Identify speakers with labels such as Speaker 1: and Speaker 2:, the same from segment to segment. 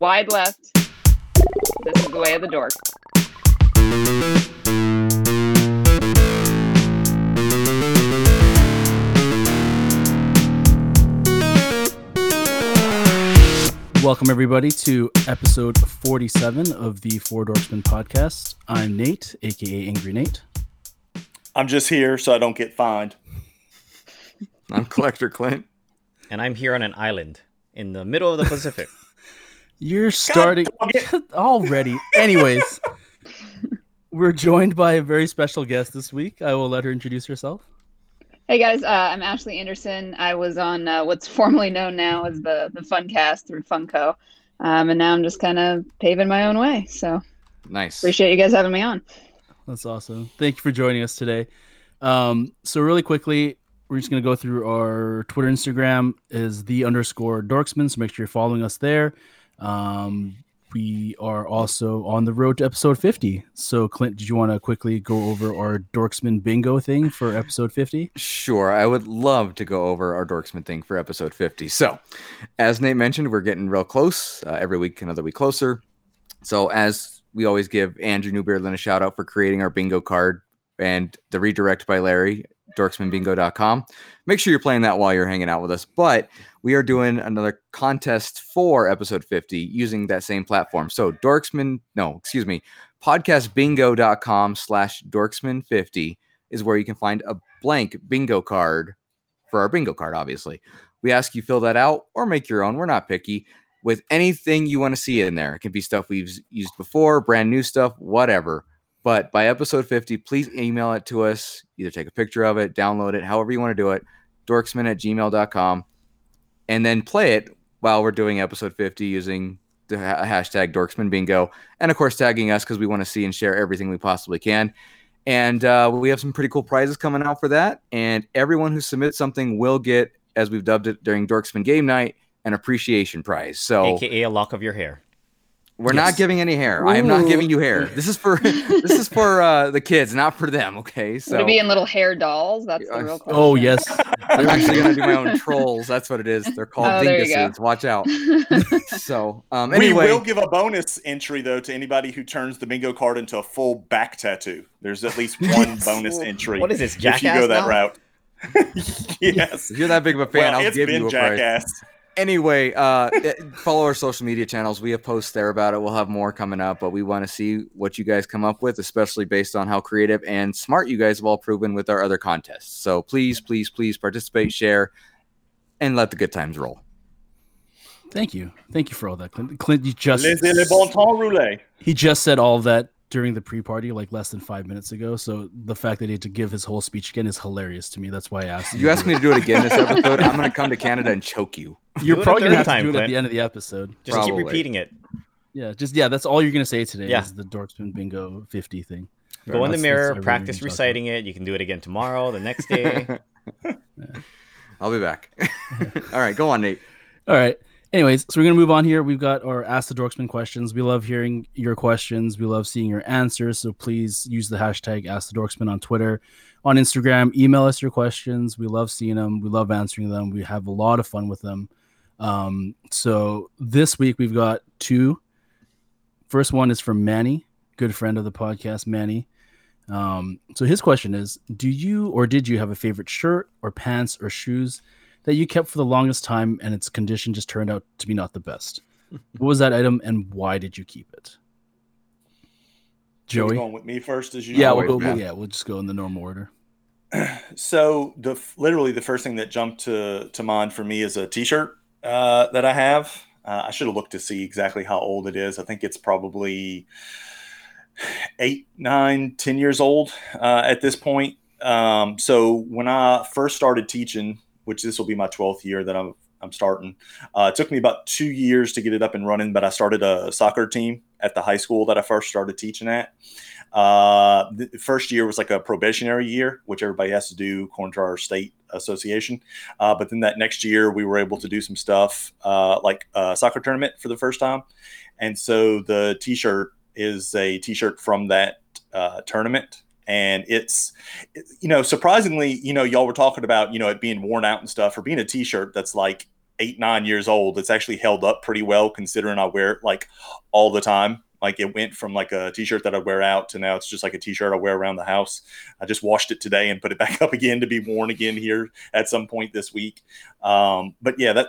Speaker 1: Wide left. This is the way of the dork.
Speaker 2: Welcome, everybody, to episode 47 of the Four Dorksmen podcast. I'm Nate, aka Angry Nate.
Speaker 3: I'm just here so I don't get fined.
Speaker 4: I'm Collector Clint.
Speaker 5: and I'm here on an island in the middle of the Pacific.
Speaker 2: You're starting already. Anyways, we're joined by a very special guest this week. I will let her introduce herself.
Speaker 1: Hey guys, uh, I'm Ashley Anderson. I was on uh, what's formerly known now as the the Funcast through Funko, um, and now I'm just kind of paving my own way. So
Speaker 4: Nice.
Speaker 1: appreciate you guys having me on.
Speaker 2: That's awesome. Thank you for joining us today. Um, so really quickly, we're just gonna go through our Twitter, Instagram is the underscore Dorksman. So make sure you're following us there. Um, we are also on the road to episode 50. So Clint, did you want to quickly go over our Dorksman bingo thing for episode 50?
Speaker 4: Sure, I would love to go over our Dorksman thing for episode 50. So, as Nate mentioned, we're getting real close. Uh, every week, another week closer. So, as we always give Andrew Newbeardlin a shout out for creating our bingo card and the redirect by Larry, dorksmanbingo.com. Make sure you're playing that while you're hanging out with us. But we are doing another contest for episode 50 using that same platform. So, Dorksman, no, excuse me, podcastbingo.com slash dorksman50 is where you can find a blank bingo card for our bingo card, obviously. We ask you fill that out or make your own. We're not picky with anything you want to see in there. It can be stuff we've s- used before, brand new stuff, whatever. But by episode 50, please email it to us. Either take a picture of it, download it, however you want to do it, dorksman at gmail.com, and then play it while we're doing episode 50 using the ha- hashtag dorksman bingo. And of course, tagging us because we want to see and share everything we possibly can. And uh, we have some pretty cool prizes coming out for that. And everyone who submits something will get, as we've dubbed it during Dorksman Game Night, an appreciation prize.
Speaker 3: Oh.
Speaker 4: So
Speaker 5: AKA a lock of your hair.
Speaker 4: we're not giving any hair. I am not giving you hair. This is for this is for uh, the kids, not for them. Okay,
Speaker 1: Would
Speaker 4: so
Speaker 1: it be in little hair dolls? That's the real question.
Speaker 2: Oh yes.
Speaker 4: I'm actually gonna do my own trolls. That's what it is. They're called
Speaker 1: Oh, there you go.
Speaker 4: dinguses. Watch out. So um,
Speaker 3: We will
Speaker 4: anyway,
Speaker 3: give a bonus entry though to anybody who turns the bingo card into a full back tattoo. There's at least one bonus entry
Speaker 5: What is this,
Speaker 3: if
Speaker 5: jackass?
Speaker 3: you go that
Speaker 5: now?
Speaker 3: route. yes.
Speaker 4: if you're that big of a fan,
Speaker 3: Well,
Speaker 4: I'll
Speaker 3: it's
Speaker 4: give you
Speaker 3: been
Speaker 4: a prize.
Speaker 3: jackass.
Speaker 4: anyway, uh, it- follow our social media channels. We have posts there about it. We'll have more coming up, but we want to see what you guys come up with, especially based on how creative and smart you guys have all proven with our other contests. So please, please, please participate, share, and let the good times roll.
Speaker 2: Thank you. Thank you for all that, Clint. Clint, you just
Speaker 3: Les le bon temps roulé.
Speaker 2: he just said all that during the pre-party like less than five minutes ago so the fact that he had to give his whole speech again is hilarious to me that's why i asked
Speaker 4: You asked me to do it again this episode. I'm going to come to Canada and choke you.
Speaker 2: You're
Speaker 5: Do it a
Speaker 2: probably
Speaker 5: third
Speaker 2: gonna have
Speaker 5: time,
Speaker 2: to do it at
Speaker 5: Clint.
Speaker 2: the end of the episode.
Speaker 5: Just
Speaker 4: Probably.
Speaker 5: keep repeating it.
Speaker 2: Yeah, just yeah, that's all you're gonna say today
Speaker 5: Yeah.
Speaker 2: is the Dorksman Bingo 50 thing.
Speaker 5: Go in the
Speaker 2: That's- that's
Speaker 5: mirror,
Speaker 2: everything
Speaker 5: practice
Speaker 2: we're talking
Speaker 5: reciting it. You can do it again tomorrow, the next day.
Speaker 4: I'll be back. all right, go on, Nate.
Speaker 2: All right. Anyways, so we're gonna move on here. We've got our Ask the Dorksman questions. We love hearing your questions. We love seeing your answers. So please use the hashtag Ask the Dorksman on Twitter, on Instagram. Email us your questions. We love seeing them. We love answering them. We have a lot of fun with them. Um, so this week we've got two. First one is from Manny, good friend of the podcast, Manny. Um, so his question is: Do you or did you have a favorite shirt or pants or shoes that you kept for the longest time and its condition just turned out to be not the best? what was that item and why did you keep it?
Speaker 3: You're
Speaker 2: Joey.
Speaker 3: going with me first as you
Speaker 2: Yeah, we'll
Speaker 3: always
Speaker 2: go.
Speaker 4: yeah.
Speaker 2: Yeah, we'll just go in the normal order.
Speaker 3: So the f- literally the first thing that jumped to to mind for me is a T-shirt uh, that I have. Uh, I should have looked to see exactly how old it is. I think it's probably eight, nine, ten years old uh, at this point. Um, so when I first started teaching, which this will be my twelfth year that I'm I'm starting, uh, it took me about two years to get it up and running. But I started a soccer team at the high school that I first started teaching at. Uh, the first year was like a probationary year, which everybody has to do according to our state association. Uh, but then that next year, we were able to do some stuff uh, like a soccer tournament for the first time. And so the t shirt is a t shirt from that uh, tournament. And it's, you know, surprisingly, you know, y'all were talking about, you know, it being worn out and stuff or being a t shirt that's like eight nine years old it's actually held up pretty well considering i wear it like all the time like it went from like a t-shirt that i wear out to now it's just like a t-shirt i wear around the house i just washed it today and put it back up again to be worn again here at some point this week um, but yeah that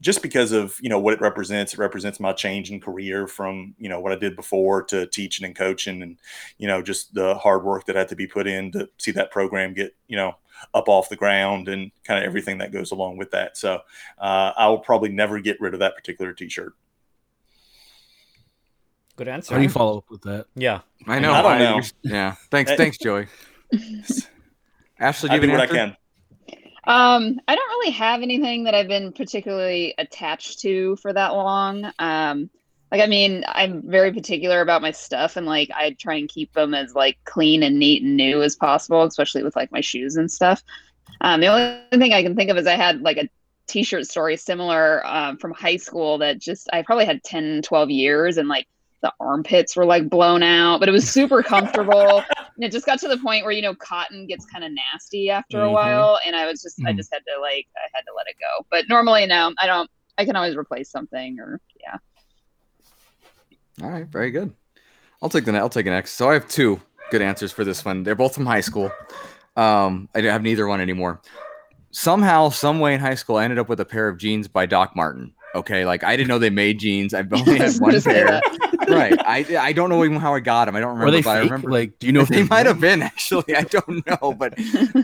Speaker 3: just because of you know what it represents it represents my change in career from you know what i did before to teaching and coaching and you know just the hard work that had to be put in to see that program get you know up off the ground and kind of everything that goes along with that so uh, i'll probably never get rid of that particular t-shirt
Speaker 5: Good answer.
Speaker 2: How do you follow up with that?
Speaker 5: Yeah.
Speaker 4: I know.
Speaker 3: I don't know.
Speaker 4: Yeah. Thanks. thanks, Joey. Ashley, do
Speaker 3: i
Speaker 4: you have
Speaker 3: do
Speaker 4: an
Speaker 3: what i
Speaker 4: answer?
Speaker 3: can
Speaker 1: Um, I don't really have anything that I've been particularly attached to for that long. Um, like I mean, I'm very particular about my stuff and like I try and keep them as like clean and neat and new as possible, especially with like my shoes and stuff. Um, the only thing I can think of is I had like a t-shirt story similar um, from high school that just I probably had 10, 12 years and like the armpits were like blown out, but it was super comfortable. and it just got to the point where you know cotton gets kind of nasty after a
Speaker 4: Mm-hmm.
Speaker 5: Mhm.
Speaker 1: while and i was just i
Speaker 4: Mm.
Speaker 2: Mhm.
Speaker 1: just had to like i had to let it go but normally no i don't i can always replace something or yeah
Speaker 4: All right, very good. I'll take the ne- I'll take an X. So I have two good answers for this one. They're both from high school. Um, I don't have neither one anymore. Somehow, some way in high school, I ended up with a pair of jeans by Doc Martin. Okay, like I didn't know they made jeans. I've only
Speaker 1: I
Speaker 4: had
Speaker 1: was
Speaker 4: one
Speaker 1: gonna say
Speaker 4: pair.
Speaker 1: that.
Speaker 4: right. I I don't know even how I got them. I don't remember.
Speaker 2: Were they
Speaker 4: but I
Speaker 2: fake?
Speaker 4: remember
Speaker 2: Like, do you know if
Speaker 4: they
Speaker 2: they
Speaker 4: might have been actually. I don't know, but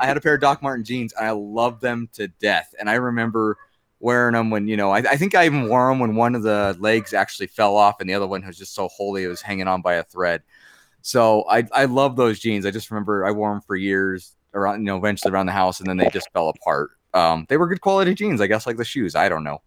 Speaker 4: I had a pair of Doc Martin jeans. And I loved them to death, and I remember wearing them when you know. I, I think I even wore them when one of the legs actually fell off, and the other one was just so holy it was hanging on by a thread. So I I love those jeans. I just remember I wore them for years around you know eventually around the house, and then they just fell apart. Um, they were good quality jeans, I guess, like the shoes. I don't know.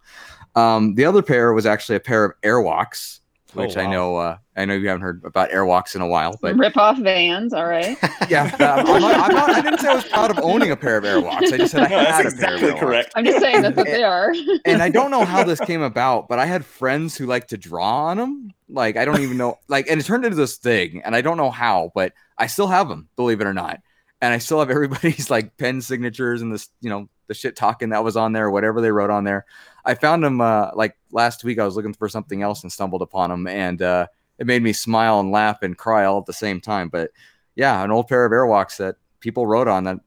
Speaker 4: Um, the other pair was actually a pair of Airwalks,
Speaker 5: Oh,
Speaker 4: which I
Speaker 5: wow.
Speaker 4: know uh, I know you haven't heard about Airwalks in a while, but
Speaker 1: rip off vans all right
Speaker 4: yeah, uh, I'm not, I'm not, I didn't say I was proud of owning a pair of Airwalks. I just said I
Speaker 3: no
Speaker 4: had
Speaker 3: that's
Speaker 4: a pair of
Speaker 3: exactly
Speaker 4: Airwalks.
Speaker 3: correct
Speaker 1: i'm just saying that's what they are
Speaker 4: And I don't know how this came about, but I had friends who like to draw on them. Like I don't even know, like, and it turned into this thing, and I don't know how, but I still have them, believe it or not, and I still have everybody's like pen signatures and this, you know, the shit talking that was on there, whatever they wrote on there. I found them uh, like last week. I was looking for something else and stumbled upon them, and uh, it made me smile and laugh and cry all at the same time. But yeah, an old pair of Airwalks that people wrote on that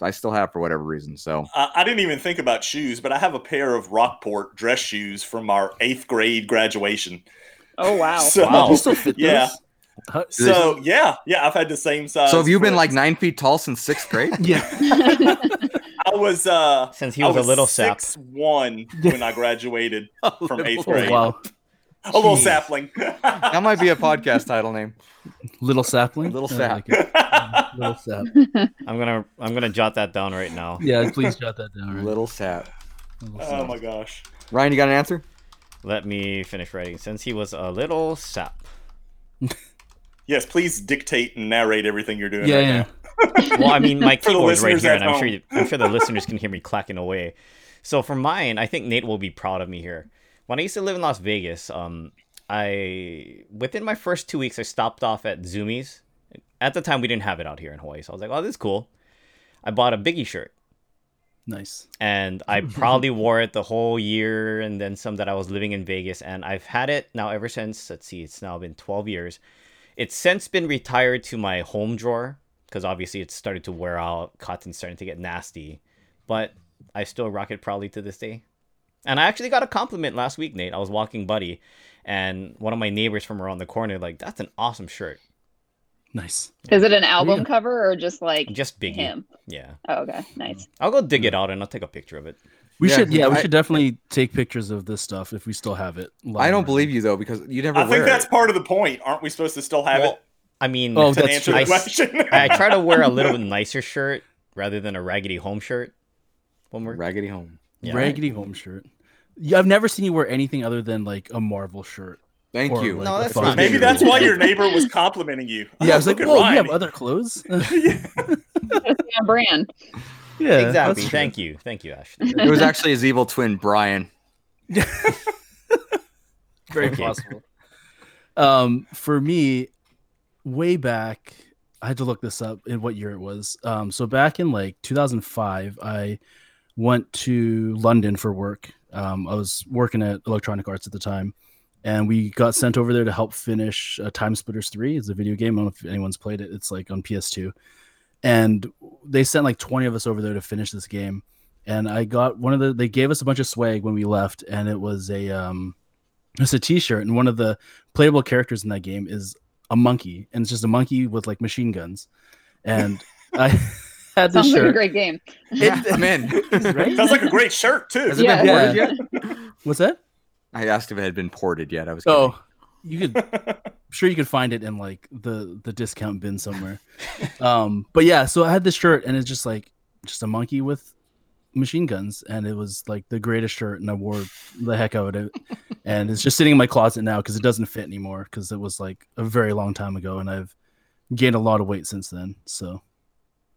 Speaker 4: I still have for whatever reason. So
Speaker 3: I, I didn't even think about shoes but i have a pair of rockport dress shoes from our eighth grade graduation
Speaker 1: oh wow
Speaker 3: So-
Speaker 2: Wow. You still fit those?
Speaker 3: Yeah.
Speaker 2: Huh?
Speaker 3: so yeah yeah i've had the same size
Speaker 4: so have you been
Speaker 3: Uh, for-
Speaker 4: like nine feet tall since sixth grade?
Speaker 2: yeah.
Speaker 3: i was uh
Speaker 5: Since he was,
Speaker 3: I
Speaker 5: a little sap.
Speaker 3: six one when I graduated from eighth
Speaker 2: Oh,
Speaker 3: grade.
Speaker 2: wow.
Speaker 3: A little
Speaker 2: Jeez.
Speaker 3: sapling.
Speaker 4: That might be a podcast title name.
Speaker 2: Little sapling.
Speaker 4: Little
Speaker 2: I
Speaker 4: sap.
Speaker 2: like it. Little sap.
Speaker 5: I'm gonna I'm gonna jot that down right now.
Speaker 2: Yeah, please jot that down. Right?
Speaker 4: Little sap.
Speaker 2: Little
Speaker 3: oh
Speaker 2: sap.
Speaker 3: my gosh.
Speaker 4: Ryan, you got an answer?
Speaker 5: Let me finish writing. Since he was a little sap.
Speaker 3: Yes, please dictate and narrate everything you're doing.
Speaker 2: Yeah,
Speaker 3: right
Speaker 2: yeah.
Speaker 3: Now.
Speaker 5: Well, I mean, my
Speaker 3: For the
Speaker 5: keyboard's right
Speaker 3: listeners
Speaker 5: here,
Speaker 3: at
Speaker 5: and I'm sure
Speaker 3: home.
Speaker 5: you, I'm sure the listeners can hear me clacking away. So for mine, I think Nate will be proud of me here. When I used to live in Las Vegas, um, I within my first two weeks, I stopped off at Zoomies. At the time, we didn't have it out here in Hawaii, so I was like, "Oh, this is cool." I bought a Biggie shirt,
Speaker 2: Nice.
Speaker 5: and I probably wore it the whole year, and then some that I was living in Vegas, and I've had it now ever since. Let's see, it's now been 12 years. It's since been retired to my home drawer because obviously it started to wear out, cotton's starting to get nasty, but I still rock it proudly to this day. And I actually got a compliment last week, Nate. I was walking Buddy, and one of my neighbors from around the corner like, "That's an awesome shirt."
Speaker 2: Nice.
Speaker 1: is it an album
Speaker 2: Yeah.
Speaker 1: cover or just like
Speaker 5: Just Biggie. Mm.
Speaker 1: him
Speaker 5: Yeah,
Speaker 1: oh okay nice
Speaker 5: I'll go dig it out and I'll take a picture of it.
Speaker 2: We
Speaker 4: Yeah,
Speaker 2: should, yeah, we
Speaker 4: I-
Speaker 2: should definitely take pictures of this stuff if we still have it.
Speaker 4: I don't believe you though because you never
Speaker 3: I
Speaker 4: wear
Speaker 3: think that's
Speaker 4: it.
Speaker 3: part of the point. Aren't we supposed to still have
Speaker 5: Well,
Speaker 3: it
Speaker 5: I mean,
Speaker 2: Oh,
Speaker 3: to
Speaker 2: that's
Speaker 3: answer
Speaker 5: true.
Speaker 3: the
Speaker 5: I s-
Speaker 3: question?
Speaker 5: I I try to wear a little bit nicer shirt rather than a raggedy home shirt. When we're
Speaker 4: Raggedy Home.
Speaker 5: yeah.
Speaker 2: Raggedy home shirt. Yeah, I've never seen you wear anything other than like a Marvel shirt.
Speaker 4: Thank
Speaker 2: Or,
Speaker 4: you.
Speaker 2: like,
Speaker 5: No,
Speaker 2: a
Speaker 5: that's
Speaker 2: Fox
Speaker 5: not-
Speaker 3: Maybe
Speaker 2: shirt.
Speaker 3: that's why your neighbor was complimenting you.
Speaker 2: Yeah, I was like,
Speaker 3: Look at
Speaker 2: whoa, you
Speaker 3: Ryan.
Speaker 2: have other clothes?
Speaker 1: It's on brand
Speaker 2: yeah,
Speaker 5: exactly.
Speaker 2: that's
Speaker 5: Thank you, thank you, Ashley.
Speaker 4: it was actually his evil twin Brian.
Speaker 2: very
Speaker 5: Thank you.
Speaker 2: possible. Um, for me, way back, I had to look this up in what year it was. Um, so back in like 2005, I went to London for work Um, I was working at Electronic Arts at the time, and we got sent over there to help finish uh, Time Splitters 3. It's a video game. I don't know if anyone's played it. It's like on PS2. And they sent like 20 of us over there to finish this game. And I got one of the, they gave us a bunch of swag when we left, and it was a, um, it's a t-shirt and one of the playable characters in that game is a monkey and it's just a monkey with like machine guns and i had this
Speaker 1: Sounds like a
Speaker 2: shirt
Speaker 1: great game.
Speaker 4: Yeah, I'm in.
Speaker 2: Right?
Speaker 3: Sounds like a great shirt too.
Speaker 4: Has it
Speaker 1: Yeah.
Speaker 4: been ported yet?
Speaker 2: what's that
Speaker 4: I asked if it had been ported yet. I was kidding.
Speaker 2: oh you could I'm sure you could find it in like the the discount bin somewhere um but yeah so i had this shirt and it's just like just a monkey with machine guns and it was like the greatest shirt and i wore the heck out of it and it's just sitting in my closet now because it doesn't fit anymore because it was like a very long time ago and i've gained a lot of weight since then so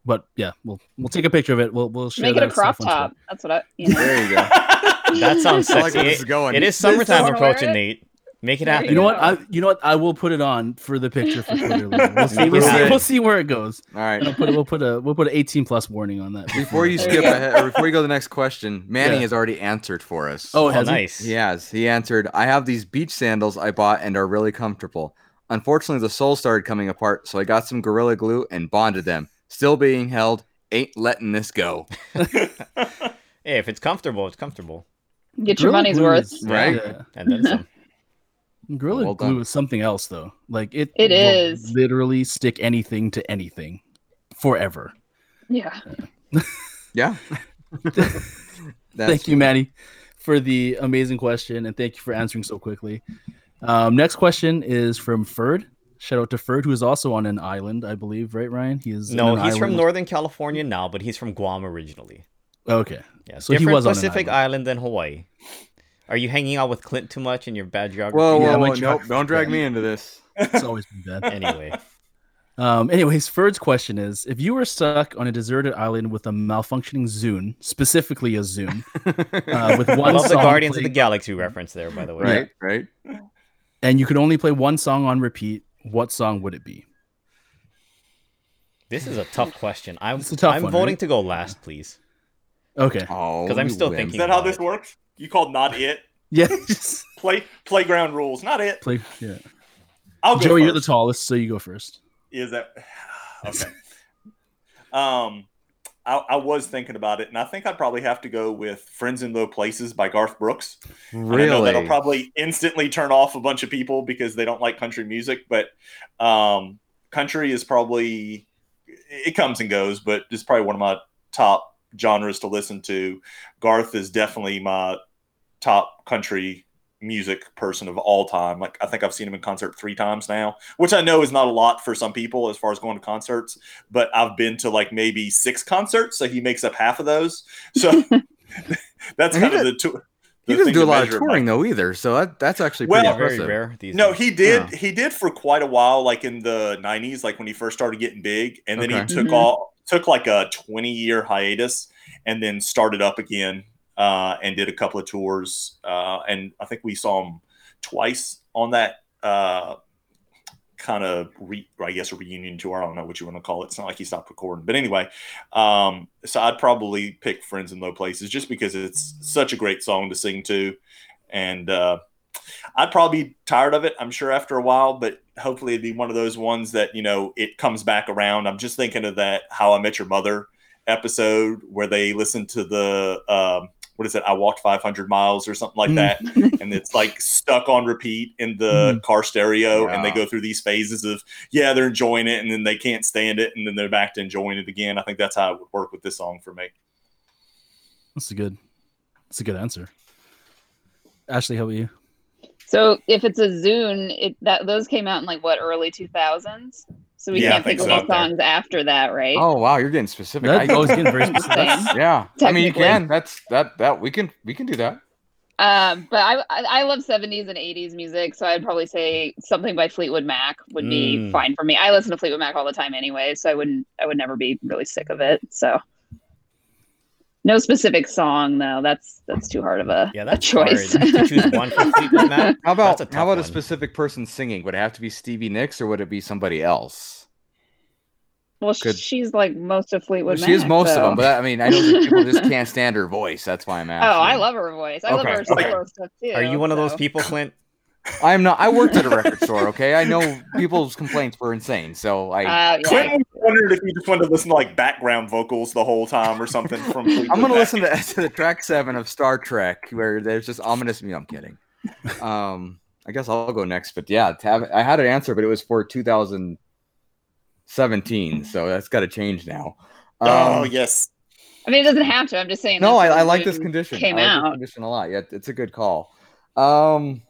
Speaker 2: but yeah we'll we'll take a picture of it we'll we'll share
Speaker 1: Make it
Speaker 2: that
Speaker 1: a crop
Speaker 2: stuff on Twitter.
Speaker 1: top. That's what I. You know.
Speaker 4: There you go.
Speaker 5: That sounds
Speaker 4: I like
Speaker 5: sexy.
Speaker 4: where this is
Speaker 5: It-
Speaker 4: going.
Speaker 5: it is
Speaker 1: This
Speaker 5: summertime
Speaker 1: summer.
Speaker 5: approaching, Nate. Make it
Speaker 1: There
Speaker 5: happen.
Speaker 2: you know what i you know what i will put it on for the picture for twitter later. we'll see, we'll, see,
Speaker 4: Alright.
Speaker 2: we'll see where it goes
Speaker 4: All
Speaker 2: And I'll
Speaker 4: right.
Speaker 2: put we'll put a we'll put an 18 plus warning on that.
Speaker 4: Before you
Speaker 1: There
Speaker 4: skip
Speaker 1: you go.
Speaker 4: ahead, or before you go to the next question, Manny
Speaker 2: Yeah.
Speaker 4: has already answered for us.
Speaker 2: oh,
Speaker 5: Oh,
Speaker 2: has he?
Speaker 5: nice.
Speaker 4: He has. He answered, I have these beach sandals I bought and are really comfortable. Unfortunately, the sole started coming apart, so I got some Gorilla Glue and bonded them. Still being held. Ain't letting this go.
Speaker 5: Hey, if it's comfortable, it's comfortable.
Speaker 1: Get your
Speaker 2: Gorilla
Speaker 1: money's
Speaker 2: Glue
Speaker 1: worth.
Speaker 2: is-
Speaker 4: Right?
Speaker 2: Yeah.
Speaker 5: And then some.
Speaker 2: Gorilla
Speaker 4: Well
Speaker 2: glue
Speaker 4: done.
Speaker 2: is something else though. Like it
Speaker 1: It
Speaker 2: will
Speaker 1: is.
Speaker 2: literally stick anything to anything forever.
Speaker 1: Yeah.
Speaker 4: Yeah. That's
Speaker 2: thank you, Maddie, for the amazing question and thank you for answering so quickly. Um, next question is from Ferd. Shout out to Ferd, who is also on an island, I believe, right, Ryan? He is
Speaker 5: No,
Speaker 2: on an
Speaker 5: he's from
Speaker 2: island.
Speaker 5: Northern California now, but he's from Guam originally.
Speaker 2: Okay.
Speaker 5: Yeah,
Speaker 2: So he
Speaker 5: different
Speaker 2: was on an
Speaker 5: Pacific island. than Hawaii. Are you hanging out with Clint too much in your bad geography?
Speaker 4: Whoa,
Speaker 2: Yeah,
Speaker 4: whoa,
Speaker 2: my
Speaker 4: whoa, nope.
Speaker 2: geography
Speaker 4: Don't drag
Speaker 2: bad.
Speaker 4: me into this.
Speaker 2: It's always been bad.
Speaker 5: Anyway,
Speaker 2: Um, anyways, Ferd's question is if you were stuck on a deserted island with a malfunctioning Zune, specifically a Zune, uh, with
Speaker 5: I
Speaker 2: one
Speaker 5: love the
Speaker 2: song
Speaker 5: Guardians of the
Speaker 2: playing-
Speaker 5: Galaxy reference there, by the way.
Speaker 4: Right, right.
Speaker 2: and you could only play one song on repeat, what song would it be?
Speaker 5: This is a tough question. I'm
Speaker 2: It's a tough
Speaker 5: I'm
Speaker 2: one,
Speaker 5: voting
Speaker 2: right?
Speaker 5: to go last, please.
Speaker 2: Okay.
Speaker 4: Oh,
Speaker 5: 'Cause I'm
Speaker 4: you
Speaker 5: still
Speaker 4: wimps.
Speaker 5: thinking.
Speaker 3: Is that how this works? You called not it
Speaker 2: Yeah. Just
Speaker 3: play playground rules, not it.
Speaker 2: play. Yeah.
Speaker 3: I'll go.
Speaker 2: Joey, you you're the
Speaker 3: first.
Speaker 2: tallest, so you go first.
Speaker 3: Is that okay? um, I, I was thinking about it, and I think I'd probably have to go with "Friends in Low Places" by Garth Brooks. And I know
Speaker 4: Really?
Speaker 3: that'll probably instantly turn off a bunch of people because they don't like country music, but um, country is probably it comes and goes, but it's probably one of my top genres to listen to. Garth is definitely my top country music person of all time. Like I think I've seen him in concert three times now, which I know is not a lot for some people as far as going to concerts, but I've been to like maybe six concerts, so he makes up half of those. So that's
Speaker 4: And he
Speaker 3: kind of
Speaker 4: does-
Speaker 3: the tour.
Speaker 4: He doesn't do a lot of touring though either, so that, that's actually pretty
Speaker 3: Well-
Speaker 5: Yeah, very
Speaker 4: impressive.
Speaker 5: rare these
Speaker 3: No,
Speaker 5: days.
Speaker 3: he did. He did for quite a while, like in the '90s, like when he first started getting big, and then
Speaker 4: Okay.
Speaker 3: he took
Speaker 1: Mhm.
Speaker 3: all took like a 20 year hiatus, and then started up again uh, and did a couple of tours. Uh, and I think we saw him twice on that uh, kind of, re- I guess, a reunion tour. I don't know what you want to call it. It's not like he stopped recording, but anyway. Um, so I'd probably pick "Friends in Low Places" just because it's such a great song to sing to, and uh, I'd probably be tired of it. I'm sure after a while, but hopefully it'd be one of those ones that you know it comes back around. I'm just thinking of that "How I Met Your Mother" episode where they listen to the um, what is it? I walked 500 miles or something like
Speaker 2: Mm.
Speaker 3: that, and it's like stuck on repeat in the car stereo, and they
Speaker 4: Yeah.
Speaker 3: go through these phases of yeah, they're enjoying it, and then they can't stand it, and then they're back to enjoying it again. I think that's how it would work with this song for me.
Speaker 2: That's a good. That's a good answer. Ashley, how about you?
Speaker 1: So if it's a Zune, it that those came out in like what early 2000s. So we
Speaker 3: Yeah, I
Speaker 1: can't
Speaker 3: think
Speaker 1: pick
Speaker 3: so.
Speaker 1: little songs after that, right?
Speaker 4: Oh wow, you're getting specific.
Speaker 2: That,
Speaker 4: I-
Speaker 2: I was getting very specific.
Speaker 1: Same.
Speaker 4: yeah, I mean you
Speaker 1: Technically.
Speaker 4: can. That's that that we can we can do that.
Speaker 1: Um, but I, I I love 70s and 80s music, so I'd probably say something by Fleetwood Mac would
Speaker 5: Mm.
Speaker 1: be fine for me. I listen to Fleetwood Mac all the time anyway, so I wouldn't I would never be really sick of it. So no specific song though. That's that's too hard of a,
Speaker 5: Yeah,
Speaker 1: a
Speaker 5: that's
Speaker 1: choice.
Speaker 5: hard. to choose one from Fleetwood Mac.
Speaker 4: How about
Speaker 5: That's a
Speaker 4: how
Speaker 5: tough
Speaker 4: about a
Speaker 5: one.
Speaker 4: specific person singing? Would it have to be Stevie Nicks or would it be somebody else?
Speaker 1: Well,
Speaker 4: Good.
Speaker 1: she's like most of Fleetwood.
Speaker 4: she is
Speaker 1: Mac,
Speaker 4: most
Speaker 1: so-
Speaker 4: of them, but I mean, I know that people just can't stand her voice. That's why I'm
Speaker 1: oh,
Speaker 4: asking.
Speaker 1: I love her voice. I
Speaker 4: Okay,
Speaker 1: love her
Speaker 3: okay.
Speaker 1: solo stuff too.
Speaker 5: Are you one of those
Speaker 1: so-
Speaker 5: people, Clint?
Speaker 4: I'm not. I worked at a record store. Okay, I know people's complaints were insane, so I.
Speaker 1: Uh, yeah.
Speaker 3: Clint was wondering if you just wanted to listen to like background vocals the whole time or something from. Fleetwood
Speaker 4: I'm gonna
Speaker 3: Mac.
Speaker 4: listen to, to the track seven of Star Trek where there's just ominous. No, I'm kidding. Um, I guess I'll go next, but yeah, to have- I had an answer, but it was for 2017, so that's got to change now. Um,
Speaker 3: Oh yes,
Speaker 1: I mean, it doesn't have to. I'm just saying.
Speaker 4: No, I,
Speaker 1: that's
Speaker 4: I
Speaker 1: when
Speaker 4: like this
Speaker 1: Dune
Speaker 4: condition.
Speaker 1: Came
Speaker 4: I like
Speaker 1: out.
Speaker 4: this condition a lot. Yeah, it's a good call. Um,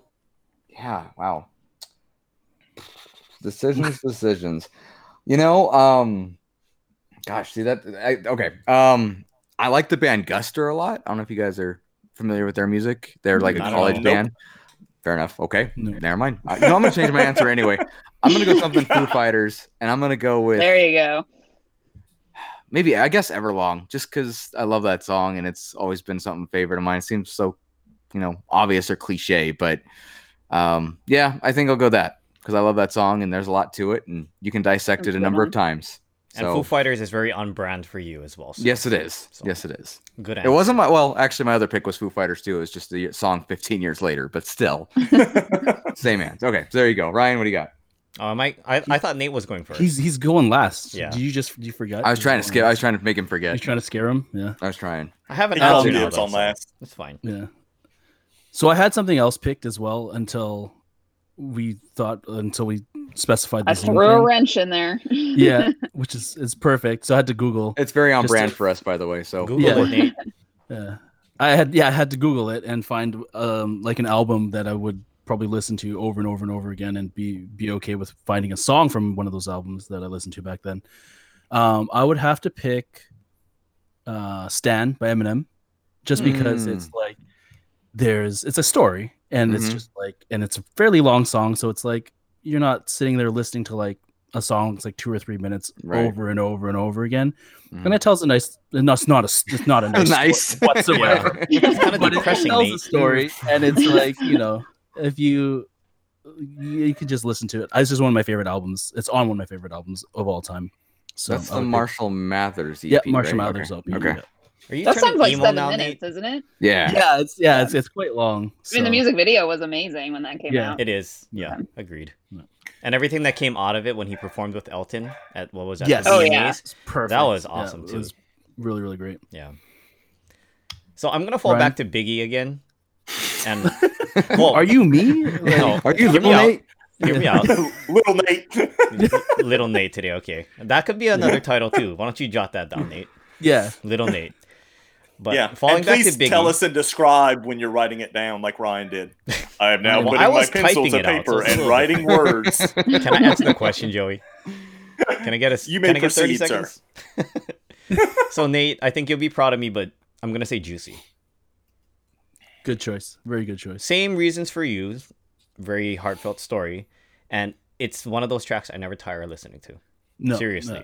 Speaker 4: yeah. Wow. Decisions, decisions. You know, um, gosh, see that. I, okay. Um, I like the band Guster a lot. I don't know if you guys are familiar with their music. They're like a
Speaker 3: Not at
Speaker 4: college
Speaker 3: all. Nope.
Speaker 4: band. Fair enough. Okay.
Speaker 2: No.
Speaker 4: Never mind. I, you know, I'm gonna change my answer anyway. I'm gonna go something Foo Fighters, and I'm gonna go with
Speaker 1: There you go.
Speaker 4: maybe I guess Everlong, just because I love that song and it's always been something favorite of mine. It seems so, you know, obvious or cliche, but um, yeah, I think I'll go that because I love that song and there's a lot to it and you can dissect it a
Speaker 1: That's a good
Speaker 4: number of
Speaker 1: one.
Speaker 4: times.
Speaker 5: And
Speaker 4: So
Speaker 5: Foo Fighters is very on brand for you as well. So.
Speaker 4: yes, it is.
Speaker 5: So,
Speaker 4: Yes, it is.
Speaker 5: Good
Speaker 4: It wasn't my well, actually, my other pick was Foo Fighters too. It was just the song 15 years later, but still, same hands. Okay, so there you go, Ryan. What do you got?
Speaker 5: Oh, Mike, I, I thought Nate was going first.
Speaker 2: He's he's going last.
Speaker 5: Yeah.
Speaker 2: Yeah. Did you just you forgot?
Speaker 4: I was
Speaker 2: He's
Speaker 4: trying to
Speaker 2: going
Speaker 4: skip. I was
Speaker 2: last.
Speaker 4: trying to make him
Speaker 2: You
Speaker 4: forget.
Speaker 2: trying to scare him? Yeah.
Speaker 4: I was trying.
Speaker 5: I have an
Speaker 3: He
Speaker 5: answer
Speaker 3: called
Speaker 5: now.
Speaker 3: dibs
Speaker 5: though,
Speaker 3: on
Speaker 5: so
Speaker 3: last.
Speaker 5: That's fine.
Speaker 2: Yeah. So I had something else picked as well until we thought until we specified
Speaker 1: I
Speaker 2: this.
Speaker 1: threw a wrench in there.
Speaker 2: yeah, which is is perfect. So I had to Google.
Speaker 4: It's very on
Speaker 2: Just
Speaker 4: brand
Speaker 2: to-
Speaker 4: for us, by the way. So
Speaker 5: Google
Speaker 2: Yeah.
Speaker 5: it, Nate.
Speaker 2: Yeah. I had yeah, I had to Google it and find um like an album that I would probably listen to over and over and over again and be be okay with finding a song from one of those albums that I listened to back then. Um I would have to pick uh Stan by Eminem just because
Speaker 4: Mm.
Speaker 2: it's like there's it's a story and it's
Speaker 4: Mhm.
Speaker 2: just like and it's a fairly long song so it's like you're not sitting there listening to like a song that's like 2 or 3 minutes
Speaker 4: Right.
Speaker 2: over and over and over again.
Speaker 4: Mhm.
Speaker 2: And it tells a nice no, it's not a it's not a nice,
Speaker 4: nice
Speaker 2: sto- whatsoever
Speaker 5: It's kind of
Speaker 2: but it
Speaker 5: depressing,
Speaker 2: tells a
Speaker 5: Nate.
Speaker 2: story, and it's like you know, if you you you could just listen to it. It's just one of my favorite albums. It's on one of my favorite albums of all time. So
Speaker 4: That's
Speaker 2: I
Speaker 4: the
Speaker 2: would pick-
Speaker 4: Marshall Mathers EP.
Speaker 2: Yeah, Marshall
Speaker 4: right?
Speaker 2: Mathers E
Speaker 4: Okay.
Speaker 2: LP.
Speaker 4: okay.
Speaker 2: yeah.
Speaker 5: Are you
Speaker 1: that
Speaker 5: turning
Speaker 1: sounds like
Speaker 5: emo
Speaker 1: seven
Speaker 5: now,
Speaker 1: minutes,
Speaker 5: Nate?
Speaker 1: isn't it?
Speaker 4: Yeah.
Speaker 2: Yeah, it's yeah, it's, it's quite long.
Speaker 1: I mean,
Speaker 2: so-
Speaker 1: the music video was amazing when that came
Speaker 2: Yeah.
Speaker 1: out.
Speaker 5: It is. Yeah, agreed.
Speaker 2: No.
Speaker 5: And everything that came out of it when he performed with Elton at what was that?
Speaker 2: Yes.
Speaker 5: the
Speaker 1: Oh,
Speaker 5: VMAs?
Speaker 1: yeah.
Speaker 2: It's perfect.
Speaker 5: That was
Speaker 2: Yeah,
Speaker 5: awesome,
Speaker 2: it
Speaker 5: too.
Speaker 2: was really, really great.
Speaker 5: Yeah. So I'm gonna fall
Speaker 2: Ryan?
Speaker 5: back to Biggie again. And well,
Speaker 2: Are you me?
Speaker 5: Oh. No.
Speaker 4: Are you
Speaker 5: Hear me
Speaker 4: little
Speaker 5: out.
Speaker 4: Nate?
Speaker 5: hear me out,
Speaker 3: little Nate.
Speaker 5: little Nate today? Okay, that could be another title too. Why don't you jot that down, Nate?
Speaker 2: yeah.
Speaker 5: Little Nate. But
Speaker 3: yeah,
Speaker 5: falling
Speaker 3: and
Speaker 5: back to
Speaker 3: please
Speaker 5: Biggie.
Speaker 3: tell us and describe when you're writing it down, like Ryan did. I have now
Speaker 5: Well, I
Speaker 3: putting my
Speaker 5: was
Speaker 3: pencil
Speaker 5: typing
Speaker 3: to
Speaker 5: it out,
Speaker 3: paper
Speaker 5: so it's a
Speaker 3: and
Speaker 5: little
Speaker 3: writing words.
Speaker 5: Can I answer the question, Joey? Can I get a
Speaker 3: You may
Speaker 5: can I get 30
Speaker 3: proceed, sir.
Speaker 5: seconds? so Nate, I think you'll be proud of me, but I'm gonna say juicy.
Speaker 2: Good choice. Very good choice.
Speaker 5: Same reasons for you. Very heartfelt story. And it's one of those tracks I never tire of listening to.
Speaker 2: No,
Speaker 5: Seriously.
Speaker 2: no.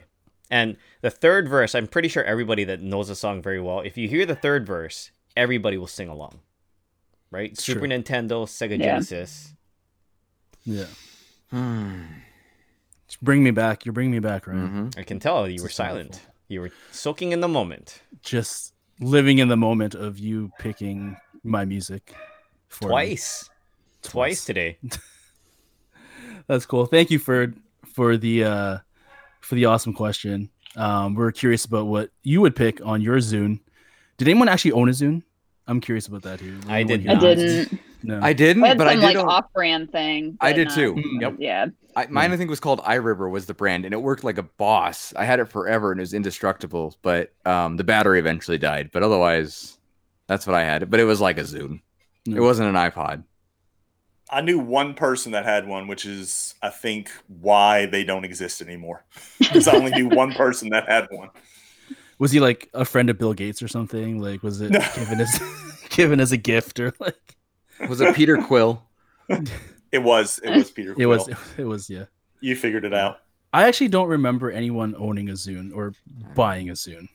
Speaker 5: And the third verse, I'm pretty sure everybody that knows the song very well, if you hear the third verse, everybody will sing along. Right?
Speaker 2: It's
Speaker 5: Super
Speaker 2: true.
Speaker 5: Nintendo, Sega
Speaker 1: Yeah.
Speaker 5: Genesis.
Speaker 2: Yeah.
Speaker 4: Hmm.
Speaker 2: Just bring me back. You're bringing me back, right?
Speaker 4: Mhm.
Speaker 5: I can tell you were
Speaker 2: is
Speaker 5: silent.
Speaker 2: wonderful.
Speaker 5: You were soaking in the moment.
Speaker 2: Just living in the moment of you picking my music. For me.
Speaker 5: Twice. Twice today.
Speaker 2: That's cool. Thank you for for the uh for the awesome question. Um we are curious about what you would pick on your Zune. Did anyone actually own a Zune? I'm curious about that here.
Speaker 5: I
Speaker 2: Anyone
Speaker 5: did
Speaker 2: here
Speaker 1: I
Speaker 5: not.
Speaker 2: owns-
Speaker 1: didn't.
Speaker 2: No.
Speaker 4: I didn't,
Speaker 1: I had
Speaker 4: but I
Speaker 1: some
Speaker 4: did.
Speaker 1: like
Speaker 4: own-
Speaker 1: off-brand thing.
Speaker 4: I
Speaker 1: but
Speaker 4: did
Speaker 1: not-
Speaker 4: too.
Speaker 2: Mm.
Speaker 4: Yep.
Speaker 1: Yeah.
Speaker 4: I, mine, I think, was called iRiver was the brand, and it worked like a boss. I had it forever, and it was indestructible. But um, the battery eventually died. But otherwise, that's what I had. But it was like a Zoom. It
Speaker 2: No.
Speaker 4: wasn't an iPod.
Speaker 3: I knew one person that had one, which is I think why they don't exist anymore. Because I only knew one person that had one.
Speaker 2: Was he like a friend of Bill Gates or something? Like was it
Speaker 3: No.
Speaker 2: given as given as a gift or like
Speaker 4: Was it Peter Quill?
Speaker 3: It was it was Peter.
Speaker 2: it was
Speaker 3: Quill.
Speaker 2: it was yeah.
Speaker 3: You figured it out.
Speaker 2: I actually don't remember anyone owning a Zune or buying a Zune.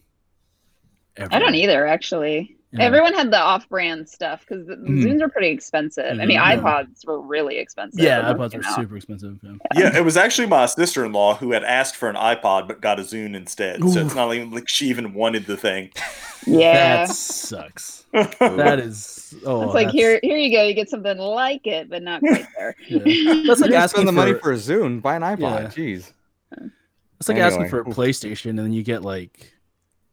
Speaker 2: Ever.
Speaker 1: I don't either, actually.
Speaker 2: Yeah.
Speaker 1: Everyone had the off-brand stuff because the
Speaker 2: Mhm.
Speaker 1: Zooms are pretty expensive. I mean,
Speaker 2: Mhm.
Speaker 1: iPods were really expensive.
Speaker 2: yeah,
Speaker 1: when they
Speaker 2: iPods
Speaker 1: came
Speaker 2: are
Speaker 1: out.
Speaker 2: super expensive. Yeah.
Speaker 3: Yeah, it was actually my sister in law who had asked for an iPod but got a Zune instead. So it's
Speaker 2: Ooh.
Speaker 3: not even like she even wanted the thing.
Speaker 1: Yeah,
Speaker 2: That sucks.
Speaker 3: yeah,
Speaker 2: That is oh,
Speaker 1: it's like
Speaker 2: that's-
Speaker 1: here, here you go. You get something like it, but not quite there.
Speaker 2: Yeah. That's like
Speaker 4: You
Speaker 2: asking
Speaker 4: spend the money
Speaker 2: for-
Speaker 4: for a Zune, buy an iPod.
Speaker 2: Yeah.
Speaker 4: Jeez.
Speaker 2: It's like asking
Speaker 4: Anyway.
Speaker 2: for a PlayStation and then you get like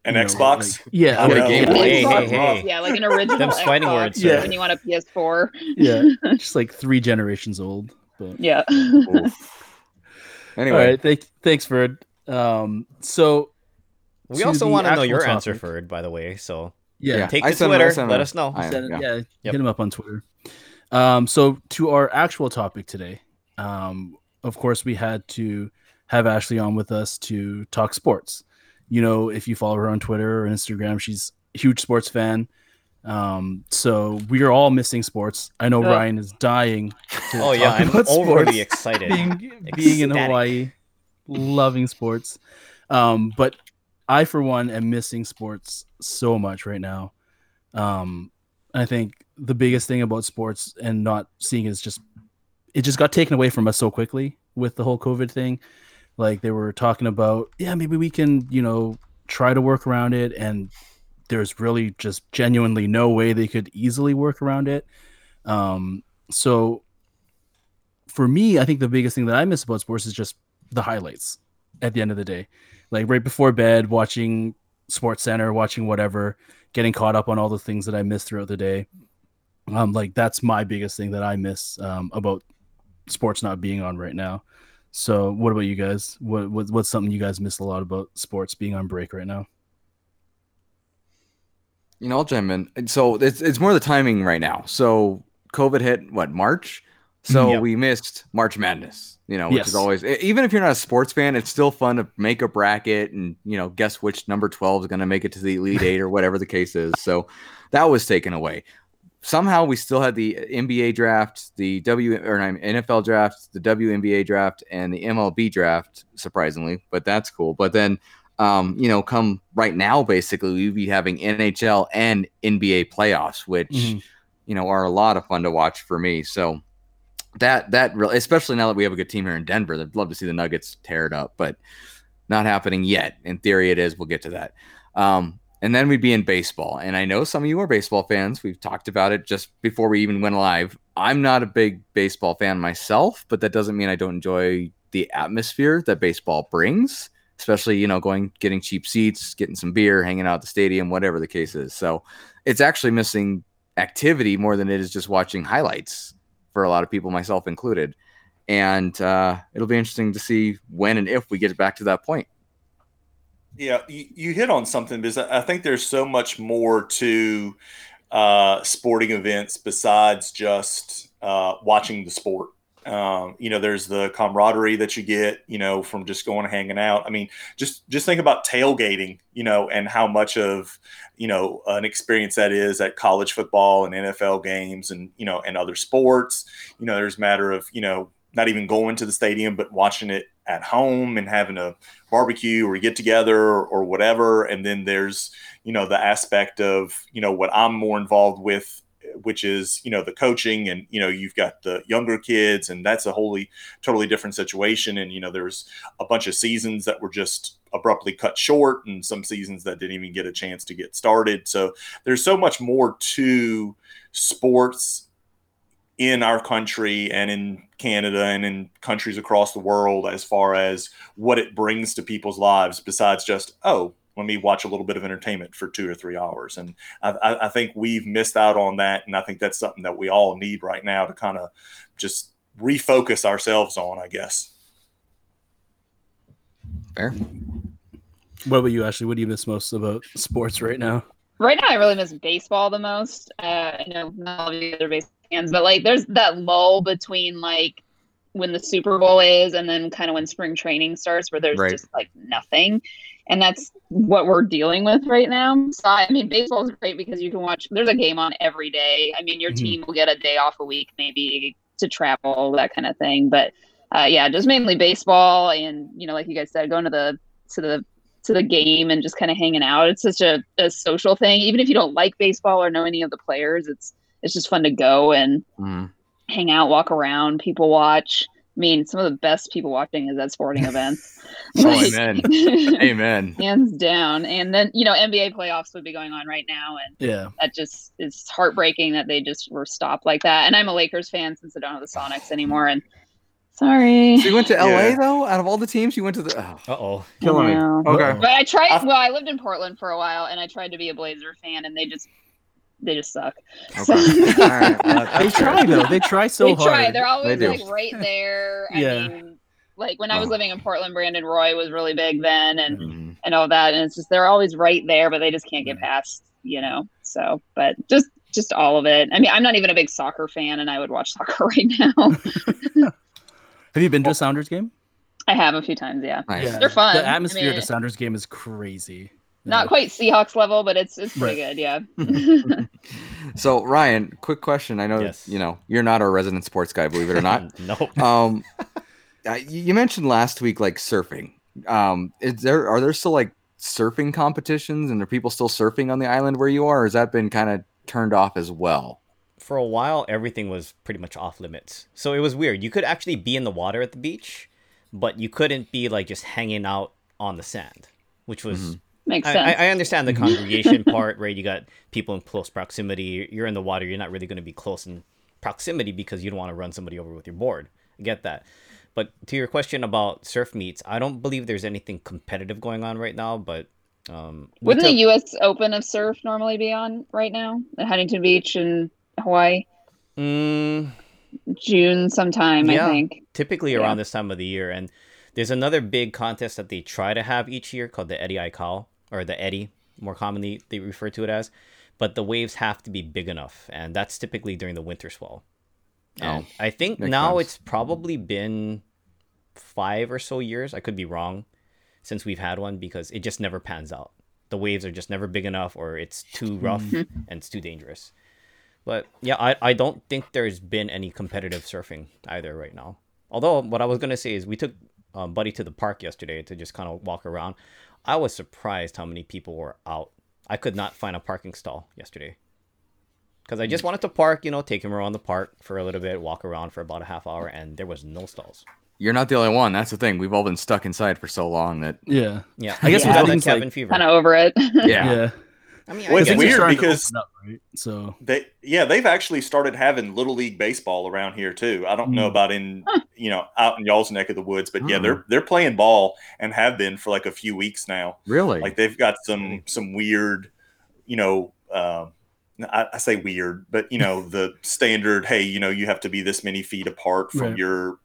Speaker 3: An
Speaker 2: you know,
Speaker 3: Xbox.
Speaker 2: like- yeah,
Speaker 3: Or a
Speaker 2: like-
Speaker 3: Game
Speaker 2: yeah,
Speaker 3: Boy.
Speaker 5: Hey,
Speaker 1: Xbox,
Speaker 5: hey, hey.
Speaker 1: Yeah, like an original
Speaker 5: Them's
Speaker 1: Xbox
Speaker 5: fighting words,
Speaker 2: sir.
Speaker 1: when you want a PS4.
Speaker 2: yeah, just like three generations old. But
Speaker 1: Yeah.
Speaker 4: Oof. anyway,
Speaker 2: all right, thank, thanks, Ferd. Um, so
Speaker 5: We
Speaker 2: to
Speaker 5: also
Speaker 2: the
Speaker 5: want to know
Speaker 2: actual
Speaker 5: your
Speaker 2: topic.
Speaker 5: answer, Ferd, by the way. So
Speaker 2: yeah,
Speaker 5: take
Speaker 4: I
Speaker 5: to
Speaker 4: sent- I
Speaker 5: Twitter.
Speaker 4: sent
Speaker 5: Let
Speaker 4: a-
Speaker 5: us know.
Speaker 4: I am,
Speaker 2: Send it-
Speaker 4: yeah.
Speaker 2: yeah,
Speaker 5: Yep.
Speaker 2: hit him up on Twitter. Um, so to our actual topic today, um, of course, we had to have Ashley on with us to talk sports. You know, if you follow her on Twitter or Instagram, she's a huge sports fan. Um, so we are all missing sports. I know
Speaker 1: Ugh.
Speaker 2: Ryan is dying. To
Speaker 5: Oh yeah,
Speaker 2: talk
Speaker 5: I'm
Speaker 2: about sports
Speaker 5: overly excited.
Speaker 2: being being in
Speaker 5: Ecstatic.
Speaker 2: Hawaii, loving sports. Um, but I for one am missing sports so much right now. Um, I think the biggest thing about sports and not seeing it is just it just got taken away from us so quickly with the whole COVID thing. Like they were talking about, yeah, maybe we can, you know, try to work around it and there's really just genuinely no way they could easily work around it. Um, so for me, I think the biggest thing that I miss about sports is just the highlights at the end of the day. Like right before bed, watching Sports Center, watching whatever, getting caught up on all the things that I missed throughout the day. Um, like that's my biggest thing that I miss um, about sports not being on right now. So, what about you guys? What, what what's something you guys miss a lot about sports being on break right now?
Speaker 4: You know, I'll chime in. And So it's it's more the timing right now. So COVID hit what March, so
Speaker 5: Yep.
Speaker 4: we missed March Madness. You know, which
Speaker 2: Yes.
Speaker 4: is always e- even if you're not a sports fan, it's still fun to make a bracket and you know guess which number twelve is going to make it to the elite eight or whatever the case is. So that was taken away. Somehow we still had the NBA draft, the W or no, NFL draft, the WNBA draft, and the MLB draft. Surprisingly, but that's cool. But then um, you know, come right now, basically, we'd be having NHL and NBA playoffs, which
Speaker 2: Mhm.
Speaker 4: you know are a lot of fun to watch for me. So that that really, especially now that we have a good team here in Denver, I'd love to see the Nuggets tear it up, but not happening yet. In theory, it is. We'll get to that. Um, and then we'd be in baseball, and I know some of you are baseball fans. We've talked about it just before we even went live. I'm not a big baseball fan myself, but that doesn't mean I don't enjoy the atmosphere that baseball brings especially you know going getting cheap seats getting some beer hanging out at the stadium whatever the case is so it's actually missing activity more than it is just watching highlights for a lot of people myself included and uh, it'll be interesting to see when and if we get back to that point
Speaker 3: Yeah, you, you hit on something because I I think there's so much more to uh, sporting events besides just uh, watching the sport. Um, you know, there's the camaraderie that you get, you know, from just going and hanging out. I mean, just just think about tailgating, you know, and how much of you know an experience that is at college football and NFL games, and you know, and other sports. You know, there's a matter of you know not even going to the stadium, but watching it at home and having a barbecue or get together or, or whatever. And then there's, you know, the aspect of, you know, what I'm more involved with, which is, you know, the coaching and, you know, you've got the younger kids and that's a wholly totally different situation. And, you know, there's a bunch of seasons that were just abruptly cut short and some seasons that didn't even get a chance to get started. So there's so much more to sports in our country and in Canada and in countries across the world as far as what it brings to people's lives besides just oh let me watch a little bit of entertainment for two or three hours and i, I, I think we've missed out on that and i think that's something that we all need right now to kind of just refocus ourselves on i guess
Speaker 4: fair
Speaker 2: What about you, Ashley? What do you miss most about sports right now?
Speaker 1: Right now, I really miss baseball the most. Uh, I know not all of you guys are baseball fans, but like, there's that lull between like when the Super Bowl is and then kind of when spring training starts, where there's
Speaker 4: Right.
Speaker 1: just like nothing, and that's what we're dealing with right now. So, I mean, baseball is great because you can watch. There's a game on every day. I mean, your
Speaker 2: Mhm.
Speaker 4: Mm-hmm.
Speaker 1: team will get a day off a week, maybe to travel, that kind of thing. But uh, yeah, just mainly baseball, and you know, like you guys said, going to the to the to the game and just kind of hanging out. It's such a, a social thing. Even if you don't like baseball or know any of the players, it's it's just fun to go and
Speaker 4: Mm.
Speaker 1: hang out, walk around, people watch. I mean, some of the best people watching is at sporting events.
Speaker 4: Oh, amen. Amen.
Speaker 1: Hands down. And then, you know, NBA playoffs would be going on right now. And
Speaker 2: Yeah.
Speaker 1: that just is heartbreaking that they just were stopped like that. And I'm a Lakers fan since I don't have the Sonics anymore. And sorry.
Speaker 4: So you went to LA
Speaker 3: Yeah.
Speaker 4: though? Out of all the teams, you went to the oh.
Speaker 5: Uh oh.
Speaker 4: killing me.
Speaker 1: I know.
Speaker 4: Okay.
Speaker 1: But I tried.
Speaker 3: I've-
Speaker 1: well, I lived in Portland for a while, and I tried to be a Blazer fan, and they just they just suck. So-
Speaker 4: Okay. All right. Well,
Speaker 2: They
Speaker 4: that's
Speaker 2: try
Speaker 4: fair.
Speaker 2: though. They try so
Speaker 1: they
Speaker 2: hard.
Speaker 1: try. They're always
Speaker 4: They do.
Speaker 1: like right there.
Speaker 2: Yeah.
Speaker 1: I mean, like when I was
Speaker 4: Oh.
Speaker 1: living in Portland, Brandon Roy was really big then, and
Speaker 4: Mhm.
Speaker 1: and all that. And it's just they're always right there, but they just can't get
Speaker 2: Mhm.
Speaker 1: past, you know. So, but just just all of it. I mean, I'm not even a big soccer fan, and I would watch soccer right now.
Speaker 2: Have you been to a Sounders game?
Speaker 1: I have a few times, yeah.
Speaker 4: Nice.
Speaker 1: They're fun. I
Speaker 2: The atmosphere at
Speaker 1: mean-
Speaker 2: a Sounders game is crazy.
Speaker 1: Not quite Seahawks level, but it's it's pretty good, yeah.
Speaker 4: So Ryan, quick question. I know
Speaker 5: Yes.
Speaker 4: you know you're not our resident sports guy, believe it or not.
Speaker 5: no.
Speaker 4: um, uh, you mentioned last week like surfing. Um, is there are there still like surfing competitions and are people still surfing on the island where you are? Or has that been kind of turned off as well?
Speaker 5: for a while everything was pretty much off limits so it was weird you could actually be in the water at the beach but you couldn't be like just hanging out on the sand which was
Speaker 4: Mhm.
Speaker 1: Makes
Speaker 5: I,
Speaker 1: sense.
Speaker 5: I- I understand the congregation part where you got people in close proximity you're in the water you're not really going to be close in proximity because you don't want to run somebody over with your board I get that but to your question about surf meets i don't believe there's anything competitive going on right now but um we
Speaker 1: Wouldn't
Speaker 5: took-
Speaker 1: the US Open of Surf normally be on right now at Huntington Beach in Hawaii?
Speaker 5: Mm,
Speaker 1: June sometime,
Speaker 5: Yeah.
Speaker 1: I think.
Speaker 5: typically
Speaker 1: Yeah.
Speaker 5: around this time of the year. And there's another big contest that they try to have each year called the Eddie Ical, or the Eddie, more commonly they refer to it as. But the waves have to be big enough, and that's typically during the winter swell. And I think
Speaker 4: Oh, makes
Speaker 5: now
Speaker 4: sense.
Speaker 5: it's probably been five or so years. I could be wrong since we've had one because it just never pans out. The waves are just never big enough, or it's too rough and it's too dangerous. But yeah, I, I don't think there's been any competitive surfing either right now. Although what I was gonna say is we took uh, Buddy to the park yesterday to just kind of walk around. I was surprised how many people were out. I could not find a parking stall yesterday because I just wanted to park, you know, take him around the park for a little bit, walk around for about a half hour, and there was no stalls.
Speaker 4: You're not the only one. That's the thing. We've all been stuck inside for so long that
Speaker 2: Yeah.
Speaker 5: Yeah,
Speaker 2: I
Speaker 1: guess
Speaker 5: yeah,
Speaker 1: with
Speaker 5: that
Speaker 2: things like-
Speaker 5: cabin fever.
Speaker 1: Kind of over it.
Speaker 4: yeah.
Speaker 2: Yeah.
Speaker 5: I mean,
Speaker 3: Well,
Speaker 5: I
Speaker 3: it's
Speaker 5: guess
Speaker 2: Things are
Speaker 3: weird
Speaker 2: starting to
Speaker 3: because-
Speaker 2: open up, right? So
Speaker 3: They yeah, they've actually started having little league baseball around here too. I don't know
Speaker 2: Hmm.
Speaker 3: about in you know out in y'all's neck of the woods, but yeah,
Speaker 4: Hmm.
Speaker 3: they're they're playing ball and have been for like a few weeks now.
Speaker 4: Really?
Speaker 3: Like they've got some
Speaker 5: Really?
Speaker 3: some weird, you know, um, I, I say weird, but you know the standard. Hey, you know, you have to be this many feet apart from
Speaker 2: Right.
Speaker 3: your,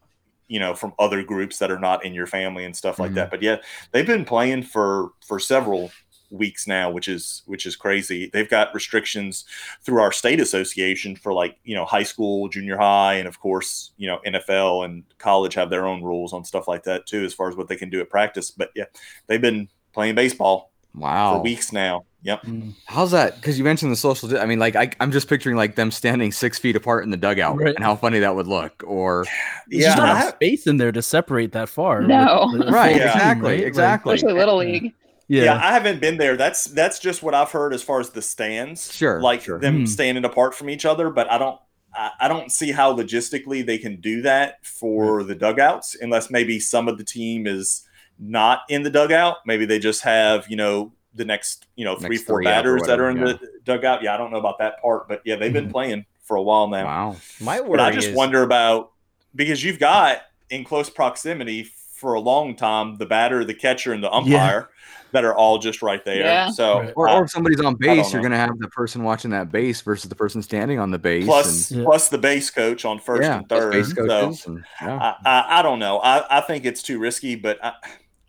Speaker 3: you know, from other groups that are not in your family and stuff like
Speaker 2: Mm-hmm.
Speaker 4: Mhm.
Speaker 3: that. But yeah, they've been playing for for several weeks now, which is which is crazy. They've got restrictions through our state association for like you know high school, junior high, and of course you know NFL and college have their own rules on stuff like that too, as far as what they can do at practice. But yeah, they've been playing baseball for
Speaker 2: Oh.
Speaker 4: wow.
Speaker 3: weeks now. Yep.
Speaker 2: mm,
Speaker 4: How's that? Because you mentioned the social. di- I mean, like I, I'm just picturing like them standing six feet apart in the dugout
Speaker 2: Right.
Speaker 4: and how funny that would look. Or
Speaker 2: there's just
Speaker 3: Yeah,
Speaker 2: not
Speaker 3: I
Speaker 2: enough
Speaker 3: have-
Speaker 2: space in there to separate that far. with
Speaker 1: No.
Speaker 2: the- the
Speaker 4: Right,
Speaker 2: full team,
Speaker 4: exactly,
Speaker 2: Like,
Speaker 4: exactly.
Speaker 1: Especially Little League.
Speaker 2: yeah.
Speaker 3: Yeah. I haven't been there. That's that's just what I've heard as far as the stands.
Speaker 4: Sure,
Speaker 3: like
Speaker 4: sure.
Speaker 3: them
Speaker 2: Hmm.
Speaker 3: standing apart from each other, but I don't. I I don't see how logistically they can do that for
Speaker 4: Hmm.
Speaker 3: the dugouts, unless maybe some of the team is not in the dugout. Maybe they just have you know the next you know three
Speaker 4: Next
Speaker 3: four
Speaker 4: three up or
Speaker 3: batters that are in
Speaker 4: whatever, Hmm.
Speaker 3: the dugout. Yeah, I don't know about that part, but yeah, they've been
Speaker 2: Mhm.
Speaker 3: playing for a while now.
Speaker 4: wow.
Speaker 5: my worry
Speaker 3: But I just
Speaker 5: is,
Speaker 3: wonder about because you've got in close proximity for a long time the batter, the catcher, and the umpire that are all just right there.
Speaker 1: Yeah.
Speaker 3: So
Speaker 2: Right.
Speaker 4: Or,
Speaker 3: uh,
Speaker 4: or if somebody's on
Speaker 3: don't
Speaker 4: base, you're
Speaker 3: know.
Speaker 4: going to have the person watching that base versus the person standing on the base.
Speaker 3: plus
Speaker 2: Yeah.
Speaker 3: plus the base coach on
Speaker 4: and,
Speaker 3: first
Speaker 4: yeah,
Speaker 3: and
Speaker 4: plus
Speaker 3: third.
Speaker 4: base
Speaker 3: so
Speaker 4: coaches and- yeah.
Speaker 3: I, I, I don't know. I, I think it's too risky, but I,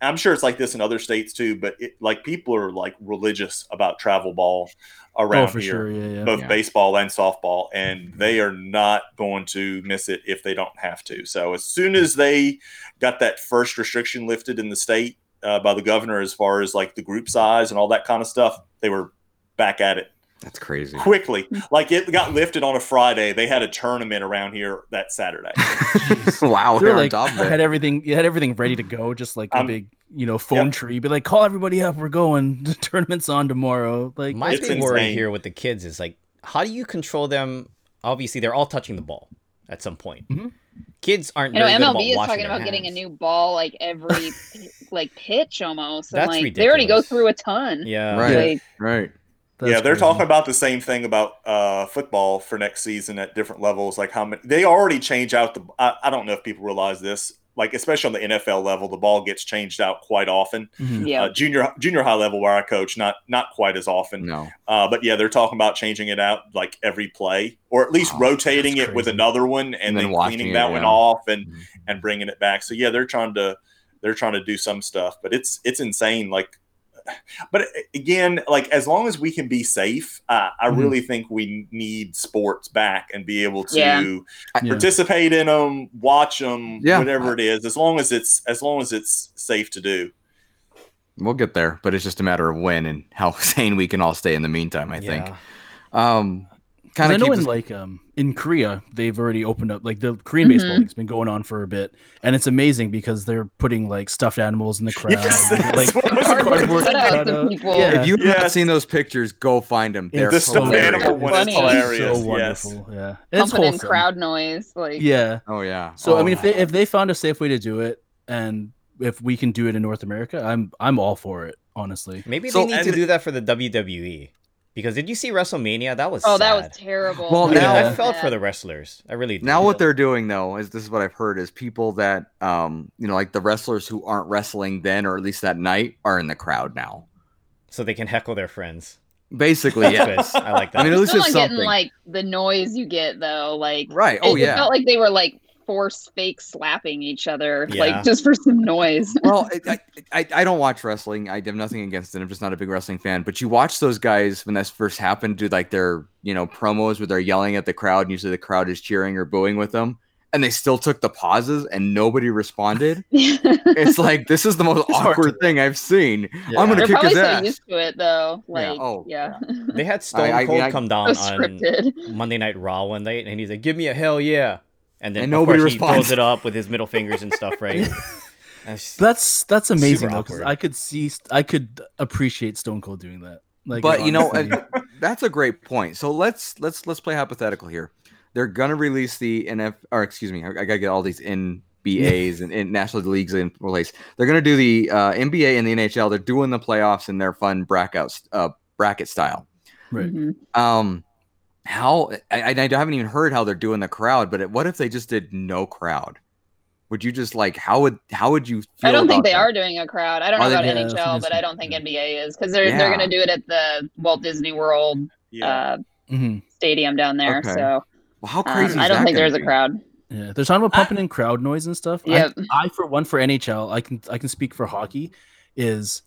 Speaker 3: I'm sure it's like this in other states too. But it, like people are like religious about travel ball
Speaker 2: Oh,
Speaker 3: around
Speaker 2: for
Speaker 3: here.
Speaker 2: sure. Yeah, yeah.
Speaker 3: Both
Speaker 4: Yeah.
Speaker 3: baseball and softball, and they are not going to miss it if they don't have to. So, as soon as they got that first restriction lifted in the state uh, by the governor, as far as like the group size and all that kind of stuff, they were back at it.
Speaker 4: That's crazy.
Speaker 3: quickly. Like it got lifted on a Friday. They had a tournament around here that Saturday.
Speaker 4: wow,
Speaker 2: They're
Speaker 4: they're
Speaker 2: like,
Speaker 4: on top of
Speaker 2: had
Speaker 4: it.
Speaker 2: everything you had everything ready to go, just like a
Speaker 3: I'm-
Speaker 2: big, you know, phone
Speaker 3: Yep.
Speaker 2: tree. Be like, call everybody up, we're going. The tournament's on tomorrow. Like
Speaker 5: My
Speaker 3: It's
Speaker 5: big worry
Speaker 3: insane.
Speaker 5: here with the kids is like, how do you control them? Obviously, they're all touching the ball at some point.
Speaker 2: Mhm.
Speaker 5: Kids aren't.
Speaker 1: You know,
Speaker 5: very good
Speaker 1: MLB is
Speaker 5: about washing
Speaker 1: talking
Speaker 5: their
Speaker 1: about getting a
Speaker 5: hands.
Speaker 1: new ball like every like pitch almost. And,
Speaker 5: That's
Speaker 1: like they already go
Speaker 5: ridiculous.
Speaker 1: through a ton.
Speaker 5: Yeah,
Speaker 4: Right.
Speaker 1: Like,
Speaker 4: Right.
Speaker 2: that's
Speaker 3: yeah, they're
Speaker 2: crazy.
Speaker 3: talking about the same thing about uh, football for next season at different levels. Like how many they already change out the. I, I don't know if people realize this. Like especially on the NFL level, the ball gets changed out quite often.
Speaker 2: Mhm.
Speaker 1: Yeah.
Speaker 3: Uh, junior junior high level where I coach, not not quite as often.
Speaker 4: No.
Speaker 3: Uh, but yeah, they're talking about changing it out like every play, or at least
Speaker 4: Wow,
Speaker 3: rotating
Speaker 2: that's
Speaker 3: it with
Speaker 2: crazy.
Speaker 3: another one, and,
Speaker 4: And then
Speaker 3: then,
Speaker 4: watching
Speaker 3: cleaning
Speaker 4: it,
Speaker 3: that
Speaker 4: yeah.
Speaker 3: one off and
Speaker 4: Mhm.
Speaker 3: and bringing it back. So yeah, they're trying to they're trying to do some stuff, but it's it's insane. Like, but again, like as long as we can be safe, uh, I
Speaker 2: Mhm.
Speaker 3: really think we need sports back and be able to
Speaker 1: Yeah.
Speaker 2: Yeah.
Speaker 3: participate in them, watch them,
Speaker 4: Yeah.
Speaker 3: whatever it is. As long as it's as long as it's safe to do.
Speaker 4: We'll get there, but it's just a matter of when and how sane we can all stay in the meantime, I think.
Speaker 5: Yeah.
Speaker 4: Um,
Speaker 2: 'Cause
Speaker 4: kind
Speaker 2: I
Speaker 4: of
Speaker 2: know
Speaker 4: keep
Speaker 2: in
Speaker 4: us-
Speaker 2: like um in Korea they've already opened up like the Korean baseball
Speaker 1: Mhm.
Speaker 2: league's been going on for a bit, and it's amazing because they're putting like stuffed animals in the crowd,
Speaker 3: Yes,
Speaker 2: and,
Speaker 3: that's
Speaker 2: like
Speaker 3: what I was
Speaker 1: cardboard
Speaker 3: about to
Speaker 2: cardboard
Speaker 3: say.
Speaker 1: cutouts of
Speaker 2: cutout.
Speaker 1: people.
Speaker 2: Yeah.
Speaker 4: if you've not
Speaker 3: Yes.
Speaker 4: seen those pictures, go find them. They're
Speaker 3: The stuffed
Speaker 4: hilarious.
Speaker 3: animal one is
Speaker 1: Funny.
Speaker 3: hilarious.
Speaker 2: so
Speaker 3: yes.
Speaker 2: wonderful. Yeah, And it's
Speaker 1: Pumping in
Speaker 2: wholesome.
Speaker 1: crowd noise. Like
Speaker 2: Yeah,
Speaker 4: Oh yeah.
Speaker 2: So I
Speaker 4: Oh,
Speaker 2: mean, if they if they found a safe way to do it, and if we can do it in North America, I'm I'm all for it. Honestly,
Speaker 5: Maybe
Speaker 4: So-
Speaker 5: they need to
Speaker 3: and-
Speaker 5: do that for the WWE because did you see WrestleMania? That was
Speaker 1: oh, that was
Speaker 5: sad.
Speaker 1: terrible.
Speaker 4: Well,
Speaker 1: That
Speaker 4: now-
Speaker 1: was
Speaker 5: I felt
Speaker 1: bad.
Speaker 5: for the wrestlers. I really did.
Speaker 4: now what they're doing though is this is what I've heard is people that um you know like the wrestlers who aren't wrestling then or at least that night are in the crowd now.
Speaker 5: so they can heckle their friends.
Speaker 4: Basically, yeah.
Speaker 5: Yes, I like that.
Speaker 4: I mean, at least
Speaker 1: still
Speaker 4: it's
Speaker 1: not
Speaker 4: something.
Speaker 1: getting like the noise you get though. Like
Speaker 4: right. Oh
Speaker 1: it, it
Speaker 4: yeah.
Speaker 1: felt like they were like force fake slapping each other,
Speaker 5: Yeah.
Speaker 1: like just for some noise.
Speaker 4: Well, I- I, I I don't watch wrestling. I have nothing against it. I'm just not a big wrestling fan. But you watch those guys when this first happened do like their you know promos where they're yelling at the crowd, and usually the crowd is cheering or booing with them, and they still took the pauses and nobody responded.
Speaker 1: They're
Speaker 4: it's like this is the most
Speaker 2: It's hard to
Speaker 4: awkward thing I've seen. I'm gonna kick
Speaker 1: probably
Speaker 4: his
Speaker 1: so
Speaker 4: ass.
Speaker 1: used to it though.
Speaker 4: Yeah,
Speaker 1: Like
Speaker 4: oh,
Speaker 1: yeah.
Speaker 5: they had Stone
Speaker 4: I- I-
Speaker 5: Cold
Speaker 4: I-
Speaker 5: come
Speaker 1: So
Speaker 5: down on
Speaker 1: scripted.
Speaker 5: Monday Night Raw one night, and he's like, "Give me a hell yeah," and then
Speaker 4: And
Speaker 5: of
Speaker 4: nobody
Speaker 5: course, he
Speaker 4: responds.
Speaker 5: throws it up with his middle fingers and stuff, right? That's-
Speaker 2: that's that's amazing. Though, 'cause
Speaker 5: awkward.
Speaker 2: I could see, I could appreciate Stone Cold doing that. Like,
Speaker 4: but you know
Speaker 2: honestly.
Speaker 4: uh, that's a great point so let's let's let's play hypothetical here they're gonna release the nf or excuse me i, I gotta get all these nbas and, and national leagues in place they're gonna do the uh, nba and the nhl they're doing the playoffs in their fun brackets uh, bracket style
Speaker 2: Right.
Speaker 1: Mhm.
Speaker 4: um how I, I I haven't even heard how they're doing the crowd but what if they just did no crowd would you just like how would how would you feel
Speaker 1: I don't think
Speaker 4: about
Speaker 1: they
Speaker 4: that?
Speaker 1: are doing a crowd. I don't
Speaker 4: Are
Speaker 1: know
Speaker 4: they-
Speaker 1: about
Speaker 2: yeah, that's what
Speaker 1: NHL,
Speaker 2: it
Speaker 1: but
Speaker 2: is.
Speaker 1: I don't think NBA is because they're they're
Speaker 4: Yeah.
Speaker 1: gonna do it at the Walt Disney World
Speaker 3: Yeah.
Speaker 1: uh,
Speaker 2: Mhm.
Speaker 1: stadium down there.
Speaker 4: Okay.
Speaker 1: So
Speaker 4: well, how
Speaker 1: um,
Speaker 4: crazy is
Speaker 1: I don't
Speaker 4: that
Speaker 1: think
Speaker 4: gonna
Speaker 1: there's a
Speaker 4: be?
Speaker 1: crowd.
Speaker 2: yeah, they're talking about pumping in crowd noise and stuff. I-
Speaker 1: Yep.
Speaker 2: I for one for NHL, I can I can speak for hockey is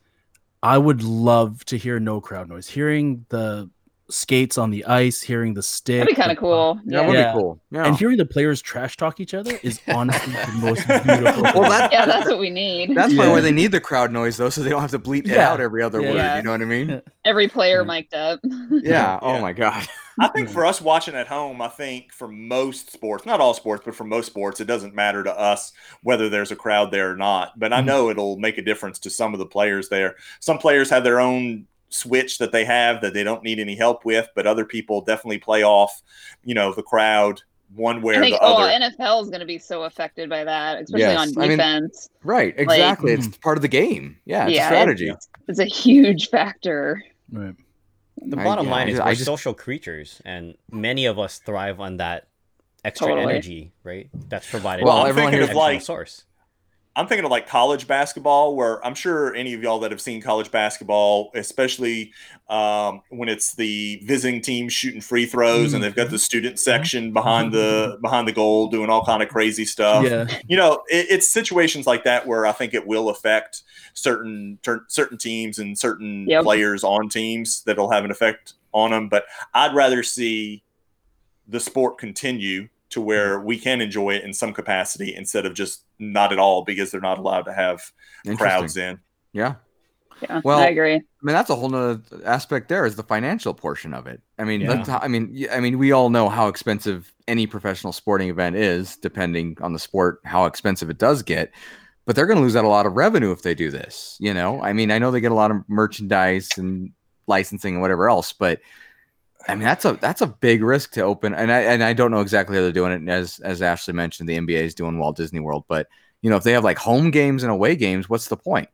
Speaker 2: I would love to hear no crowd noise. Hearing the skates on the ice, hearing the stick.
Speaker 1: That'd be kind
Speaker 2: the-
Speaker 1: of cool.
Speaker 4: yeah, that would
Speaker 1: Yeah.
Speaker 2: Yeah.
Speaker 4: be cool yeah
Speaker 2: And hearing the players trash talk each other is honestly the most beautiful.
Speaker 4: Well,
Speaker 2: thing.
Speaker 4: that-
Speaker 1: Yeah, that's what we need.
Speaker 4: That's
Speaker 2: Yeah.
Speaker 4: probably why they need the crowd noise though, so they don't have to bleep it
Speaker 2: Yeah.
Speaker 4: out every other
Speaker 2: Yeah.
Speaker 4: word.
Speaker 1: Yeah.
Speaker 4: You know what I mean?
Speaker 1: Every player
Speaker 2: Yeah.
Speaker 1: mic'd up.
Speaker 4: Yeah.
Speaker 3: Yeah.
Speaker 4: Oh my god.
Speaker 3: I think for us watching at home, I think for most sports, not all sports, but for most sports, it doesn't matter to us whether there's a crowd there or not. But I
Speaker 2: Mhm.
Speaker 3: know it'll make a difference to some of the players there. Some players have their own switch that they have that they don't need any help with, but other people definitely play off, you know, the crowd one way
Speaker 1: I
Speaker 3: or
Speaker 1: think
Speaker 3: the
Speaker 1: oh,
Speaker 3: other.
Speaker 1: NFL is going to be so affected by that, especially
Speaker 4: Yes,
Speaker 1: on
Speaker 4: I mean-
Speaker 1: defense.
Speaker 4: Right. Exactly. it's part of the game. Yeah. It's
Speaker 1: Yeah,
Speaker 4: a
Speaker 1: it's-
Speaker 4: strategy.
Speaker 1: it's a huge factor.
Speaker 2: Right.
Speaker 5: the
Speaker 4: I-
Speaker 5: bottom
Speaker 4: yeah,
Speaker 5: line
Speaker 4: I
Speaker 5: is
Speaker 4: ju-
Speaker 5: we're
Speaker 4: I just-
Speaker 5: social creatures, and many of us thrive on that extra
Speaker 1: Totally.
Speaker 5: energy, right? That's provided.
Speaker 4: Well,
Speaker 5: by an
Speaker 4: everyone
Speaker 3: thinking
Speaker 4: here's
Speaker 3: of
Speaker 5: external
Speaker 3: like
Speaker 5: source.
Speaker 3: I'm thinking of like college basketball, where I'm sure any of y'all that have seen college basketball, especially um, when it's the visiting team shooting free throws and they've got the student section behind the behind the goal doing all kind of crazy stuff.
Speaker 2: yeah.
Speaker 3: You know, it, it's situations like that where I think it will affect certain ter- certain teams and certain
Speaker 1: Yep.
Speaker 3: players on teams that'll have an effect on them. But I'd rather see the sport continue to where we can enjoy it in some capacity instead of just not at all because they're not allowed to have
Speaker 4: Interesting.
Speaker 3: crowds in.
Speaker 4: Yeah.
Speaker 1: Yeah,
Speaker 4: Well,
Speaker 1: I agree.
Speaker 4: I mean, that's a whole nother aspect. There is the financial portion of it. I mean,
Speaker 5: Yeah.
Speaker 4: that's how, I mean, y- I mean, we all know how expensive any professional sporting event is, depending on the sport, how expensive it does get. But they're going to lose out a lot of revenue if they do this. You know, I mean, I know they get a lot of merchandise and licensing and whatever else, but I mean, that's a that's a big risk to open. And I and I don't know exactly how they're doing it. And as as Ashley mentioned, the NBA is doing Walt Disney World, but you know, if they have like home games and away games, what's the point?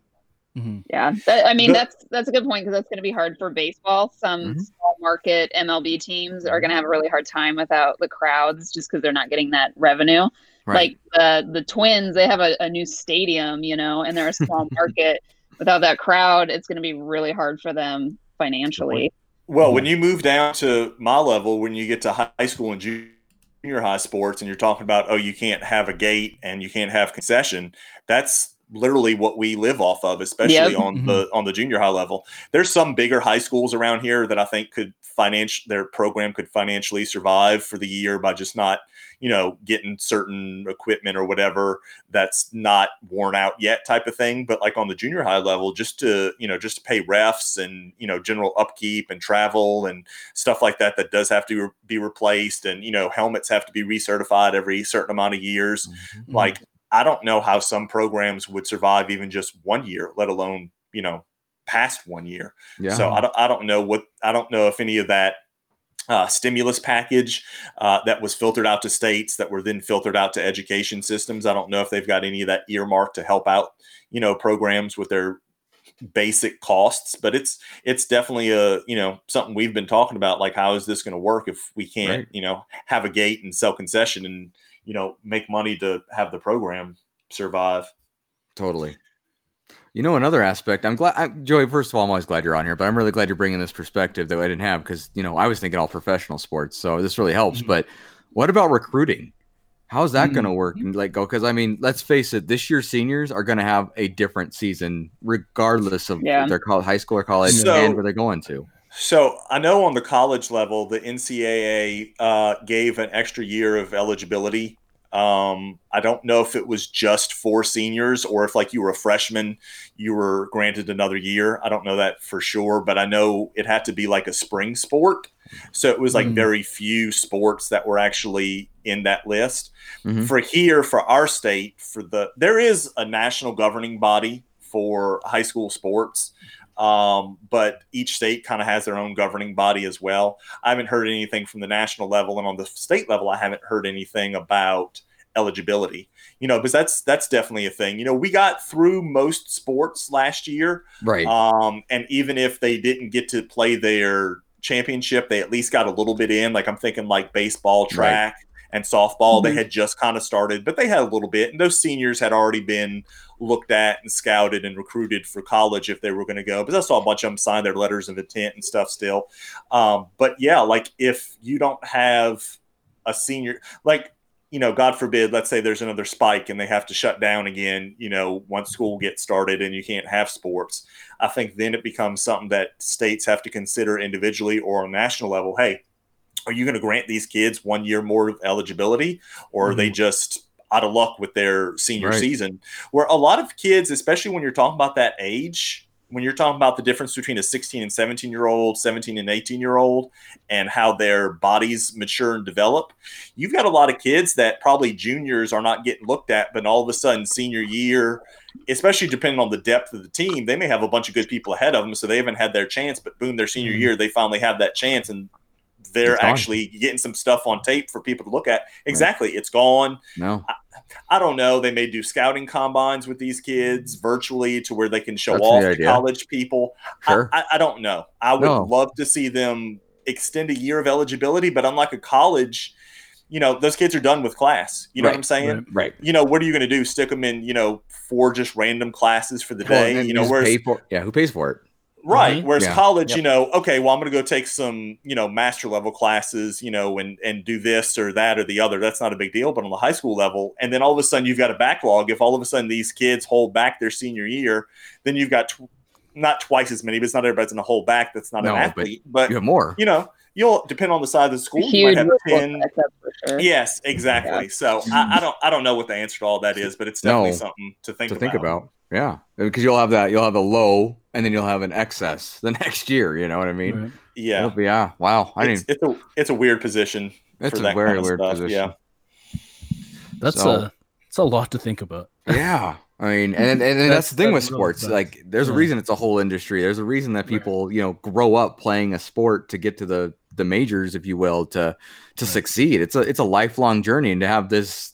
Speaker 2: hmm
Speaker 1: Yeah, that, I mean
Speaker 3: The-
Speaker 1: that's that's a good point because that's going to be hard for baseball. Some
Speaker 4: Mhm.
Speaker 1: small market MLB teams
Speaker 4: Mm-hmm.
Speaker 1: are going to have a really hard time without the crowds just because they're not getting that revenue. Like the the Twins, they have a, a new stadium, you know, and they're a small market. Without that crowd, it's going to be really hard for them financially.
Speaker 3: Well, when you move down to my level, when you get to high school and ju- junior high sports, and you're talking about, oh, you can't have a gate and you can't have concession, that's literally what we live off of, especially
Speaker 1: Yep.
Speaker 3: on the on the junior high level. There's some bigger high schools around here that I think could financial their program could financially survive for the year by just not, you know, getting certain equipment or whatever that's not worn out yet type of thing but like on the junior high level just to you know just to pay refs and you know general upkeep and travel and stuff like that that does have to re- be replaced and you know helmets have to be recertified every certain amount of years like i don't know how some programs would survive even just one year let alone you know past one year
Speaker 4: yeah.
Speaker 3: so I don't, I don't know what I don't know if any of that uh, stimulus package uh, that was filtered out to states that were then filtered out to education systems. I don't know if they've got any of that earmarked to help out, you know, programs with their basic costs. But it's it's definitely a you know something we've been talking about. Like how is this going to work if we can't
Speaker 4: Right.
Speaker 3: you know have a gate and sell concession and you know make money to have the program survive.
Speaker 4: Totally. You know, another aspect. I'm glad, I, Joey. First of all, I'm always glad you're on here, but I'm really glad you're bringing this perspective that I didn't have because you know I was thinking all professional sports, so this really helps.
Speaker 2: Mhm.
Speaker 4: But what about recruiting? How's that going to
Speaker 2: Mhm.
Speaker 4: work and like go? Because I mean, let's face it, this year's seniors are going to have a different season, regardless of
Speaker 1: Yeah.
Speaker 4: their college, high school or college,
Speaker 3: So-
Speaker 4: and where they're going to.
Speaker 3: So I know on the college level, the NCAA uh, gave an extra year of eligibility. Um, I don't know if it was just for seniors or if, like, you were a freshman, you were granted another year. I don't know that for sure, but I know it had to be like a spring sport. So it was like
Speaker 2: Mm.
Speaker 3: very few sports that were actually in that list.
Speaker 4: Mhm.
Speaker 3: For here, for our state, for the there is a national governing body for high school sports um, but each state kind of has their own governing body as well. I haven't heard anything from the national level, and on the state level, I haven't heard anything about eligibility. You know, because that's that's definitely a thing. You know, we got through most sports last year,
Speaker 4: Right.
Speaker 3: um, and even if they didn't get to play their championship, they at least got a little bit in. Like I'm thinking like baseball, track, and softball. They
Speaker 1: Mhm.
Speaker 3: had just kind of started, but they had a little bit. And those seniors had already been looked at and scouted and recruited for college if they were going to go. But I saw a bunch of them sign their letters of intent and stuff still. Um, but yeah, like if you don't have a senior, like, you know, God forbid, let's say there's another spike and they have to shut down again, you know, once school gets started and you can't have sports. I think then it becomes something that states have to consider individually or on a national level. Hey, are you going to grant these kids one year more of eligibility, or are they just out of luck with their senior
Speaker 4: Right.
Speaker 3: season? Where a lot of kids, especially when you're talking about that age, when you're talking about the difference between a 16 and 17 year old, 17 and 18 year old, and how their bodies mature and develop, you've got a lot of kids that probably juniors are not getting looked at, but all of a sudden, senior year, especially depending on the depth of the team, they may have a bunch of good people ahead of them, so they haven't had their chance. But boom, their senior
Speaker 2: Mhm.
Speaker 3: year, they finally have that chance, and they're
Speaker 4: Mm-hmm. It's gone.
Speaker 3: actually getting some stuff on tape for people to look at. Exactly, it's gone.
Speaker 4: No.
Speaker 3: I don't know. They may do scouting combines with these kids virtually to where they can show
Speaker 4: That's a
Speaker 3: off
Speaker 4: good
Speaker 3: to
Speaker 4: idea.
Speaker 3: college people. I-
Speaker 4: Sure.
Speaker 3: I, I don't know. I would
Speaker 4: No.
Speaker 3: love to see them extend a year of eligibility, but unlike a college, you know, those kids are done with class. You know what
Speaker 4: Right,
Speaker 3: I'm saying?
Speaker 2: right.
Speaker 4: right.
Speaker 3: You know, what are you going to do? Stick them in, you know, four just random classes for the
Speaker 4: Well,
Speaker 3: day?
Speaker 4: and then
Speaker 3: you know,
Speaker 4: just
Speaker 3: whereas
Speaker 4: pay for, yeah, who pays for it?
Speaker 3: Right.
Speaker 5: Mhm.
Speaker 3: Whereas
Speaker 4: Mm-hmm. Yeah.
Speaker 3: college,
Speaker 5: Yep.
Speaker 3: you know, okay, well, I'm going to go take some, you know, master level classes, you know, and and do this or that or the other. That's not a big deal. But on the high school level, and then all of a sudden you've got a backlog. If all of a sudden these kids hold back their senior year, then you've got tw- not twice as many, but it's not everybody's going to hold back. That's not
Speaker 4: No,
Speaker 3: an
Speaker 4: but
Speaker 3: athlete. But,
Speaker 4: You have more.
Speaker 3: you know, you'll depend on the size of the school. You
Speaker 1: Huge
Speaker 3: might have
Speaker 1: ripple
Speaker 3: ten.
Speaker 1: effect, that's for sure.
Speaker 3: Yes, exactly. So I, I don't, I don't know what the answer to all that is, but it's definitely
Speaker 4: No.
Speaker 3: something to think
Speaker 4: to
Speaker 3: about.
Speaker 4: think about. Yeah, because you'll have that. You'll have a low and then you'll have an excess the next year. You know what I mean?
Speaker 2: Right.
Speaker 4: It'll
Speaker 3: Yeah.
Speaker 4: be- yeah. Wow. I
Speaker 3: It's,
Speaker 4: didn't.
Speaker 3: it's a it's a weird position.
Speaker 4: It's
Speaker 3: for
Speaker 4: a
Speaker 3: that
Speaker 4: very
Speaker 3: kind of
Speaker 4: weird
Speaker 3: stuff,
Speaker 4: position.
Speaker 3: yeah.
Speaker 2: That's
Speaker 4: So-
Speaker 2: a it's a lot to think about.
Speaker 4: Yeah. I mean, and, and, and
Speaker 2: That's-
Speaker 4: that's, the thing with
Speaker 2: that's real
Speaker 4: sports.
Speaker 2: facts.
Speaker 4: Like, there's a
Speaker 2: Yeah.
Speaker 4: reason it's a whole industry. There's a reason that
Speaker 2: Right.
Speaker 4: people, you know, grow up playing a sport to get to the the majors, if you will, to to
Speaker 2: Right.
Speaker 4: succeed. It's a it's a lifelong journey, and to have this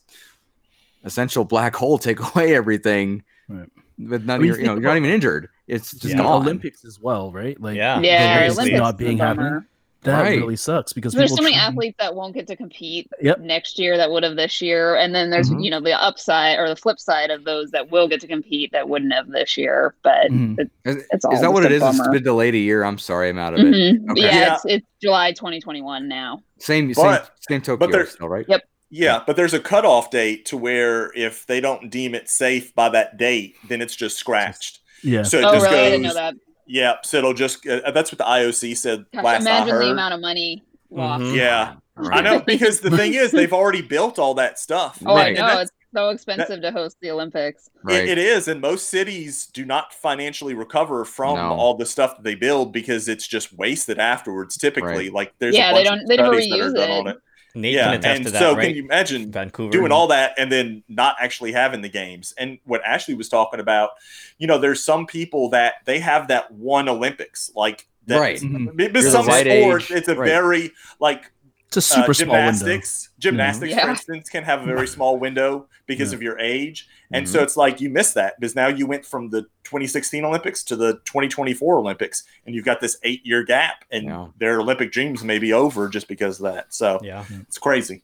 Speaker 4: essential black hole take away everything,
Speaker 2: Right.
Speaker 4: with none
Speaker 2: I mean,
Speaker 4: of your, you
Speaker 2: think
Speaker 4: know, you're not
Speaker 2: about-
Speaker 4: even injured. It's just
Speaker 5: Yeah.
Speaker 2: The
Speaker 4: gone.
Speaker 2: Olympics as well, right? Like
Speaker 5: Yeah.
Speaker 1: yeah,
Speaker 2: Olympics
Speaker 1: Olympics
Speaker 2: not
Speaker 1: is a
Speaker 2: being
Speaker 1: bummer.
Speaker 2: happening. that
Speaker 4: Right.
Speaker 2: really sucks because
Speaker 1: There's
Speaker 2: people
Speaker 1: so many
Speaker 2: train-
Speaker 1: athletes that won't get to compete
Speaker 2: Yep. Mm-hmm.
Speaker 1: next year that would have this year, and then there's
Speaker 4: Mhm.
Speaker 1: you know the upside or the flip side of those that will get to compete that wouldn't have this year. But
Speaker 2: Mhm.
Speaker 1: it-
Speaker 4: Is,
Speaker 1: it's all
Speaker 4: is that what it
Speaker 1: just a
Speaker 4: is? It's
Speaker 1: bummer.
Speaker 4: been delayed a year. I'm sorry, I'm out of it.
Speaker 1: Mhm.
Speaker 4: Okay.
Speaker 1: yeah,
Speaker 3: Yeah.
Speaker 1: It's, it's July 2021 now.
Speaker 4: Same, same,
Speaker 3: But-
Speaker 4: same Tokyo
Speaker 3: there-
Speaker 4: still, right?
Speaker 1: Yep.
Speaker 3: Yeah, but there's a cutoff date to where if they don't deem it safe by that date, then it's just scratched.
Speaker 2: Yeah.
Speaker 3: So it
Speaker 1: Oh,
Speaker 3: just
Speaker 1: really? I didn't know
Speaker 3: goes.
Speaker 1: that.
Speaker 3: Yeah, so it'll just. Uh, that's what the IOC said
Speaker 1: Gosh,
Speaker 3: last I
Speaker 1: imagine
Speaker 3: heard.
Speaker 1: the amount of money lost.
Speaker 2: Mm-hmm.
Speaker 5: Mhm.
Speaker 3: Yeah,
Speaker 4: Right.
Speaker 3: I know because the thing is, they've already built all that stuff.
Speaker 1: Oh,
Speaker 4: Right.
Speaker 1: I know.
Speaker 3: that's-
Speaker 1: It's so expensive to host the Olympics.
Speaker 4: Right.
Speaker 3: It, it is, and most cities do not financially recover from
Speaker 4: No.
Speaker 3: all the stuff that they build because it's just wasted afterwards. Typically, like there's
Speaker 1: Yeah,
Speaker 3: a
Speaker 1: they
Speaker 3: bunch
Speaker 1: don't-
Speaker 3: of
Speaker 1: they never
Speaker 3: studies that are
Speaker 1: reuse
Speaker 3: done
Speaker 1: it.
Speaker 3: on it.
Speaker 5: Nate
Speaker 3: Yeah,
Speaker 5: can attest
Speaker 3: and
Speaker 5: to that,
Speaker 3: so
Speaker 5: right?
Speaker 3: can you imagine
Speaker 5: Vancouver
Speaker 4: Mm-hmm.
Speaker 3: doing all that and then not actually having the games? And what Ashley was talking about, you know, there's some people that they have that one Olympics, like that,
Speaker 4: Right. Mm-hmm.
Speaker 2: Mhm.
Speaker 3: But
Speaker 4: You're the
Speaker 3: some
Speaker 4: right
Speaker 3: sports,
Speaker 4: age,
Speaker 3: it's a
Speaker 4: right.
Speaker 3: very like
Speaker 2: It's a super
Speaker 3: uh,
Speaker 2: small window.
Speaker 3: gymnastics gymnastics
Speaker 1: Yeah.
Speaker 3: for instance can have a very small window because
Speaker 2: Yeah.
Speaker 3: of your age and
Speaker 4: Mhm.
Speaker 3: so it's like you missed that because now you went from the 2016 olympics to the 2024 olympics and you've got this eight year gap and
Speaker 4: Yeah.
Speaker 3: their olympic dreams may be over just because of that so
Speaker 5: Yeah.
Speaker 3: it's crazy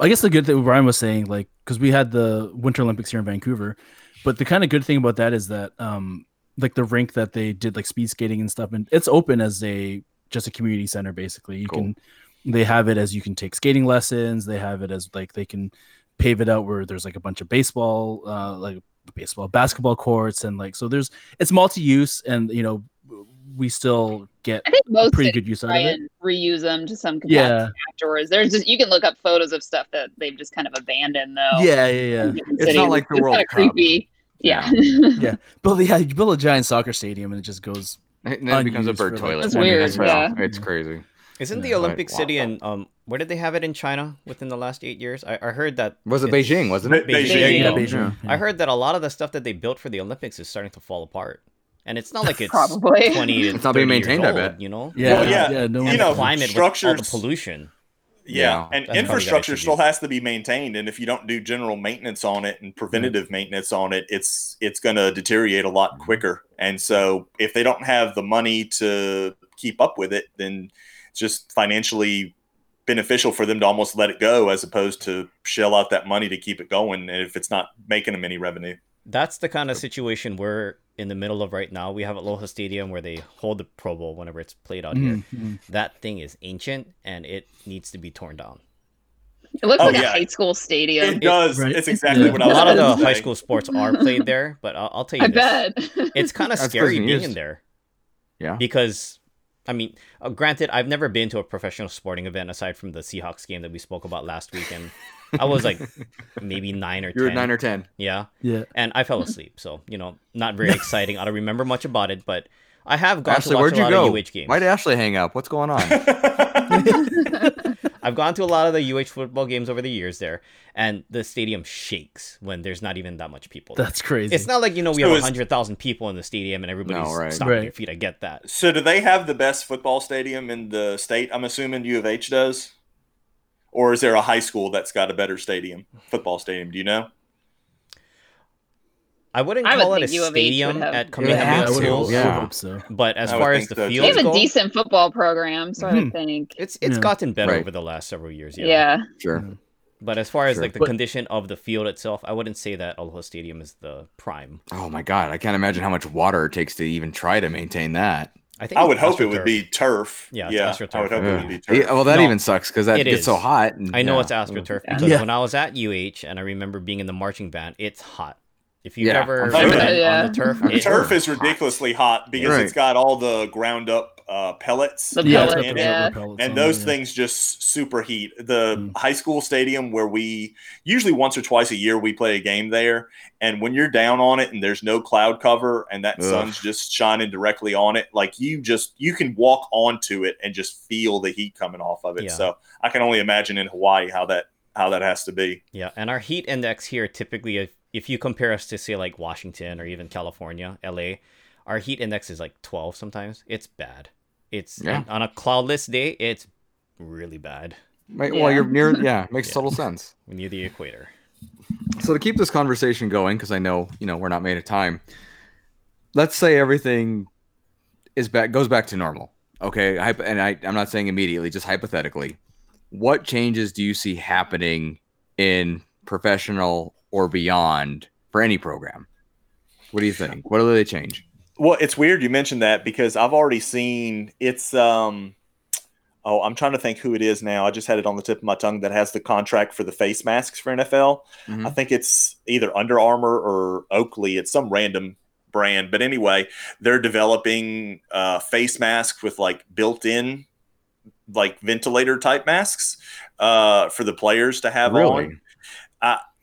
Speaker 2: I guess the good thing Brian was saying, like, because we had the Winter Olympics here in Vancouver, but the kind of good thing about that is that, um, like the rink that they did like speed skating and stuff, and it's open as a just a community center basically. You
Speaker 4: Cool.
Speaker 2: can, they have it as you can take skating lessons. They have it as like they can pave it out where there's like a bunch of baseball, uh, like baseball, basketball courts, and like so there's it's multi-use, and you know we still get
Speaker 1: I think
Speaker 2: a
Speaker 1: most
Speaker 2: pretty
Speaker 1: cities
Speaker 2: good use out of
Speaker 1: try
Speaker 2: it.
Speaker 1: and reuse them to some capacity
Speaker 2: Yeah,
Speaker 1: afterwards. There's just you can look up photos of stuff that they've just kind of abandoned though.
Speaker 2: yeah, yeah, yeah.
Speaker 1: in different
Speaker 4: It's not like the
Speaker 1: It's
Speaker 4: World
Speaker 1: kinda
Speaker 4: Cup.
Speaker 1: creepy. Yeah.
Speaker 2: Build yeah, you build a giant soccer stadium and it just goes.
Speaker 4: And then it becomes a
Speaker 2: unused
Speaker 4: bird
Speaker 2: for, like,
Speaker 4: toilet.
Speaker 1: That's
Speaker 4: I mean,
Speaker 1: weird,
Speaker 4: well,
Speaker 1: yeah.
Speaker 4: It's crazy.
Speaker 5: Isn't
Speaker 2: Yeah,
Speaker 5: the
Speaker 2: right.
Speaker 5: Olympic
Speaker 4: Mm. Wow.
Speaker 5: City in um where did they have it in China within the last eight years? I, I heard that
Speaker 4: Was it
Speaker 5: it's-
Speaker 4: Beijing? Wasn't it?
Speaker 3: Be- Beijing.
Speaker 5: There you
Speaker 2: Yeah,
Speaker 5: go.
Speaker 2: Beijing.
Speaker 5: I heard that a lot of the stuff that they built for the Olympics is starting to fall apart, and it's not like it's
Speaker 1: Probably.
Speaker 5: twenty.
Speaker 4: It's not being
Speaker 5: 30 years
Speaker 4: maintained, I
Speaker 5: old,
Speaker 4: bet.
Speaker 5: You know.
Speaker 2: Yeah,
Speaker 3: Well, yeah,
Speaker 2: no
Speaker 3: you
Speaker 5: And
Speaker 2: one-
Speaker 5: the
Speaker 3: know,
Speaker 5: climate with all the
Speaker 3: structures-
Speaker 5: pollution.
Speaker 3: yeah,
Speaker 4: Yeah,
Speaker 3: and
Speaker 5: that's probably got
Speaker 3: infrastructure
Speaker 5: issues.
Speaker 3: still has to be maintained and if you don't do general maintenance on it and preventative
Speaker 5: Mm-hmm.
Speaker 3: maintenance on it it's it's going to deteriorate a lot quicker and so if they don't have the money to keep up with it then it's just financially beneficial for them to almost let it go as opposed to shell out that money to keep it going and if it's not making them any revenue
Speaker 5: That's the kind of situation we're in the middle of right now. We have Aloha Stadium where they hold the Pro Bowl whenever it's played out here.
Speaker 2: Mm, mm.
Speaker 5: That thing is ancient and it needs to be torn down.
Speaker 1: It looks
Speaker 3: Oh,
Speaker 1: like
Speaker 3: yeah.
Speaker 1: a high school stadium.
Speaker 3: it does
Speaker 2: right.
Speaker 3: it's exactly
Speaker 2: Yeah.
Speaker 3: what
Speaker 5: A
Speaker 3: i was
Speaker 5: lot of
Speaker 3: gonna
Speaker 5: the high
Speaker 3: say.
Speaker 5: school sports are played there, but I'll, I'll tell you
Speaker 1: I
Speaker 5: this.
Speaker 1: bet.
Speaker 5: It's kind of
Speaker 4: That's
Speaker 5: scary
Speaker 4: prison
Speaker 5: being
Speaker 4: years.
Speaker 5: in there.
Speaker 4: Yeah.
Speaker 5: Because, I mean, uh, granted, I've never been to a professional sporting event aside from the Seahawks game that we spoke about last week. And I was like maybe nine or
Speaker 4: You were
Speaker 5: 10.
Speaker 4: nine or ten.
Speaker 5: yeah.
Speaker 2: Yeah,
Speaker 5: and I fell asleep. So you know, not very exciting. I don't remember much about it, but I have gone
Speaker 4: Ashley,
Speaker 5: to watch
Speaker 4: where'd
Speaker 5: a
Speaker 4: you
Speaker 5: lot
Speaker 4: go?
Speaker 5: of UH games.
Speaker 4: Why did Ashley hang up? What's going on?
Speaker 5: I've gone to a lot of the UH football games over the years there, and the stadium shakes when there's not even that much people. there.
Speaker 2: that's crazy.
Speaker 5: It's not like you know we
Speaker 3: So
Speaker 5: have
Speaker 3: is-
Speaker 5: hundred thousand people in the stadium and everybody's
Speaker 4: No, right.
Speaker 5: stomping their
Speaker 2: Right.
Speaker 5: feet. I get that.
Speaker 3: so do they have the best football stadium in the state i'm assuming u of h does or is there a high school that's got a better stadium football stadium do you know
Speaker 5: I wouldn't
Speaker 1: I would
Speaker 5: call it
Speaker 1: think
Speaker 5: a
Speaker 1: U of H would
Speaker 5: stadium
Speaker 1: have-
Speaker 5: at
Speaker 2: yeah,
Speaker 5: Kamehameha
Speaker 4: have
Speaker 2: I would
Speaker 4: to.
Speaker 5: Schools,
Speaker 4: Yeah.
Speaker 2: hope so.
Speaker 5: but as
Speaker 3: I would
Speaker 5: far as
Speaker 3: think
Speaker 5: the
Speaker 3: so,
Speaker 1: they
Speaker 3: too.
Speaker 5: fields
Speaker 1: have a
Speaker 5: go,
Speaker 1: decent football program, so I
Speaker 2: Mhm.
Speaker 1: would think.
Speaker 5: it's it's
Speaker 2: Yeah.
Speaker 5: gotten better
Speaker 4: Right.
Speaker 5: over the last several years.
Speaker 1: Yeah.
Speaker 5: Yeah.
Speaker 4: Sure.
Speaker 5: But as far as
Speaker 4: Sure.
Speaker 5: like the
Speaker 2: But-
Speaker 5: condition of the field itself, I wouldn't say that Aloha Stadium is the prime.
Speaker 4: Oh my god, I can't imagine how much water it takes to even try to maintain that.
Speaker 5: I think
Speaker 3: I
Speaker 5: it's
Speaker 3: would hope it
Speaker 5: AstroTurf.
Speaker 3: would be turf.
Speaker 5: Yeah, it's
Speaker 3: yeah.
Speaker 5: AstroTurf.
Speaker 3: I would hope it
Speaker 4: Yeah.
Speaker 3: would be turf.
Speaker 4: Yeah, well, that
Speaker 5: No,
Speaker 4: even sucks because that
Speaker 5: it
Speaker 4: gets so
Speaker 5: is.
Speaker 4: hot. and-
Speaker 5: I know
Speaker 4: yeah.
Speaker 5: it's AstroTurf
Speaker 1: Yeah.
Speaker 5: because
Speaker 2: Yeah.
Speaker 5: when I was at UH and I remember being in the marching band, it's hot. If you've
Speaker 4: Yeah,
Speaker 5: ever
Speaker 4: I'm
Speaker 5: been
Speaker 3: sure.
Speaker 5: on
Speaker 1: Yeah.
Speaker 5: the turf,
Speaker 4: I'm
Speaker 5: it-
Speaker 4: sure.
Speaker 3: turf is ridiculously hot because
Speaker 4: Right.
Speaker 3: it's got all the ground up uh, pellets.
Speaker 1: The
Speaker 3: Yeah,
Speaker 1: pellets,
Speaker 3: and-
Speaker 1: yeah.
Speaker 3: and those things just superheat the
Speaker 2: Mm.
Speaker 3: high school stadium where we usually once or twice a year we play a game there and when you're down on it and there's no cloud cover and that
Speaker 4: Ugh.
Speaker 3: sun's just shining directly on it like you just you can walk onto it and just feel the heat coming off of it
Speaker 5: Yeah.
Speaker 3: so i can only imagine in hawaii how that how that has to be
Speaker 5: Yeah, and our heat index here typically, if, if you compare us to say like Washington or even California, LA, our heat index is like 12 sometimes. It's bad. It's
Speaker 4: Yeah.
Speaker 5: and on a cloudless day, it's really bad.
Speaker 4: Right,
Speaker 1: Yeah.
Speaker 4: Well, you're near. Yeah, makes
Speaker 5: Yeah.
Speaker 4: total sense.
Speaker 5: We're near the equator.
Speaker 4: So to keep this conversation going, because I know you know we're not made of time. Let's say everything is back goes back to normal. Okay, hypo- and I, I'm not saying immediately, just hypothetically. What changes do you see happening in professional or beyond for any program? What do you think? What do they change?
Speaker 3: Well, it's weird you mentioned that because I've already seen it's um oh, I'm trying to think who it is now. I just had it on the tip of my tongue that has the contract for the face masks for NFL.
Speaker 4: Mhm.
Speaker 3: I think it's either Under Armour or Oakley. It's some random brand, but anyway, they're developing uh, face masks with like built-in like ventilator type masks uh, for the players to have on
Speaker 4: Really?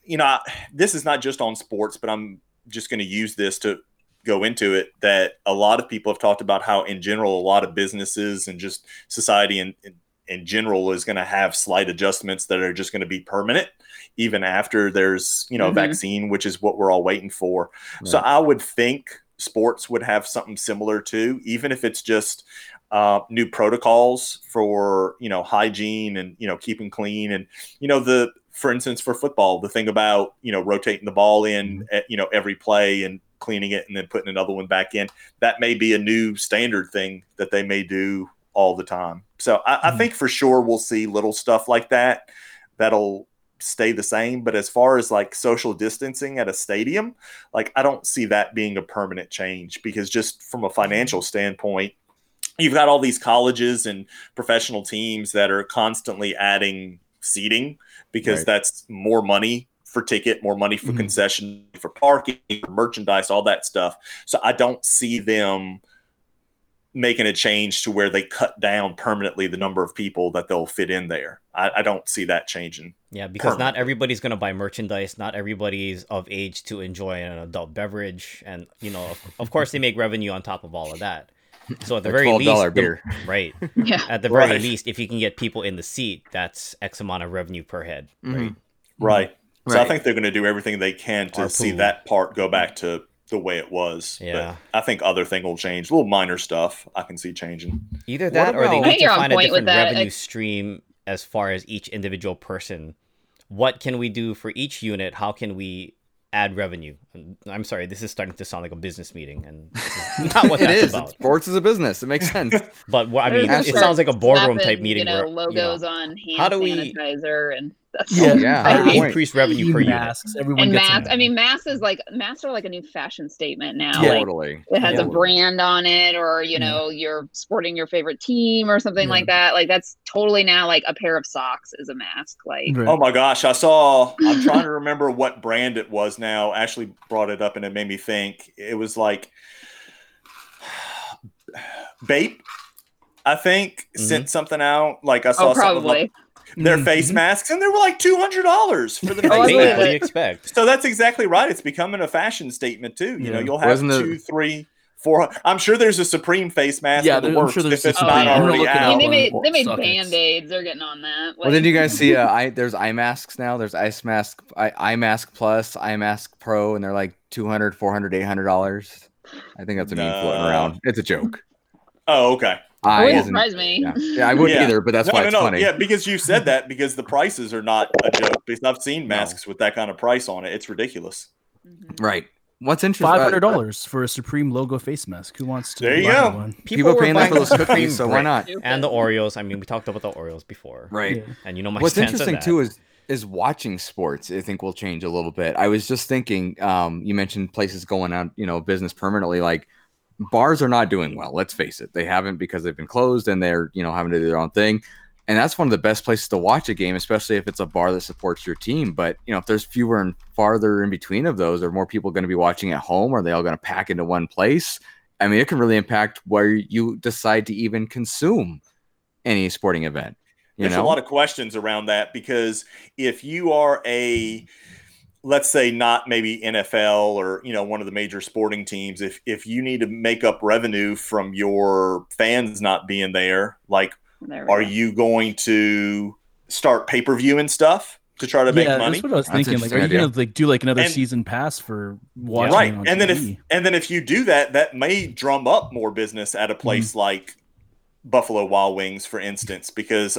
Speaker 3: you know, I, this is not just on sports, but I'm just going to use this to go into it that a lot of people have talked about how, in general, a lot of businesses and just society in, in, in general is going to have slight adjustments that are just going to be permanent, even after there's, you know,
Speaker 1: Mhm.
Speaker 3: a vaccine, which is what we're all waiting for. So
Speaker 4: Right.
Speaker 3: I would think sports would have something similar too, even if it's just uh, new protocols for, you know, hygiene and, you know, keeping clean and you know the for instance for football the thing about you know rotating the ball in eh, you know every play and cleaning it and then putting another one back in that may be a new standard thing that they may do all the time so i, I
Speaker 2: Mhm.
Speaker 3: think for sure we'll see little stuff like that that'll stay the same but as far as like social distancing at a stadium like i don't see that being a permanent change because just from a financial standpoint you've got all these colleges and professional teams that are constantly adding seating because
Speaker 4: Right.
Speaker 3: that's more money for ticket, more money for
Speaker 5: Mm-hmm.
Speaker 2: Mhm.
Speaker 3: concession, for parking, for merchandise, all that stuff. So I don't see them making a change to where they cut down permanently the number of people that they'll fit in there. I, I don't see that changing.
Speaker 5: Yeah, because not
Speaker 3: Permanent.
Speaker 5: everybody's gonna buy merchandise. Not everybody's of age to enjoy an adult beverage, and you know, of, of course, they make revenue on top of all of that. So at the
Speaker 4: A
Speaker 5: very
Speaker 4: twelve
Speaker 5: least,
Speaker 4: dollar
Speaker 5: the-
Speaker 4: beer.
Speaker 5: right?
Speaker 1: Yeah.
Speaker 5: At the very
Speaker 3: Right.
Speaker 5: least, if you can get people in the seat, that's X amount of revenue per head,
Speaker 4: Mhm.
Speaker 5: right?
Speaker 3: Right. So I
Speaker 4: Right.
Speaker 3: think they're going to do everything they can to
Speaker 5: Mm-hmm. Our
Speaker 3: see
Speaker 5: pool.
Speaker 3: that part go back to the way it was.
Speaker 5: Yeah.
Speaker 3: But I think other thing will change. Little minor stuff I can see changing.
Speaker 5: Either
Speaker 4: What
Speaker 5: that, or
Speaker 4: about-
Speaker 5: they
Speaker 4: I
Speaker 5: need
Speaker 1: think
Speaker 5: to
Speaker 1: you're on
Speaker 5: find a
Speaker 1: point with
Speaker 5: different
Speaker 1: that.
Speaker 5: revenue
Speaker 1: It's-
Speaker 5: stream as far as each individual person. What can we do for each unit? How can we add revenue? And I'm sorry, this is starting to sound like a business meeting, and this is not what
Speaker 4: it
Speaker 5: that's
Speaker 4: is.
Speaker 5: about.
Speaker 4: Sports is a business. It makes sense.
Speaker 5: But what, I
Speaker 1: They're
Speaker 5: mean,
Speaker 1: gonna
Speaker 5: it
Speaker 1: start
Speaker 5: sounds like a boardroom type
Speaker 1: slapping,
Speaker 5: meeting.
Speaker 1: You know,
Speaker 5: where, you know,
Speaker 1: logos on hand
Speaker 5: How do we- Oh,
Speaker 1: sanitizer and that's
Speaker 2: Yeah.
Speaker 4: yeah.
Speaker 1: How
Speaker 5: how
Speaker 1: do
Speaker 5: do
Speaker 1: we
Speaker 5: we
Speaker 1: point.
Speaker 5: increase revenue per unit?
Speaker 2: E masks. Everyone
Speaker 1: and
Speaker 2: gets a
Speaker 1: masks. I
Speaker 2: mask.
Speaker 1: mean, masks is like masks are like a new fashion statement now.
Speaker 2: Yeah.
Speaker 1: Like
Speaker 4: Totally.
Speaker 1: it has a
Speaker 4: Totally.
Speaker 1: brand on it, or
Speaker 2: Yeah.
Speaker 1: you know, you're sporting your favorite team or something
Speaker 2: Yeah.
Speaker 1: like that. Like that's totally now like a pair of socks is a mask. Like
Speaker 2: Right.
Speaker 3: Oh my gosh, I saw. I'm trying to remember what brand it was now. Ashley brought it up and it made me think. It was like Bape, I think,
Speaker 2: Mm-hmm.
Speaker 3: sent something out. Like I saw
Speaker 1: oh,
Speaker 3: something
Speaker 1: probably.
Speaker 3: like their
Speaker 2: Mhm.
Speaker 3: face masks, and they were like $200 for the face
Speaker 1: I
Speaker 5: Like,
Speaker 1: see
Speaker 5: what
Speaker 1: that.
Speaker 5: do you
Speaker 3: mask.
Speaker 5: expect?
Speaker 3: So that's exactly right. It's becoming a fashion statement too. You know,
Speaker 2: Yeah.
Speaker 3: you'll have
Speaker 4: Wasn't it-
Speaker 3: two, three, four. I'm sure there's a Supreme face mask.
Speaker 2: Yeah,
Speaker 3: in the
Speaker 2: there- I'm
Speaker 3: works
Speaker 2: sure there's
Speaker 3: if it's
Speaker 2: a
Speaker 3: not
Speaker 1: Supreme. I'm
Speaker 2: gonna
Speaker 3: already
Speaker 2: look it
Speaker 3: out.
Speaker 1: I mean, they
Speaker 2: up. on
Speaker 1: made they
Speaker 2: sports
Speaker 1: made
Speaker 2: sockets.
Speaker 1: band aids. They're getting on that.
Speaker 4: Well, then you guys see, uh, I there's eye masks now. There's ice mask, I, eye mask plus, eye mask pro, and they're like 200 400 800 dollars. I think that's a meme floating
Speaker 3: No.
Speaker 4: around. It's a joke.
Speaker 3: Oh, okay.
Speaker 1: It
Speaker 4: I
Speaker 1: wouldn't
Speaker 4: as in-
Speaker 1: surprise me.
Speaker 4: yeah. yeah, I wouldn't
Speaker 3: Yeah.
Speaker 4: either, but that's
Speaker 3: no,
Speaker 4: why
Speaker 3: no,
Speaker 4: it's
Speaker 3: no.
Speaker 4: funny.
Speaker 3: Yeah, because you said that because the prices are not a joke. Because I've seen masks with that kind of price on it. It's ridiculous.
Speaker 1: Mhm.
Speaker 4: Right. What's uh, interesting?
Speaker 2: Five hundred dollars for a Supreme logo face mask. Who wants to?
Speaker 3: There you
Speaker 2: buy
Speaker 3: go.
Speaker 2: One?
Speaker 4: people
Speaker 5: were
Speaker 4: paying that
Speaker 5: buying
Speaker 4: for those
Speaker 5: the Supreme
Speaker 4: cookies, so why
Speaker 5: bread
Speaker 4: not?
Speaker 5: And the Oreos. I mean, we talked about the Oreos before,
Speaker 4: Right.
Speaker 2: Yeah.
Speaker 5: And you know my
Speaker 4: What's
Speaker 5: stance on
Speaker 4: interesting
Speaker 5: that.
Speaker 4: too is is watching sports. I think will change a little bit. I was just thinking. Um, you mentioned places going out, you know, business permanently. Like bars are not doing well. Let's face it, they haven't because they've been closed and they're you know having to do their own thing. And that's one of the best places to watch a game, especially if it's a bar that supports your team. But you know, if there's fewer and farther in between of those, are more people going to be watching at home? Are they all going to pack into one place? I mean, it can really impact where you decide to even consume any sporting event. You
Speaker 3: There's
Speaker 4: know,
Speaker 3: a lot of questions around that because if you are a let's say not maybe NFL or you know one of the major sporting teams if if you need to make up revenue from your fans not being there like
Speaker 1: There we
Speaker 3: are
Speaker 1: go.
Speaker 3: you going to start pay-per-view and stuff to try to make
Speaker 2: yeah,
Speaker 3: money
Speaker 2: that's what I was
Speaker 4: That's
Speaker 2: thinking. Like,
Speaker 4: interesting
Speaker 2: are you
Speaker 4: idea.
Speaker 2: gonna like do like another
Speaker 3: And-
Speaker 2: season pass for watching?
Speaker 3: right
Speaker 2: it on
Speaker 3: and then
Speaker 2: TV?
Speaker 3: if and then if you do that that may drum up more business at a
Speaker 2: Mm-hmm.
Speaker 3: place like buffalo wild wings for instance because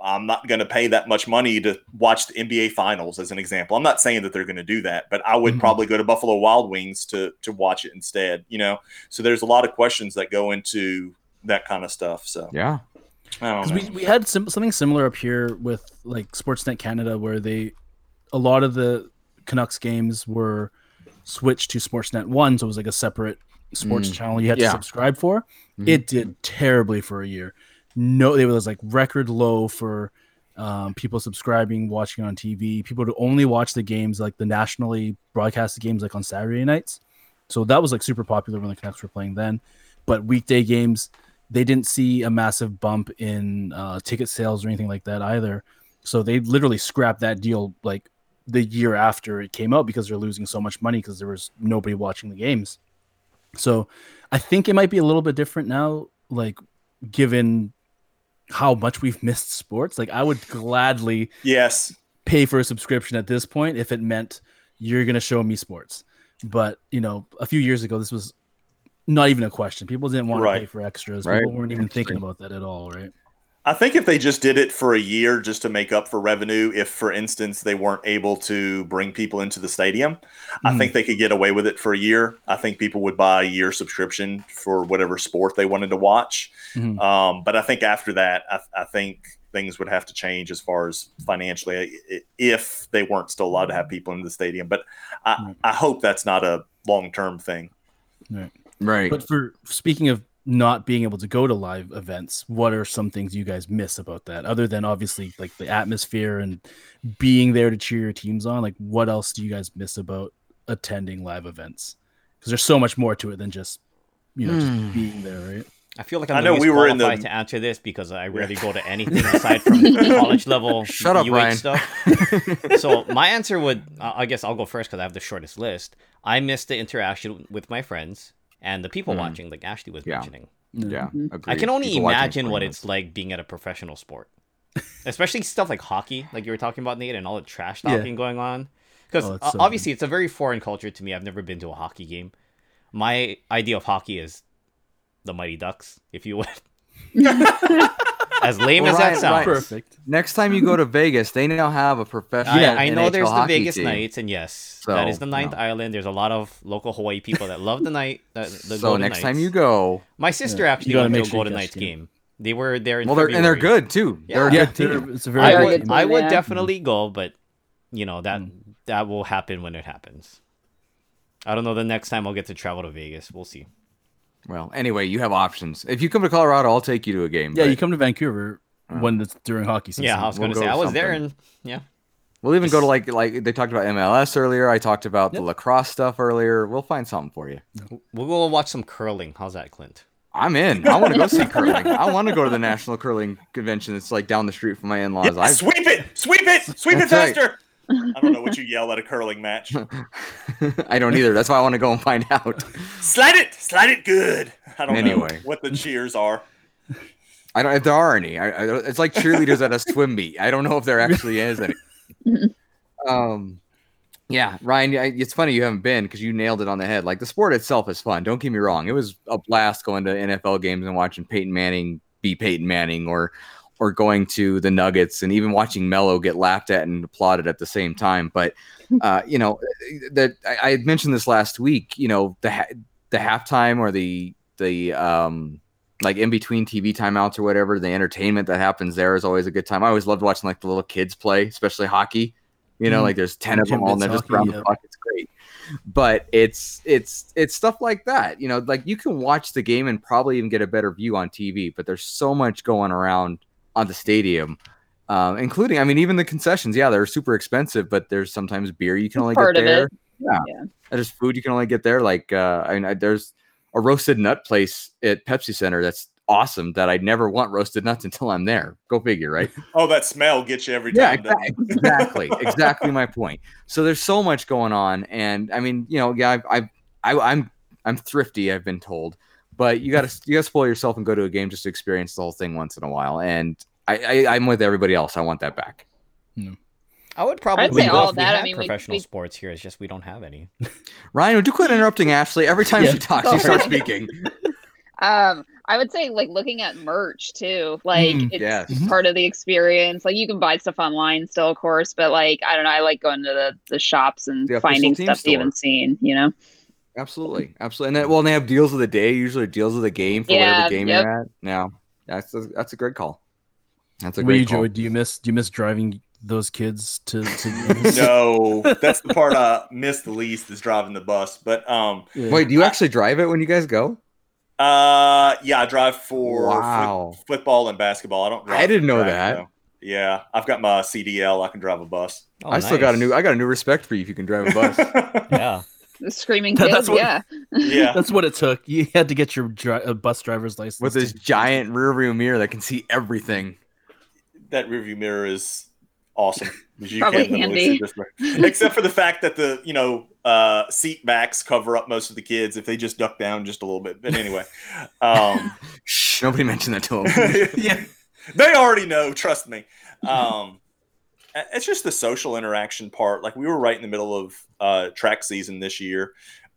Speaker 3: i'm not going to pay that much money to watch the nba finals as an example i'm not saying that they're going to do that but i would
Speaker 2: Mhm.
Speaker 3: probably go to buffalo wild wings to to watch it instead you know so there's a lot of questions that go into that kind of stuff so
Speaker 4: yeah,
Speaker 3: i
Speaker 2: because
Speaker 3: don't
Speaker 2: we,
Speaker 3: know
Speaker 2: we had some, something similar up here with like sportsnet canada where they a lot of the canucks games were switched to sportsnet one so it was like a separate sports
Speaker 4: Mm,
Speaker 2: channel you had
Speaker 4: yeah.
Speaker 2: to subscribe for
Speaker 4: Mhm.
Speaker 2: it did terribly for a year no it was like record low for um, people subscribing watching on tv people to only watch the games like the nationally broadcasted games like on saturday nights so that was like super popular when the Canucks were playing then. But weekday games, they didn't see a massive bump in uh, ticket sales or anything like that either. So they literally scrapped that deal like the year after it came out because they're losing so much money because there was nobody watching the games. So I think it might be a little bit different now, like given how much we've missed sports. Like I would gladly
Speaker 3: yes
Speaker 2: pay for a subscription at this point if it meant you're going to show me sports. But, you know, a few years ago, this was not even a question. People didn't want
Speaker 3: Right.
Speaker 2: to pay for extras.
Speaker 4: Right.
Speaker 2: People weren't even thinking about that at all, right?
Speaker 3: I think if they just did it for a year just to make up for revenue, if for instance they weren't able to bring people into the stadium, I
Speaker 2: Mhm.
Speaker 3: think they could get away with it for a year. I think people would buy a year subscription for whatever sport they wanted to watch.
Speaker 2: Mhm.
Speaker 3: Um, but I think after that, I, I think things would have to change as far as financially i- i- if they weren't still allowed to have people in the stadium. But I,
Speaker 2: Right.
Speaker 3: I hope that's not a long term thing.
Speaker 4: right.
Speaker 2: But for speaking of not being able to go to live events, what are some things you guys miss about that? Other than obviously like the atmosphere and being there to cheer your teams on, like what else do you guys miss about attending live events? Because there's so much more to it than just, you know,
Speaker 4: Hmm.
Speaker 2: just being there, right?
Speaker 5: I feel like I'm
Speaker 3: I
Speaker 5: I
Speaker 3: know we were in the-
Speaker 5: to answer this because I rarely go to anything aside from college level
Speaker 4: Shut up,
Speaker 5: UH
Speaker 4: Ryan.
Speaker 5: stuff. So my answer would, I I guess I'll go first because I have the shortest list. I miss the interaction with my friends and the people
Speaker 3: Hmm.
Speaker 4: Mm.
Speaker 5: watching, like Ashley was
Speaker 4: Yeah.
Speaker 5: mentioning.
Speaker 4: yeah,
Speaker 1: Mhm.
Speaker 5: I
Speaker 4: agreed.
Speaker 5: can only
Speaker 4: People watching
Speaker 5: imagine what
Speaker 4: pretty
Speaker 5: it's like being at a professional sport, especially stuff like hockey, like you were talking about, Nate, and all the trash
Speaker 2: Yeah.
Speaker 5: talking going on. Because
Speaker 2: Oh, it's so
Speaker 5: obviously, it's a very foreign culture to me. I've never been to a hockey game. My idea of hockey is the Mighty Ducks, if you would. as lame
Speaker 4: Well, Ryan-
Speaker 5: as that sounds.
Speaker 4: Ryan-
Speaker 2: Perfect.
Speaker 4: Next time you go to Vegas, they now have a professional.
Speaker 5: I, I know
Speaker 4: NHL
Speaker 5: there's the
Speaker 4: hockey
Speaker 5: Vegas
Speaker 4: team.
Speaker 5: Knights, and yes, that is
Speaker 4: So,
Speaker 5: the ninth
Speaker 4: no.
Speaker 5: island. There's a lot of local Hawaii people that love the night. uh, The, the
Speaker 4: So
Speaker 5: Golden
Speaker 4: next time
Speaker 5: Knights.
Speaker 4: you go,
Speaker 5: my sister
Speaker 2: Yeah,
Speaker 5: actually
Speaker 2: you gotta
Speaker 5: went to
Speaker 2: make
Speaker 5: a
Speaker 2: sure you
Speaker 5: Golden
Speaker 2: catch
Speaker 5: Knights
Speaker 2: the
Speaker 5: game.
Speaker 2: game.
Speaker 5: They were there in
Speaker 4: well, they're and they're
Speaker 5: February.
Speaker 4: good too.
Speaker 5: Yeah.
Speaker 4: They're a
Speaker 2: Yeah,
Speaker 4: good team.
Speaker 2: they're- it's a
Speaker 5: I
Speaker 2: very good
Speaker 1: good
Speaker 5: would,
Speaker 2: team.
Speaker 1: team.
Speaker 5: I would
Speaker 1: Yeah.
Speaker 5: definitely go, but you know that
Speaker 4: Hmm.
Speaker 5: that will happen when it happens. I don't know. The next time I'll get to travel to Vegas, we'll see.
Speaker 4: Well, anyway, you have options. If you come to Colorado, I'll take you to a game.
Speaker 2: Yeah,
Speaker 4: but
Speaker 2: you come to Vancouver
Speaker 4: Uh.
Speaker 2: when it's during hockey season.
Speaker 5: yeah, I was
Speaker 4: we'll
Speaker 5: gonna
Speaker 4: go
Speaker 5: say
Speaker 4: to
Speaker 5: I was there,
Speaker 4: something.
Speaker 5: and yeah,
Speaker 4: we'll even go to like like they talked about MLS earlier. I talked about the
Speaker 2: Yep.
Speaker 4: lacrosse stuff earlier. We'll find something for you.
Speaker 5: we'll go watch some curling. How's that, Clint?
Speaker 4: I'm in. I want to go see curling. I want to go to the national curling convention. That's like down the street from my in-laws.
Speaker 3: Yeah, sweep it, sweep it, sweep it
Speaker 4: That's right.
Speaker 3: faster. I don't know what you yell at a curling match.
Speaker 4: I I don't either. That's why I want to go and find out.
Speaker 3: Slide it, slide it good. I don't know
Speaker 4: Anyway.
Speaker 3: what the cheers are.
Speaker 4: I don't if there are any. I, I, don't- it's like cheerleaders at a swim meet. I don't know if there actually is any. um, yeah, Ryan, I, it's funny you haven't been because you nailed it on the head. Like the sport itself is fun. Don't get me wrong; it was a blast going to NFL games and watching Peyton Manning be Peyton Manning, or or going to the Nuggets and even watching Melo get laughed at and applauded at the same time. But uh, you know that I, I had mentioned this last week. You know the ha- the halftime or the the um like in between TV timeouts or whatever, the entertainment that happens there is always a good time. I always loved watching like the little kids play, especially hockey. You know,
Speaker 2: Mm.
Speaker 4: like there's ten of them all, and they're just
Speaker 2: Hockey,
Speaker 4: around the
Speaker 2: yeah.
Speaker 4: clock. It's great, but it's it's it's stuff like that. You know, like you can watch the game and probably even get a better view on TV. But there's so much going around on the stadium, um, including I mean, even the concessions. Yeah, they're super expensive, but there's sometimes beer you can only
Speaker 1: Part
Speaker 4: get
Speaker 1: of
Speaker 4: there
Speaker 1: it.
Speaker 4: there's food you can only get there. Like, uh, I mean, I, there's a roasted nut place at Pepsi Center that's awesome that I never want roasted nuts until I'm there. Go figure, right?
Speaker 3: Oh, that smell gets you every
Speaker 4: yeah,
Speaker 3: time. doesn't
Speaker 4: exactly, exactly, exactly my point. So there's so much going on, and I mean, you know, yeah, I've, I've I, I'm I'm thrifty. I've been told, but you gotta you gotta spoil yourself and go to a game just to experience the whole thing once in a while. And I, I I'm with everybody else. I want that back.
Speaker 5: I would probably
Speaker 1: I'd say
Speaker 5: go
Speaker 1: all
Speaker 5: if we
Speaker 1: that, I
Speaker 5: had
Speaker 1: mean, we-
Speaker 5: professional
Speaker 1: we-
Speaker 5: sports here. It's just we don't have any.
Speaker 4: Ryan, would you quit interrupting Ashley every time
Speaker 2: Yeah.
Speaker 4: she talks? You start
Speaker 1: Sorry.
Speaker 4: speaking.
Speaker 1: Um, I would say like looking at merch too. Like
Speaker 2: Mm,
Speaker 1: it's
Speaker 4: yes.
Speaker 1: part of the experience. Like you can buy stuff online still, of course, but like I don't know, I like going to the, the shops and
Speaker 4: The official
Speaker 1: finding
Speaker 4: team
Speaker 1: stuff
Speaker 4: store.
Speaker 1: you haven't seen, you know?
Speaker 4: Absolutely, absolutely. And then, well, and they have deals of the day. Usually, deals of the game for
Speaker 1: Yeah,
Speaker 4: whatever game
Speaker 1: yep.
Speaker 4: you're at. Now, that's a, that's a great call. That's a
Speaker 2: Were you
Speaker 4: great call.
Speaker 2: Joey? Do you miss do you miss driving those kids to? to
Speaker 3: it? No, that's the part I miss the least is driving the bus. But um,
Speaker 2: Yeah.
Speaker 4: Wait, do you actually drive it when you guys go?
Speaker 3: uh, yeah, I drive for fo-
Speaker 4: Wow.
Speaker 3: football and basketball. I don't. Drive
Speaker 4: I didn't
Speaker 3: for
Speaker 4: know
Speaker 3: track,
Speaker 4: that.
Speaker 3: though. Yeah, I've got my CDL. I can drive a bus.
Speaker 5: Oh,
Speaker 4: I still got a
Speaker 5: nice.
Speaker 4: new. I got a new respect for you if you can drive a bus.
Speaker 5: yeah.
Speaker 1: The screaming
Speaker 2: That-
Speaker 1: kids,
Speaker 2: that's what-
Speaker 1: yeah.
Speaker 3: yeah,
Speaker 2: That's what it took. You had to get your dri- uh, bus driver's license
Speaker 4: with this
Speaker 2: to-
Speaker 4: giant rear view mirror that can see everything.
Speaker 3: that rearview mirror is awesome. 'cause You
Speaker 1: Probably
Speaker 3: can literally
Speaker 1: handy.
Speaker 3: see this way. Except for the fact that the you know uh, seat backs cover up most of the kids if they just duck down just a little bit. But anyway, um,
Speaker 4: Shh, nobody mentioned that to him.
Speaker 3: yeah, they already know. Trust me. Um, a- it's just the social interaction part. Like we were right in the middle of uh, track season this year,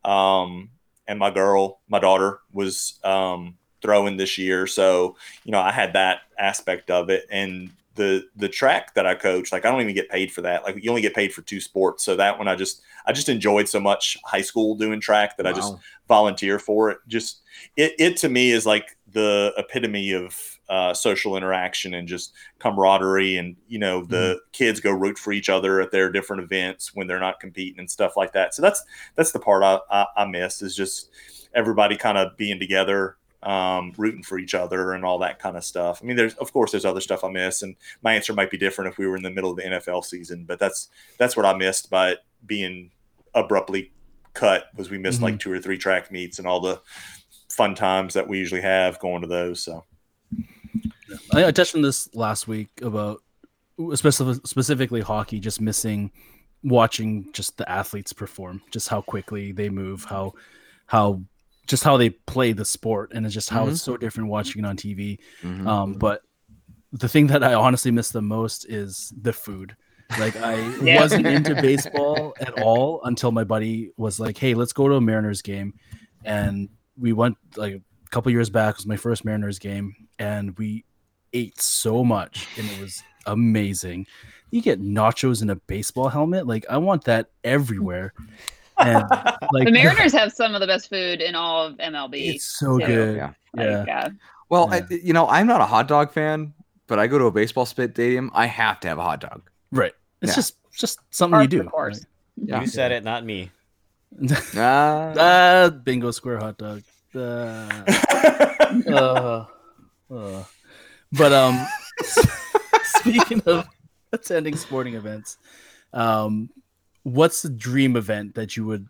Speaker 3: um, and my girl, my daughter, was um, throwing this year, so you know I had that aspect of it and. The, the track that I coach, like I don't even get paid for that. Like you only get paid for two sports. So that one I just I just enjoyed so much high school doing track that I just
Speaker 4: Wow.
Speaker 3: volunteer for it. Just it, it to me is like the epitome of uh, social interaction and just camaraderie. And you know, the kids go root for each other at their different events when they're not competing and stuff like that. So that's that's the part I, I, I miss is just everybody kind of being together. Um, rooting for each other and all that kind of stuff. I mean, there's of course there's other stuff I miss, and my answer might be different if we were in the middle of the NFL season. But that's that's what I missed by it being abruptly cut was we missed like two or three track meets and all the fun times that we usually have going to those. So
Speaker 2: I, I touched on this last week about specifically, specifically hockey, just missing watching just the athletes perform, just how quickly they move, how how just how they play the sport, and it's just how it's so different watching it on TV.
Speaker 4: Mhm.
Speaker 2: Um, but the thing that I honestly miss the most is the food. Like I
Speaker 1: Yeah.
Speaker 2: wasn't into baseball at all until my buddy was like, "Hey, let's go to a Mariners game," and we went like a couple years back was my first Mariners game, and we ate so much, and it was amazing. You get nachos in a baseball helmet, like I want that everywhere. And like
Speaker 1: The Mariners have some of the best food in all of MLB.
Speaker 2: it's so
Speaker 1: Yeah.
Speaker 2: good.
Speaker 4: Yeah.
Speaker 1: Like,
Speaker 2: yeah.
Speaker 4: Well,
Speaker 2: Yeah.
Speaker 4: I, you know, I'm not a hot dog fan, but I go to a baseball spit stadium. I have to have a hot dog.
Speaker 2: right. It's
Speaker 4: Yeah.
Speaker 2: just just something
Speaker 1: Par
Speaker 2: you
Speaker 1: for
Speaker 2: do.
Speaker 1: the course.
Speaker 4: Yeah.
Speaker 5: You said it, not me.
Speaker 2: right?
Speaker 4: Uh,
Speaker 2: Ah, bingo square hot dog. Uh, uh, uh. But um, speaking of attending sporting events, um, what's the dream event that you would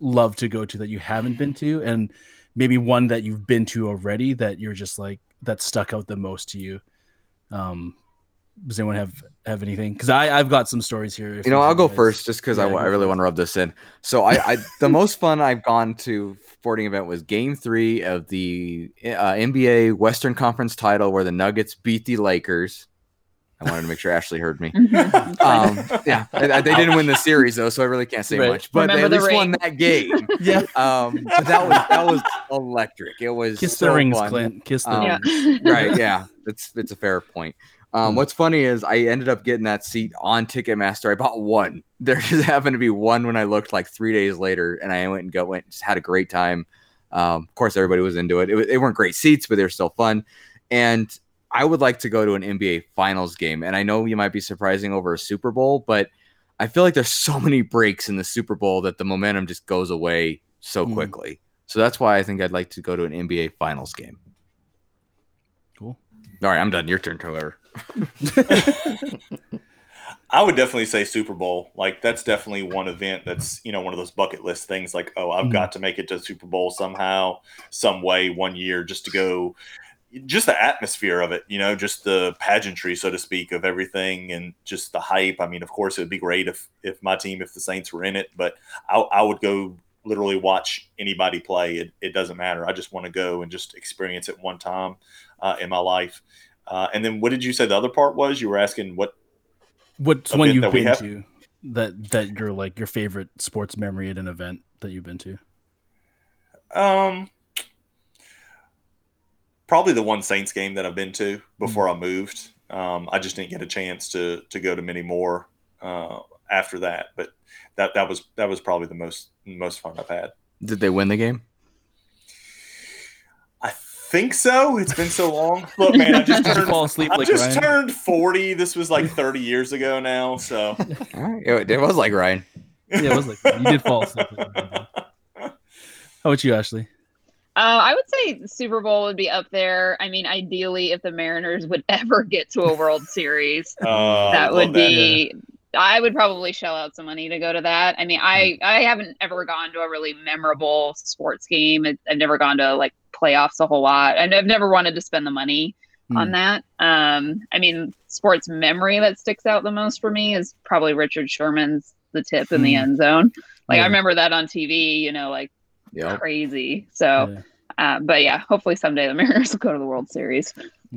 Speaker 2: love to go to that you haven't been to, and maybe one that you've been to already that you're just like that stuck out the most to you? Um, does anyone have have anything? Because I I've got some stories here. if
Speaker 4: you know, I'll go
Speaker 2: guys-
Speaker 4: first just because I,
Speaker 2: Yeah,
Speaker 4: wa-
Speaker 2: go
Speaker 4: I really
Speaker 2: first.
Speaker 4: want to rub this in. So, I, I the most fun I've gone to sporting event was Game Three of the uh, NBA Western Conference title, where the Nuggets beat the Lakers. I wanted to make sure Ashley heard me.
Speaker 1: Mhm.
Speaker 4: Um, yeah, they, they didn't win the series though, so I really can't say
Speaker 2: Right.
Speaker 4: much. But
Speaker 1: Remember
Speaker 4: they
Speaker 1: the
Speaker 4: at least won
Speaker 1: ring.
Speaker 4: that game.
Speaker 2: Yeah,
Speaker 4: Um, but that was that was electric. It was
Speaker 2: kiss
Speaker 4: so
Speaker 2: the rings,
Speaker 4: fun.
Speaker 2: Clint. Kiss the
Speaker 4: Um,
Speaker 1: yeah.
Speaker 2: rings.
Speaker 4: right? Yeah, it's it's a fair point. Um,
Speaker 2: Hmm.
Speaker 4: what's funny is I ended up getting that seat on Ticketmaster. I bought one. There just happened to be one when I looked like three days later, and I went and go went just had a great time. Um, of course, everybody was into it. It, wa- they weren't great seats, but they were still fun. And I would like to go to an NBA Finals game, and I know you might be surprising over a Super Bowl, but I feel like there's so many breaks in the Super Bowl that the momentum just goes away so
Speaker 2: Hmm.
Speaker 4: quickly. So that's why I think I'd like to go to an NBA Finals game.
Speaker 2: Cool.
Speaker 4: All right, I'm done. Your turn, Taylor.
Speaker 3: I would definitely say Super Bowl. Like that's definitely one event that's you know one of those bucket list things. Like oh, I've
Speaker 2: Mhm.
Speaker 3: got to make it to Super Bowl somehow, some way, one year, just to go. Just the atmosphere of it, you know, just the pageantry, so to speak, of everything, and just the hype. I mean, of course, it would be great if if my team, if the Saints were in it, but I, I would go literally watch anybody play. It, it doesn't matter. I just want to go and just experience it one time uh, in my life. Uh, and then, what did you say the other part was? You were asking what
Speaker 2: What's
Speaker 3: Event
Speaker 2: one you've
Speaker 3: that we
Speaker 2: been
Speaker 3: have?
Speaker 2: to that that your like your favorite sports memory at an event that you've been to?
Speaker 3: Um, probably the one Saints game that I've been to before
Speaker 2: Mm-hmm.
Speaker 3: I moved. Um, I just didn't get a chance to to go to many more uh, after that, but that that was that was probably the most most fun I've had.
Speaker 4: Did they win the game?
Speaker 3: I think so. It's been so long. Look, man, I just
Speaker 4: Did you
Speaker 3: turned.
Speaker 4: fall asleep
Speaker 3: I
Speaker 4: like
Speaker 3: just
Speaker 4: Ryan?
Speaker 3: turned 40. This was like 30 years ago now. So,
Speaker 4: All right. It, it was like Ryan.
Speaker 2: Yeah, it was like you did fall asleep. How about you, Ashley?
Speaker 1: Uh, I would say Super Bowl would be up there. I mean, ideally, if the Mariners would ever get to a World Series,
Speaker 3: uh,
Speaker 1: that
Speaker 3: love
Speaker 1: would be. I would probably shell out some money to go to that. I mean, I I haven't ever gone to a really memorable sports game. It- I've never gone to like playoffs a whole lot, and I've never wanted to spend the money on that. Um, I mean, sports memory that sticks out the most for me is probably Richard Sherman's the tip in the
Speaker 2: Hmm.
Speaker 1: end zone. Like
Speaker 2: Yeah.
Speaker 1: I remember that on TV. You know, like
Speaker 4: Yeah.
Speaker 1: crazy. So. Uh, but yeah, hopefully someday the Mariners will go to the World Series.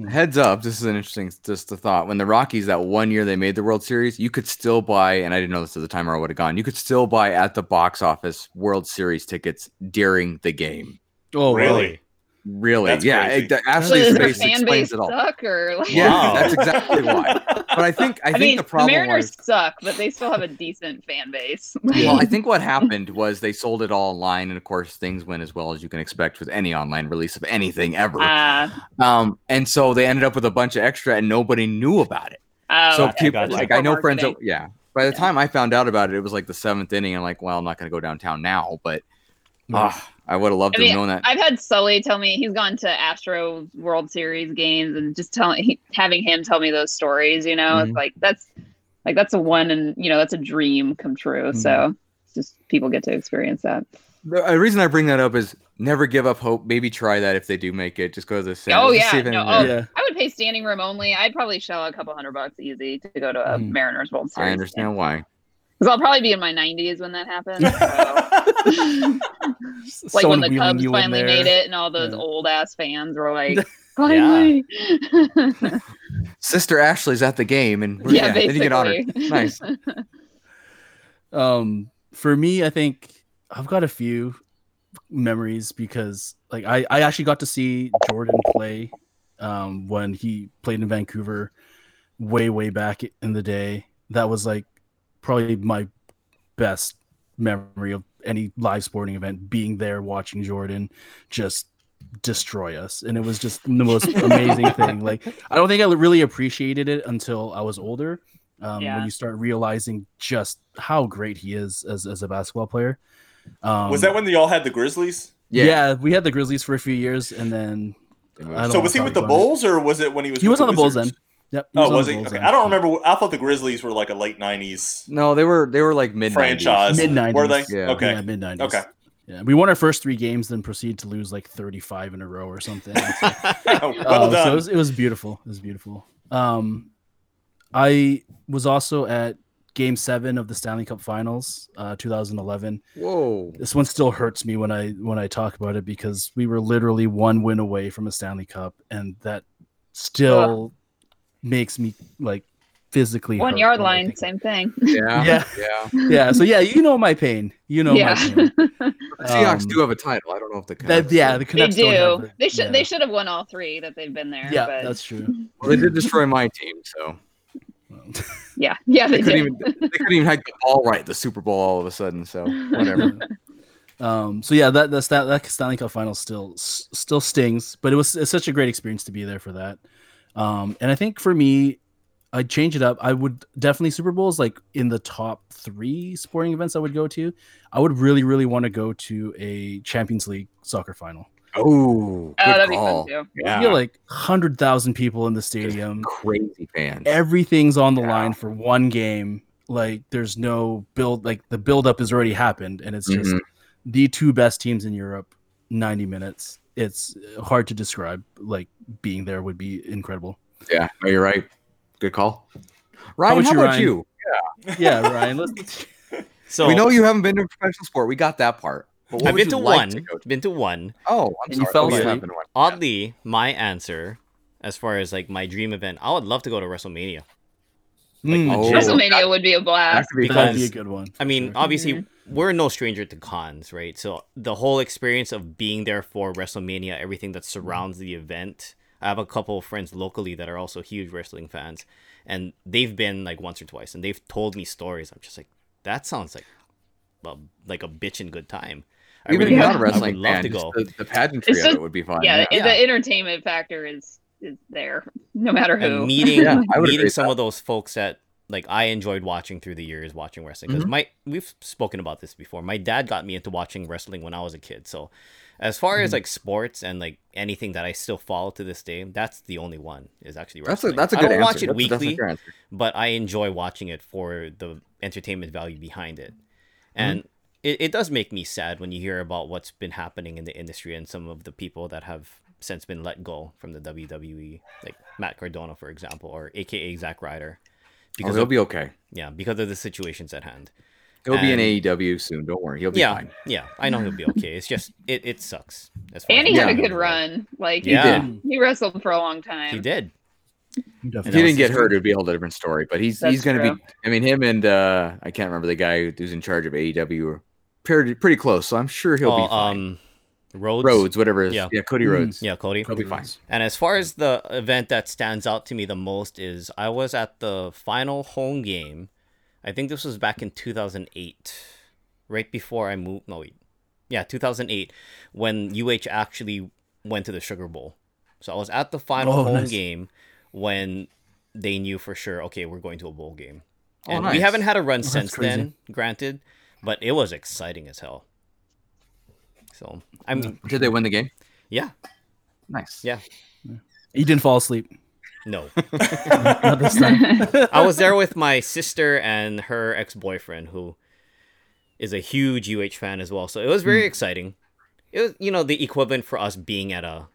Speaker 4: Heads up, this is an interesting just a thought. When the Rockies that one year they made the World Series, you could still buy, and I didn't know this at the time or I would have gone, you could still buy at the box office World Series tickets during the game.
Speaker 2: Oh,
Speaker 3: Really?
Speaker 4: Really?
Speaker 3: That's
Speaker 4: yeah.
Speaker 3: crazy.
Speaker 4: It, the
Speaker 1: Does
Speaker 4: Ashley's
Speaker 1: their
Speaker 4: face
Speaker 1: fan base
Speaker 4: explains it all.
Speaker 1: suck or like?
Speaker 4: Yeah,
Speaker 5: Wow.
Speaker 4: that's exactly why. But I think I,
Speaker 1: I,
Speaker 4: think
Speaker 1: mean,
Speaker 4: the
Speaker 1: the,
Speaker 4: problem
Speaker 1: Mariners
Speaker 4: was
Speaker 1: suck, but they still have a decent fan base.
Speaker 4: Well, I think what happened was they sold it all online, and of course, things went as well as you can expect with any online release of anything ever.
Speaker 1: uh,
Speaker 4: um, and so they ended up with a bunch of extra, and nobody knew about it.
Speaker 1: oh,
Speaker 4: so
Speaker 5: okay,
Speaker 4: people,
Speaker 5: gotcha.
Speaker 4: like I know friends, that,
Speaker 1: Marketing.
Speaker 4: yeah. By the
Speaker 1: Yeah.
Speaker 4: time I found out about it, it was like the seventh inning. I'm like, well, I'm not going to go downtown now, but
Speaker 2: Right.
Speaker 4: ah, I would have loved
Speaker 1: Hmm. I
Speaker 4: to have
Speaker 1: mean,
Speaker 4: known that.
Speaker 1: I've had Sully tell me he's gone to Astro World Series games and just telling he, having him tell me those stories. You know,
Speaker 4: Mhm.
Speaker 1: it's like that's like that's a one and you know that's a dream come true.
Speaker 4: Mm-hmm.
Speaker 1: So it's just people get to experience that.
Speaker 4: the uh, reason I bring that up is never give up hope. Maybe try that if they do make it. Just go to the Senate.
Speaker 1: Oh,
Speaker 4: Let's see
Speaker 1: yeah,
Speaker 4: if
Speaker 1: no,
Speaker 4: anyone-
Speaker 1: oh,
Speaker 2: yeah.
Speaker 1: I would pay standing room only. I'd probably shell out a couple hundred bucks easy to go to a
Speaker 2: Mm.
Speaker 1: Mariners World Series.
Speaker 4: Mm-hmm. I understand why.
Speaker 1: Because I'll probably be in my 90s when that happens. so.
Speaker 2: Um,
Speaker 3: that.
Speaker 1: like
Speaker 2: Someone
Speaker 1: when the
Speaker 2: wheeling
Speaker 1: Cubs
Speaker 2: you in
Speaker 1: finally
Speaker 2: there.
Speaker 1: made it and all those
Speaker 2: Yeah.
Speaker 1: old ass fans were like, finally. Yeah,
Speaker 4: Sister Ashley's at the game, and we're- yeah, then you get honored.
Speaker 1: basically.
Speaker 4: Nice.
Speaker 2: um for me i think i've got a few memories because like i i actually got to see jordan play um when he played in vancouver way way back in the day that was like probably my best memory of any live sporting event being there watching jordan just destroy us and it was just the most amazing thing like i don't think i really appreciated it until i was older um,
Speaker 1: Yeah.
Speaker 2: when you start realizing just how great he is as, as a basketball player um,
Speaker 3: was that when y'all had the Grizzlies?
Speaker 2: yeah.
Speaker 4: Yeah.
Speaker 2: we had the grizzlies for a few years and then I don't
Speaker 3: So
Speaker 2: wanna
Speaker 3: was he
Speaker 2: talk
Speaker 3: with the
Speaker 2: about it.
Speaker 3: Bulls or was it when he was?
Speaker 2: he
Speaker 3: with
Speaker 2: was on the bulls
Speaker 3: Wizards?
Speaker 2: then yep
Speaker 3: Oh,
Speaker 2: on
Speaker 3: was
Speaker 2: the
Speaker 3: he?
Speaker 2: Bulls
Speaker 3: Okay,
Speaker 2: then.
Speaker 3: I don't remember. I thought the Grizzlies were like a late '90s
Speaker 4: No, they were they were like mid
Speaker 3: franchise.
Speaker 2: Mid-nineties.
Speaker 3: Were they?
Speaker 4: Yeah.
Speaker 3: Okay.
Speaker 2: yeah, mid 90s
Speaker 3: Okay.
Speaker 2: yeah we won our first three games then proceed to lose like 35 in a row or something So- Um,
Speaker 3: well
Speaker 2: So it
Speaker 3: done.
Speaker 2: was, it was beautiful. It was beautiful. Um, I was also at Game Seven of the Stanley Cup Finals, uh, 2011.
Speaker 4: Whoa.
Speaker 2: This one still hurts me when I when I talk about it because we were literally one win away from a Stanley Cup, and that still makes me like physically
Speaker 1: One
Speaker 2: hurt
Speaker 1: yard
Speaker 2: when I
Speaker 1: line,
Speaker 2: think
Speaker 1: same thing.
Speaker 4: Yeah.
Speaker 2: Yeah.
Speaker 4: Yeah.
Speaker 2: about it. Yeah. So yeah, you know my pain. You know
Speaker 1: Yeah.
Speaker 2: my pain.
Speaker 4: The Seahawks
Speaker 2: Um,
Speaker 4: do have a title. I don't know if the
Speaker 2: That,
Speaker 4: Canucks
Speaker 2: yeah,
Speaker 4: do.
Speaker 2: the
Speaker 1: they
Speaker 2: Canucks don't have
Speaker 1: do.
Speaker 2: it.
Speaker 1: They should
Speaker 2: Yeah.
Speaker 1: they should have won all three that they've been there.
Speaker 2: Yeah,
Speaker 1: but
Speaker 2: that's true.
Speaker 4: Well, they did destroy my team, so
Speaker 1: yeah, yeah,
Speaker 4: they
Speaker 1: they,
Speaker 4: couldn't
Speaker 1: did.
Speaker 4: even they couldn't even hike the ball right the Super Bowl all of a sudden. So whatever.
Speaker 2: um so yeah that that's that that stanley cup final still s- still stings but it was it's such a great experience to be there for that um and i think for me i'd change it up i would definitely super bowls like in the top three sporting events i would go to i would really really want to go to a champions league soccer final
Speaker 4: Oh,
Speaker 1: Oh,
Speaker 4: good
Speaker 1: that'd
Speaker 4: call.
Speaker 1: be fun too.
Speaker 2: You get like 100,000 people in the stadium.
Speaker 4: Crazy fans.
Speaker 2: Everything's on the
Speaker 4: Yeah.
Speaker 2: line for one game. Like there's no build like the build up has already happened and it's just
Speaker 4: Mhm.
Speaker 2: the two best teams in Europe 90 minutes. It's hard to describe. Like being there would be incredible.
Speaker 4: yeah, no, you're right. Good call. Ryan,
Speaker 2: about
Speaker 4: how
Speaker 2: you,
Speaker 4: about
Speaker 2: Ryan?
Speaker 4: you?
Speaker 2: Yeah, Ryan, let's
Speaker 5: So
Speaker 4: we know you haven't been to a professional sport. We got that part. But what
Speaker 5: I've
Speaker 4: would
Speaker 5: been
Speaker 4: you
Speaker 5: to
Speaker 4: like
Speaker 5: one.
Speaker 4: to go to?
Speaker 5: been to one.
Speaker 4: Oh, I'm
Speaker 2: And you
Speaker 4: sorry.
Speaker 2: fell
Speaker 4: Oh, yeah, I've
Speaker 2: asleep.
Speaker 4: been to one.
Speaker 5: Oddly, my answer, as far as like my dream event, I would love to go to WrestleMania.
Speaker 2: Mm,
Speaker 4: Oh,
Speaker 1: WrestleMania would be a
Speaker 4: That
Speaker 1: blast.
Speaker 4: could be
Speaker 5: Because-
Speaker 4: fun.
Speaker 2: that'd be a good one.
Speaker 5: I mean,
Speaker 2: Sure.
Speaker 5: obviously, we're no stranger to cons, right? So the whole experience of being there for WrestleMania, everything that surrounds the event. I have a couple of friends locally that are also huge wrestling fans, and they've been like once or twice, and they've told me stories. I'm just like, that sounds like, well, like a bitchin' good time. I
Speaker 4: Even if
Speaker 5: really
Speaker 4: you're
Speaker 1: Yeah.
Speaker 4: not a
Speaker 5: would- I would
Speaker 4: wrestling
Speaker 5: love
Speaker 4: fan,
Speaker 5: to
Speaker 4: just
Speaker 5: go.
Speaker 4: the, the pageantry
Speaker 1: It's
Speaker 4: of
Speaker 1: just-
Speaker 4: it would be fun.
Speaker 1: yeah,
Speaker 5: yeah.
Speaker 1: the entertainment factor is is there no matter who.
Speaker 5: and meeting
Speaker 4: Yeah, I would agree
Speaker 5: meeting
Speaker 4: with
Speaker 5: some of those folks that like I enjoyed watching through the years watching wrestling
Speaker 4: Mm-hmm.
Speaker 5: because my we've spoken about this before. My dad got me into watching wrestling when I was a kid. So as far
Speaker 4: Mm-hmm.
Speaker 5: as like sports and like anything that I still follow to this day, that's the only one is actually
Speaker 4: That's a
Speaker 5: wrestling.
Speaker 4: that's a good
Speaker 5: I don't
Speaker 4: answer.
Speaker 5: watch it
Speaker 4: That's a- that's a
Speaker 5: weekly,
Speaker 4: fair answer.
Speaker 5: but I enjoy watching it for the entertainment value behind it.
Speaker 4: Mm-hmm.
Speaker 5: And it, it does make me sad when you hear about what's been happening in the industry and some of the people that have since been let go from the WWE, like Matt Cardona, for example, or AKA Zack Ryder.
Speaker 4: Oh,
Speaker 5: Because
Speaker 4: he'll
Speaker 5: of,
Speaker 4: be okay.
Speaker 5: yeah, because of the situations at hand.
Speaker 4: He'll be in
Speaker 5: And-
Speaker 4: AEW soon. Don't worry. He'll be
Speaker 5: yeah,
Speaker 4: fine.
Speaker 5: yeah, I know he'll be okay. It's just it, it sucks. As far
Speaker 1: and he
Speaker 5: as
Speaker 1: had a
Speaker 5: I'm
Speaker 1: good
Speaker 5: concerned.
Speaker 1: run. Like he-
Speaker 5: Yeah.
Speaker 4: did.
Speaker 1: he, wrestled for a long time.
Speaker 5: He did.
Speaker 4: If
Speaker 5: that
Speaker 4: he
Speaker 5: was
Speaker 4: didn't get
Speaker 5: his
Speaker 4: hurt, it'd be a whole different story. But he's
Speaker 1: That's
Speaker 4: he's going to
Speaker 1: true.
Speaker 4: be. I mean, him and uh, I can't remember the guy who's in charge of AEW were pretty pretty close. So I'm sure he'll
Speaker 5: oh,
Speaker 4: be fine.
Speaker 5: um, Rhodes.
Speaker 4: Rhodes, whatever. Is, yeah.
Speaker 5: yeah. Mm-hmm.
Speaker 4: Cody
Speaker 2: Mm.
Speaker 4: Rhodes.
Speaker 5: Yeah, Cody.
Speaker 4: he'll be fine.
Speaker 5: And as far as the event that stands out to me the most is I was at the final home game. I think this was back in 2008, right before I moved. No, wait. Yeah, 2008, when UH actually went to the Sugar Bowl. So I was at the final
Speaker 2: Oh,
Speaker 5: home
Speaker 2: nice.
Speaker 5: game when they knew for sure, okay, we're going to a bowl game.
Speaker 4: Oh,
Speaker 5: And we
Speaker 4: nice.
Speaker 5: haven't had a run
Speaker 2: that's
Speaker 5: since
Speaker 2: crazy.
Speaker 5: then, granted, but it was exciting as hell. So I'm,
Speaker 4: Did they win the game?
Speaker 5: yeah,
Speaker 4: Nice.
Speaker 5: Yeah.
Speaker 2: You didn't fall asleep.
Speaker 5: no.
Speaker 2: Not this time.
Speaker 5: I was there with my sister and her ex boyfriend, who is a huge UH fan as well. So it was very exciting. It was, you know, the equivalent for us being at a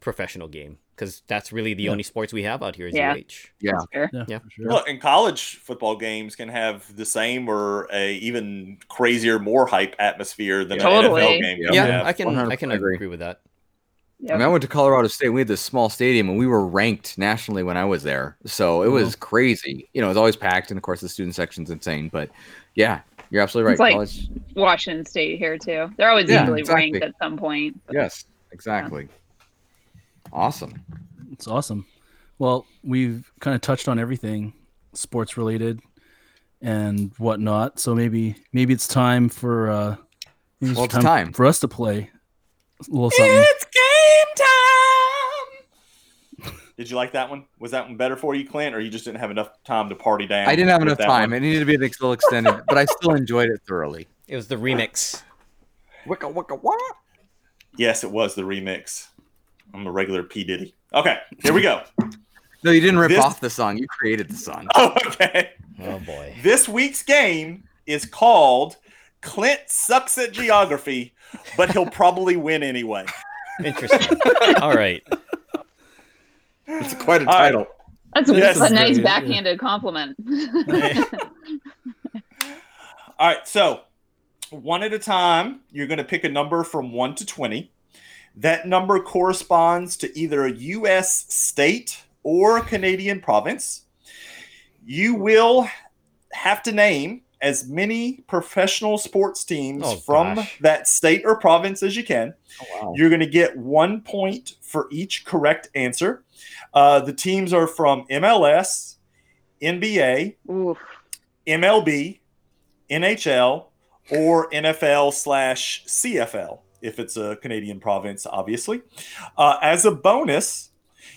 Speaker 5: professional game because that's really the
Speaker 2: Yeah.
Speaker 5: only sports we have out here is
Speaker 1: Yeah.
Speaker 5: UH.
Speaker 4: Yeah.
Speaker 1: Sure.
Speaker 2: Yeah,
Speaker 5: Yeah.
Speaker 2: for sure.
Speaker 3: Look, and college football games can have the same or a even crazier, more hype atmosphere than
Speaker 1: Totally.
Speaker 3: an NFL game.
Speaker 4: Yeah.
Speaker 5: Yeah,
Speaker 3: Yeah.
Speaker 5: I can I can
Speaker 4: 100% agree.
Speaker 5: agree. with that.
Speaker 4: I
Speaker 1: Yep.
Speaker 4: mean, I went to Colorado State. We had this small stadium, and we were ranked nationally when I was there. So it
Speaker 5: Mm-hmm.
Speaker 4: was crazy. You know, it's always packed, and of course, the student section's insane. But yeah, you're absolutely right.
Speaker 1: It's like-
Speaker 4: College,
Speaker 1: Washington State here too. They're always
Speaker 4: Yeah,
Speaker 1: equally
Speaker 4: exactly.
Speaker 1: ranked at some point.
Speaker 4: yes, exactly. Awesome.
Speaker 2: It's awesome. Well, we've kind of touched on everything sports related and whatnot. So maybe maybe it's time for uh maybe
Speaker 4: Well, it's time.
Speaker 2: for us to play a little something.
Speaker 3: Did you like that one? Was that one better for you, Clint, or you just didn't have enough time to party down?
Speaker 4: I didn't have
Speaker 3: with
Speaker 4: enough
Speaker 3: that
Speaker 4: time.
Speaker 3: one?
Speaker 4: It needed to be a little extended, but I still enjoyed it thoroughly.
Speaker 5: It was the remix.
Speaker 4: Wicka, wicka, wah.
Speaker 3: Yes, it was the remix. I'm a regular P Diddy. Okay, here we go.
Speaker 4: No, you didn't rip
Speaker 3: This-
Speaker 4: off the song. You created the song.
Speaker 3: oh, okay.
Speaker 5: Oh boy.
Speaker 3: This week's game is called Clint sucks at geography, but he'll probably win anyway.
Speaker 5: Interesting. All right.
Speaker 4: It's quite a
Speaker 3: All right.
Speaker 4: title.
Speaker 1: That's
Speaker 3: Yes.
Speaker 1: a nice
Speaker 2: Yeah.
Speaker 1: backhanded compliment.
Speaker 3: All right, so one at a time, you're going to pick a number from 1 to 20. That number corresponds to either a U.S. state or a Canadian province. You will have to name as many professional sports teams
Speaker 5: Oh,
Speaker 3: from
Speaker 5: gosh.
Speaker 3: that state or province as you can.
Speaker 4: Oh, wow.
Speaker 3: You're going to get one point for each correct answer. Uh, the teams are from MLS, NBA,
Speaker 1: Ooh,
Speaker 3: MLB, NHL, or NFL slash CFL, if it's a Canadian province, obviously. Uh, as a bonus,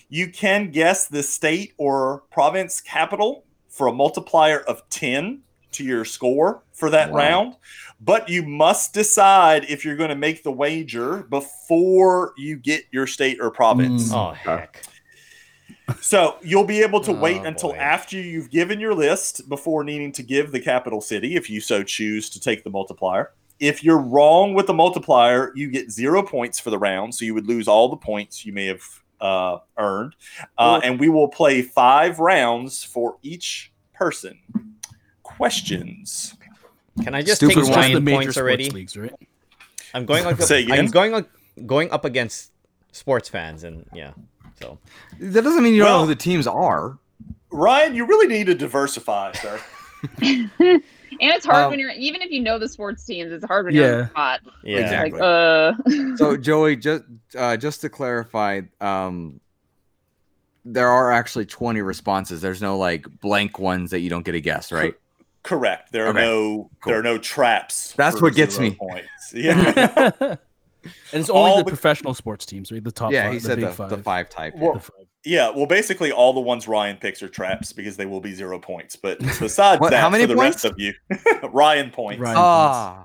Speaker 3: you can guess the state or province capital for a multiplier of 10 to your score for that
Speaker 4: Wow.
Speaker 3: round. But you must decide if you're going to make the wager before you get your state or province.
Speaker 5: Oh heck.
Speaker 3: So you'll be able to wait
Speaker 5: Oh,
Speaker 3: until
Speaker 5: boy.
Speaker 3: after you've given your list before needing to give the capital city if you so choose to take the multiplier. If you're wrong with the multiplier, you get zero points for the round, so you would lose all the points you may have uh, earned. Uh, and we will play five rounds for each person. Questions?
Speaker 5: Can I just
Speaker 4: Stupid
Speaker 5: take
Speaker 4: one.
Speaker 2: Just the
Speaker 5: giant
Speaker 2: major
Speaker 5: points
Speaker 2: sports
Speaker 5: already?
Speaker 2: leagues, right?
Speaker 5: I'm going like
Speaker 3: Say again?
Speaker 5: I'm going like going up against sports fans and yeah. So
Speaker 4: That doesn't mean you don't
Speaker 3: Well-
Speaker 4: know who the teams are.
Speaker 3: Ryan, you really need to diversify, sir.
Speaker 1: And it's hard
Speaker 4: Um,
Speaker 1: when you're even if you know the sports teams, it's hard when you're on
Speaker 2: Yeah.
Speaker 1: the spot.
Speaker 5: yeah.
Speaker 4: Exactly.
Speaker 1: Like, uh,
Speaker 4: So Joey, just uh, just to clarify, um, there are actually twenty responses. There's no like blank ones that you don't get a guess, right?
Speaker 3: Correct. There are
Speaker 4: Okay.
Speaker 3: no there are no traps.
Speaker 4: That's
Speaker 3: for
Speaker 4: what gets
Speaker 3: zero
Speaker 4: me.
Speaker 3: Points. Yeah.
Speaker 2: and it's only
Speaker 3: All
Speaker 2: the
Speaker 3: the-
Speaker 2: professional sports teams, right? The top
Speaker 4: yeah,
Speaker 2: five,
Speaker 4: he
Speaker 2: the
Speaker 4: said
Speaker 2: big
Speaker 4: the,
Speaker 2: five.
Speaker 4: the five type.
Speaker 3: Well,
Speaker 2: The five.
Speaker 3: Yeah, well, basically all the ones Ryan picks are traps because they will be zero points. But besides
Speaker 4: What-
Speaker 3: that,
Speaker 4: how many
Speaker 3: for the
Speaker 4: points?
Speaker 3: rest of you, Ryan points.
Speaker 2: Ryan.
Speaker 4: ah,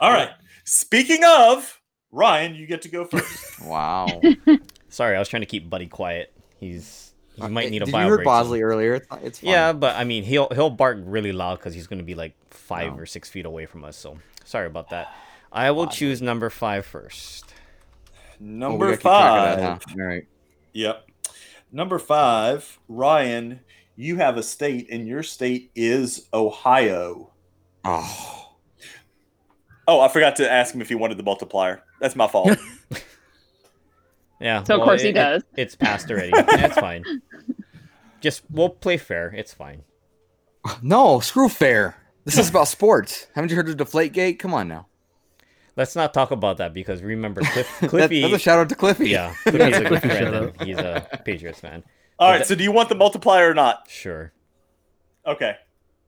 Speaker 3: All right. Speaking of Ryan, you get to go first.
Speaker 4: wow.
Speaker 5: Sorry, I was trying to keep Buddy quiet. He's he
Speaker 4: Uh,
Speaker 5: might need a
Speaker 4: Did
Speaker 5: bio
Speaker 4: You heard
Speaker 5: break soon.
Speaker 4: Bosley earlier. It's, it's fine.
Speaker 5: Yeah, but I mean, he'll he'll bark really loud because he's gonna be like five
Speaker 4: No.
Speaker 5: or six feet away from us. So sorry about that. I will choose number five first.
Speaker 4: Oh, we
Speaker 3: Number
Speaker 4: gotta keep track
Speaker 3: five.
Speaker 4: of that, huh? All right.
Speaker 3: Yep. Number five, Ryan, you have a state, and your state is Ohio.
Speaker 4: Oh,
Speaker 3: Oh, I forgot to ask him if he wanted the multiplier. That's my fault.
Speaker 5: Yeah.
Speaker 1: So, of
Speaker 5: well,
Speaker 1: course he
Speaker 5: it- it-
Speaker 1: does.
Speaker 5: it's passed already. That's fine. Just we'll play fair. It's fine.
Speaker 4: no, screw fair. This is about sports. Haven't you heard of Deflate Gate? Come on now.
Speaker 5: Let's not talk about that because remember Cliff,
Speaker 4: That,
Speaker 5: Cliffy.
Speaker 4: that's a shout out to Cliffy.
Speaker 5: yeah, Cliffy's a good
Speaker 2: Cliffy
Speaker 5: friend.
Speaker 2: shout
Speaker 5: and He's a Patriots fan.
Speaker 3: All right. So, do you want the multiplier or not?
Speaker 5: Sure.
Speaker 3: Okay.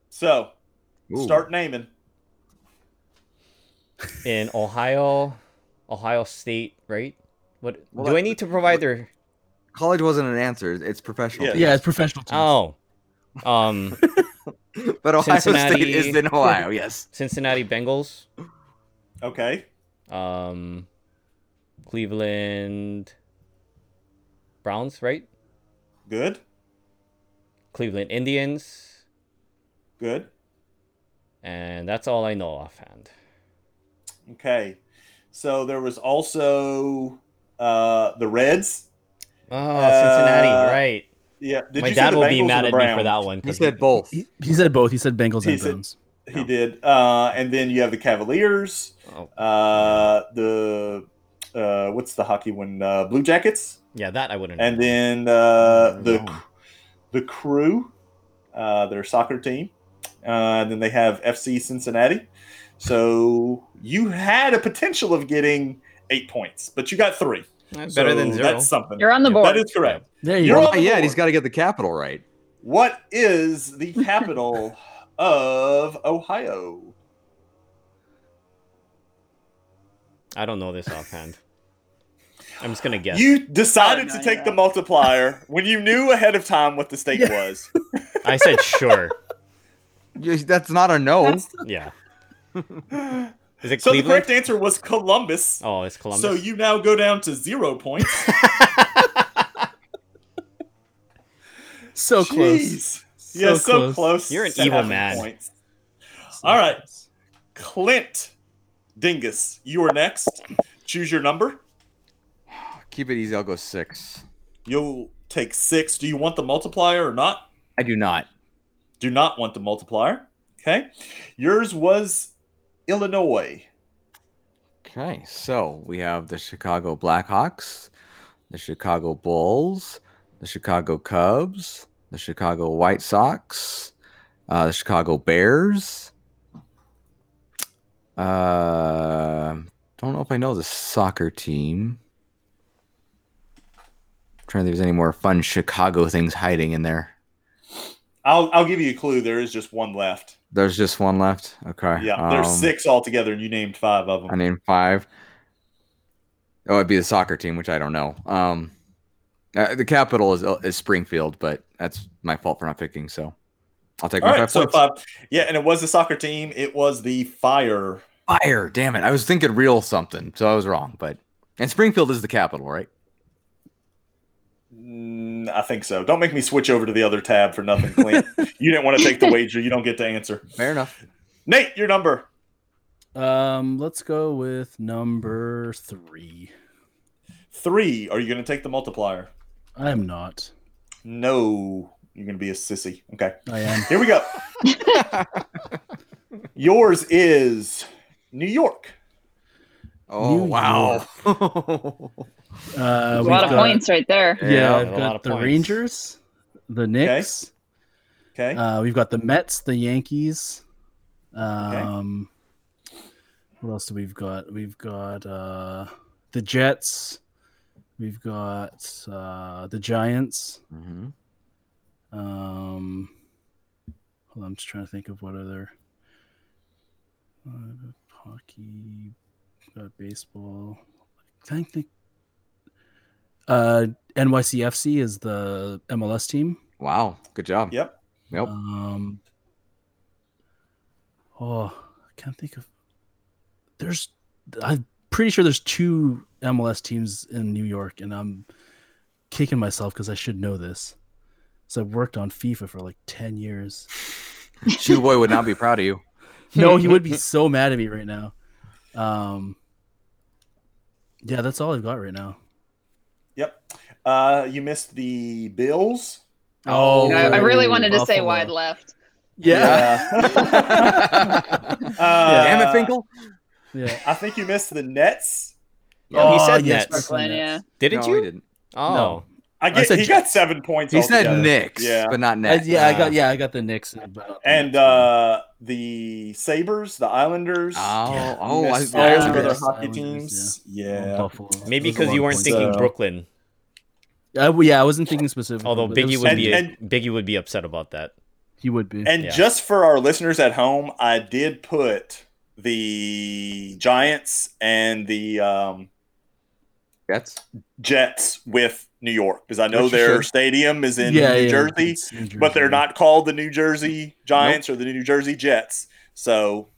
Speaker 3: So,
Speaker 4: Ooh.
Speaker 3: start naming.
Speaker 5: In Ohio, Ohio State, right? What
Speaker 4: Well,
Speaker 5: do
Speaker 4: that-
Speaker 5: I need to provide their?
Speaker 4: College wasn't an answer. It's professional.
Speaker 3: Yeah.
Speaker 2: Yeah, it's professional teams.
Speaker 5: Oh, um,
Speaker 4: teams. But Ohio State
Speaker 5: Cincinnati.
Speaker 4: is in Ohio. Yes.
Speaker 5: Cincinnati Bengals.
Speaker 3: Okay.
Speaker 5: um Cleveland Browns, right?
Speaker 3: Good.
Speaker 5: Cleveland Indians,
Speaker 3: Good.
Speaker 5: and that's all I know offhand.
Speaker 3: Okay. So there was also uh the Reds.
Speaker 5: Oh,
Speaker 3: Uh,
Speaker 5: Cincinnati, right?
Speaker 3: Yeah. Did
Speaker 5: My
Speaker 3: you say
Speaker 5: dad
Speaker 3: the
Speaker 5: will be
Speaker 3: Bengals or the
Speaker 5: mad at me for
Speaker 3: Browns?
Speaker 5: that one.
Speaker 4: He
Speaker 5: 'cause
Speaker 4: said both.
Speaker 2: He, he said both. He said Bengals
Speaker 3: He
Speaker 2: and
Speaker 3: said-
Speaker 2: Browns.
Speaker 3: He did. Uh and then you have the Cavaliers,
Speaker 5: oh,
Speaker 3: uh the uh what's the hockey one? Uh Blue Jackets.
Speaker 5: yeah, that I wouldn't.
Speaker 3: And
Speaker 5: know.
Speaker 3: then uh the
Speaker 4: No.
Speaker 3: the crew, uh their soccer team. Uh and then they have FC Cincinnati. So you had a potential of getting eight points, but you got three.
Speaker 5: Uh, better than
Speaker 3: So
Speaker 5: zero.
Speaker 3: That's something.
Speaker 1: You're on the board.
Speaker 3: That is correct.
Speaker 2: There you
Speaker 3: You're
Speaker 2: go.
Speaker 3: on the
Speaker 4: Oh, yeah, and
Speaker 3: board.
Speaker 4: he's got to get the capital right.
Speaker 3: What is the capital of Ohio?
Speaker 5: I don't know this offhand. I'm just gonna guess.
Speaker 3: You decided
Speaker 1: Oh, no,
Speaker 3: to take
Speaker 1: yeah.
Speaker 3: the multiplier when you knew ahead of time what the state was.
Speaker 5: I said sure.
Speaker 4: You- That's not a no.
Speaker 5: Yeah. Is it
Speaker 3: So the
Speaker 5: Cleveland?
Speaker 3: correct answer was Columbus.
Speaker 5: Oh, it's Columbus.
Speaker 3: So you now go down to zero points.
Speaker 2: So close.
Speaker 3: Jeez. yeah, so close.
Speaker 5: You're an
Speaker 3: to
Speaker 5: evil
Speaker 3: having
Speaker 5: man.
Speaker 3: Points. All right. Clint Dingus, you are next. Choose your number.
Speaker 4: Keep it easy. I'll go six.
Speaker 3: You'll take six. Do you want the multiplier or not?
Speaker 4: I do not.
Speaker 3: do not want the multiplier. Okay. Yours was Illinois.
Speaker 4: Okay, so we have the Chicago Blackhawks, the Chicago Bulls, the Chicago Cubs, the Chicago White Sox, uh, the Chicago Bears. Uh, don't know if I know the soccer team. trying to think if there's any more fun Chicago things hiding in there.
Speaker 3: I'll, I'll give you a clue. There is just one left.
Speaker 4: There's just one left. Okay.
Speaker 3: Yeah. There's
Speaker 4: um,
Speaker 3: six altogether, and you named five of
Speaker 4: I
Speaker 3: them.
Speaker 4: named five. Oh, it'd be the soccer team, which I don't know. Um, uh, the capital is is Springfield, but that's my fault for not picking. So I'll take
Speaker 3: All
Speaker 4: my
Speaker 3: right,
Speaker 4: five
Speaker 3: so
Speaker 4: points.
Speaker 3: five. Yeah, and it was the soccer team. It was the Fire.
Speaker 4: Fire, damn it! I was thinking real something, so I was wrong. But and Springfield is the capital, right?
Speaker 3: Mm, I think so. Don't make me switch over to the other tab for nothing, Clint. you didn't want to take the wager. You don't get to answer.
Speaker 4: Fair enough.
Speaker 3: Nate, your number.
Speaker 2: Um, let's go with number three.
Speaker 3: Three. Are you going to take the multiplier?
Speaker 2: I am not.
Speaker 3: No. You're going to be a sissy. Okay.
Speaker 2: I am.
Speaker 3: Here we go. Yours is New York.
Speaker 4: Oh
Speaker 2: New
Speaker 4: wow!
Speaker 2: Uh,
Speaker 1: There's a
Speaker 2: we've
Speaker 1: lot of
Speaker 2: got-
Speaker 1: points right there.
Speaker 2: Yeah,
Speaker 4: Yeah,
Speaker 2: I've
Speaker 5: a lot
Speaker 2: got
Speaker 5: of
Speaker 2: the
Speaker 5: points.
Speaker 2: Rangers, the Knicks.
Speaker 3: Okay.
Speaker 2: Uh, we've got the Mets, the Yankees. Um, What else do we've got? We've got uh, the Jets. We've got uh, the Giants.
Speaker 4: Mhm.
Speaker 2: Um, hold on, I'm just trying to think of what other uh, hockey, uh, baseball. I think the uh, NYCFC is the MLS team.
Speaker 4: Wow, good job.
Speaker 3: Yep.
Speaker 4: Yep.
Speaker 2: Um, oh, I can't think of. There's, I'm pretty sure there's two MLS teams in New York, and I'm kicking myself because I should know this. So I've worked on FIFA for like ten years.
Speaker 4: Shoe boy would not be proud of you.
Speaker 2: No, he would be so mad at me right now. Um, yeah, that's all I've got right now.
Speaker 3: Yep. Uh, you missed the Bills.
Speaker 2: Oh,
Speaker 1: I, I really wanted to say
Speaker 2: Buffalo.
Speaker 1: wide left.
Speaker 4: Damn
Speaker 3: Uh,
Speaker 4: it, Finkel!
Speaker 2: Yeah.
Speaker 3: I think you missed the Nets.
Speaker 5: Yeah, he
Speaker 2: Oh,
Speaker 5: said
Speaker 2: yes,
Speaker 5: Nets.
Speaker 2: Brooklyn
Speaker 1: Brooklyn, yeah.
Speaker 2: Nets.
Speaker 5: Didn't
Speaker 4: No,
Speaker 5: you?
Speaker 4: he didn't.
Speaker 5: Oh,
Speaker 2: No.
Speaker 3: I get,
Speaker 2: said
Speaker 3: he got seven points.
Speaker 4: He said
Speaker 3: altogether.
Speaker 4: Knicks,
Speaker 3: Yeah.
Speaker 4: but not
Speaker 2: I,
Speaker 4: Nets.
Speaker 2: yeah, I
Speaker 5: Ah.
Speaker 2: got yeah, I got the Knicks and, but not the
Speaker 3: And
Speaker 2: Nets.
Speaker 3: uh, the Sabers, the Islanders.
Speaker 4: Oh,
Speaker 2: Yeah.
Speaker 4: oh, I,
Speaker 3: missed
Speaker 2: I
Speaker 3: all
Speaker 2: was
Speaker 3: of their
Speaker 2: nervous. I
Speaker 3: hockey
Speaker 2: was nervous,
Speaker 3: teams. Yeah.
Speaker 2: Buffalo.
Speaker 5: maybe
Speaker 2: There's a
Speaker 5: because
Speaker 2: lot
Speaker 5: you
Speaker 2: of
Speaker 5: weren't
Speaker 2: points.
Speaker 5: thinking
Speaker 3: So-
Speaker 5: Brooklyn.
Speaker 2: I, well, yeah, I wasn't thinking specifically.
Speaker 5: Although
Speaker 2: but it
Speaker 5: Biggie
Speaker 2: was-
Speaker 5: would
Speaker 3: And-
Speaker 5: be
Speaker 3: and-
Speaker 5: Biggie would be upset about that.
Speaker 2: he would be.
Speaker 3: And
Speaker 5: Yeah.
Speaker 3: just for our listeners at home, I did put the Giants and the um,
Speaker 4: Jets.
Speaker 3: Jets with New York because I know
Speaker 4: Which you
Speaker 3: their
Speaker 4: should.
Speaker 3: stadium is in New Jersey.
Speaker 2: it's New Jersey.
Speaker 3: but they're not called the New Jersey Giants or the New Jersey Jets. So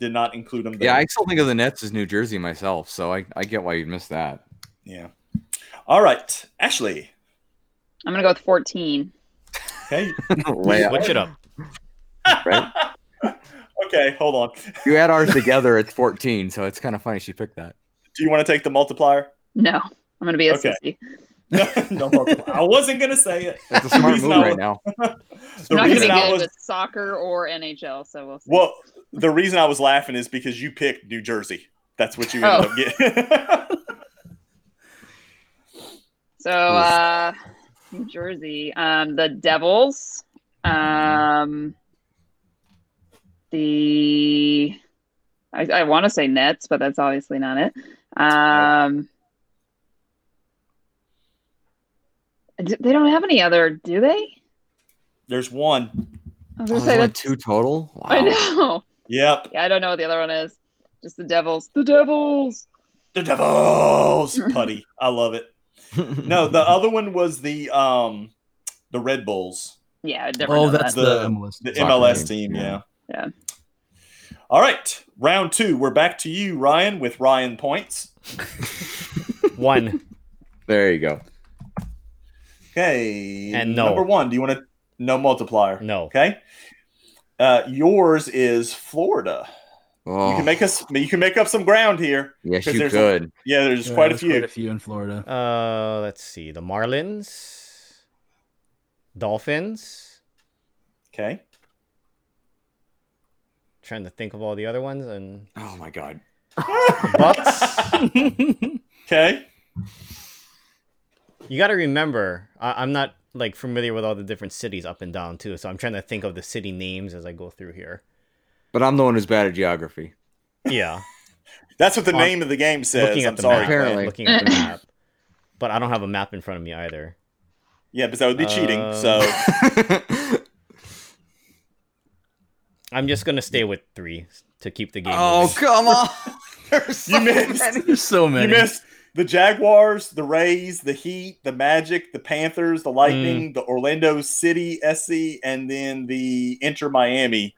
Speaker 3: did not include them. There.
Speaker 4: Yeah, I still think of the Nets as New Jersey myself, so I, I get why you missed that.
Speaker 3: yeah. All right, Ashley.
Speaker 1: I'm gonna go with 14.
Speaker 3: Okay.
Speaker 4: Way up.
Speaker 5: Switch it up.
Speaker 3: okay, hold on.
Speaker 4: you add ours together, it's 14, so it's kind of funny she picked that.
Speaker 3: Do you want to take the multiplier?
Speaker 1: No, I'm gonna be a
Speaker 3: Okay.
Speaker 1: sissy.
Speaker 3: no, multiplier. I wasn't gonna say it.
Speaker 4: It's a smart
Speaker 3: reason I
Speaker 4: move
Speaker 3: was-
Speaker 4: right now.
Speaker 3: The
Speaker 1: I'm not gonna be
Speaker 3: reason I
Speaker 1: good
Speaker 3: was
Speaker 1: with soccer or NHL, so we'll see.
Speaker 3: well, the reason I was laughing is because you picked New Jersey. That's what you ended
Speaker 1: Oh.
Speaker 3: up getting.
Speaker 1: so uh, New Jersey, um, the Devils, um, the I, I want to say Nets, but that's obviously not it. Um, d- they don't have any other, do they?
Speaker 3: There's one.
Speaker 1: I was
Speaker 4: Oh,
Speaker 1: gonna
Speaker 4: there's
Speaker 1: say
Speaker 4: only
Speaker 1: that's
Speaker 4: two total.
Speaker 1: I
Speaker 4: Wow.
Speaker 1: know.
Speaker 3: Yep.
Speaker 1: Yeah, I don't know what the other one is. Just the Devils. The Devils.
Speaker 3: The Devils putty. I love it. No, the other one was the um the Red Bulls.
Speaker 1: Yeah, I'd never
Speaker 2: Oh,
Speaker 1: know
Speaker 2: that's
Speaker 1: that.
Speaker 2: the,
Speaker 3: The-
Speaker 2: MLS.
Speaker 3: The
Speaker 4: Soccer
Speaker 3: MLS
Speaker 4: team,
Speaker 3: team, yeah.
Speaker 1: yeah.
Speaker 3: All right, round two. We're back to you, Ryan, with Ryan points.
Speaker 5: One.
Speaker 4: there you go.
Speaker 3: Okay.
Speaker 5: And no.
Speaker 3: Number one, do you want to? No multiplier.
Speaker 5: No.
Speaker 3: Okay. Uh, yours is Florida.
Speaker 4: Oh,
Speaker 3: You can make us. You can make up some ground here.
Speaker 4: yes,
Speaker 3: 'cause
Speaker 4: you
Speaker 3: there's-
Speaker 4: could.
Speaker 3: Yeah, there's
Speaker 2: Yeah,
Speaker 3: quite
Speaker 2: there's
Speaker 3: a few.
Speaker 2: Quite a few in Florida.
Speaker 5: Uh, let's see. The Marlins, Dolphins.
Speaker 3: Okay.
Speaker 5: Trying to think of all the other ones and
Speaker 4: Oh, my God.
Speaker 5: Bucks.
Speaker 3: Okay.
Speaker 5: you got to remember, I- I'm not like familiar with all the different cities up and down too, so I'm trying to think of the city names as I go through here.
Speaker 4: But I'm the one who's bad at geography.
Speaker 5: Yeah,
Speaker 3: That's what the
Speaker 5: On-
Speaker 3: name of the game says.
Speaker 5: looking
Speaker 3: I'm
Speaker 5: at the
Speaker 3: sorry.
Speaker 5: map.
Speaker 4: Apparently.
Speaker 5: Apparently, looking at the map. But I don't have a map in front of me either.
Speaker 3: Yeah, but that would be cheating.
Speaker 5: Um,
Speaker 3: so Oh.
Speaker 5: I'm just gonna stay with three to keep the game.
Speaker 4: oh,
Speaker 5: moving.
Speaker 4: come on. There's so
Speaker 3: You missed.
Speaker 4: many.
Speaker 2: There's so
Speaker 3: you
Speaker 2: many.
Speaker 3: missed the Jaguars, the Rays, the Heat, the Magic, the Panthers, the Lightning,
Speaker 5: Mm.
Speaker 3: the Orlando City SC, and then the Inter Miami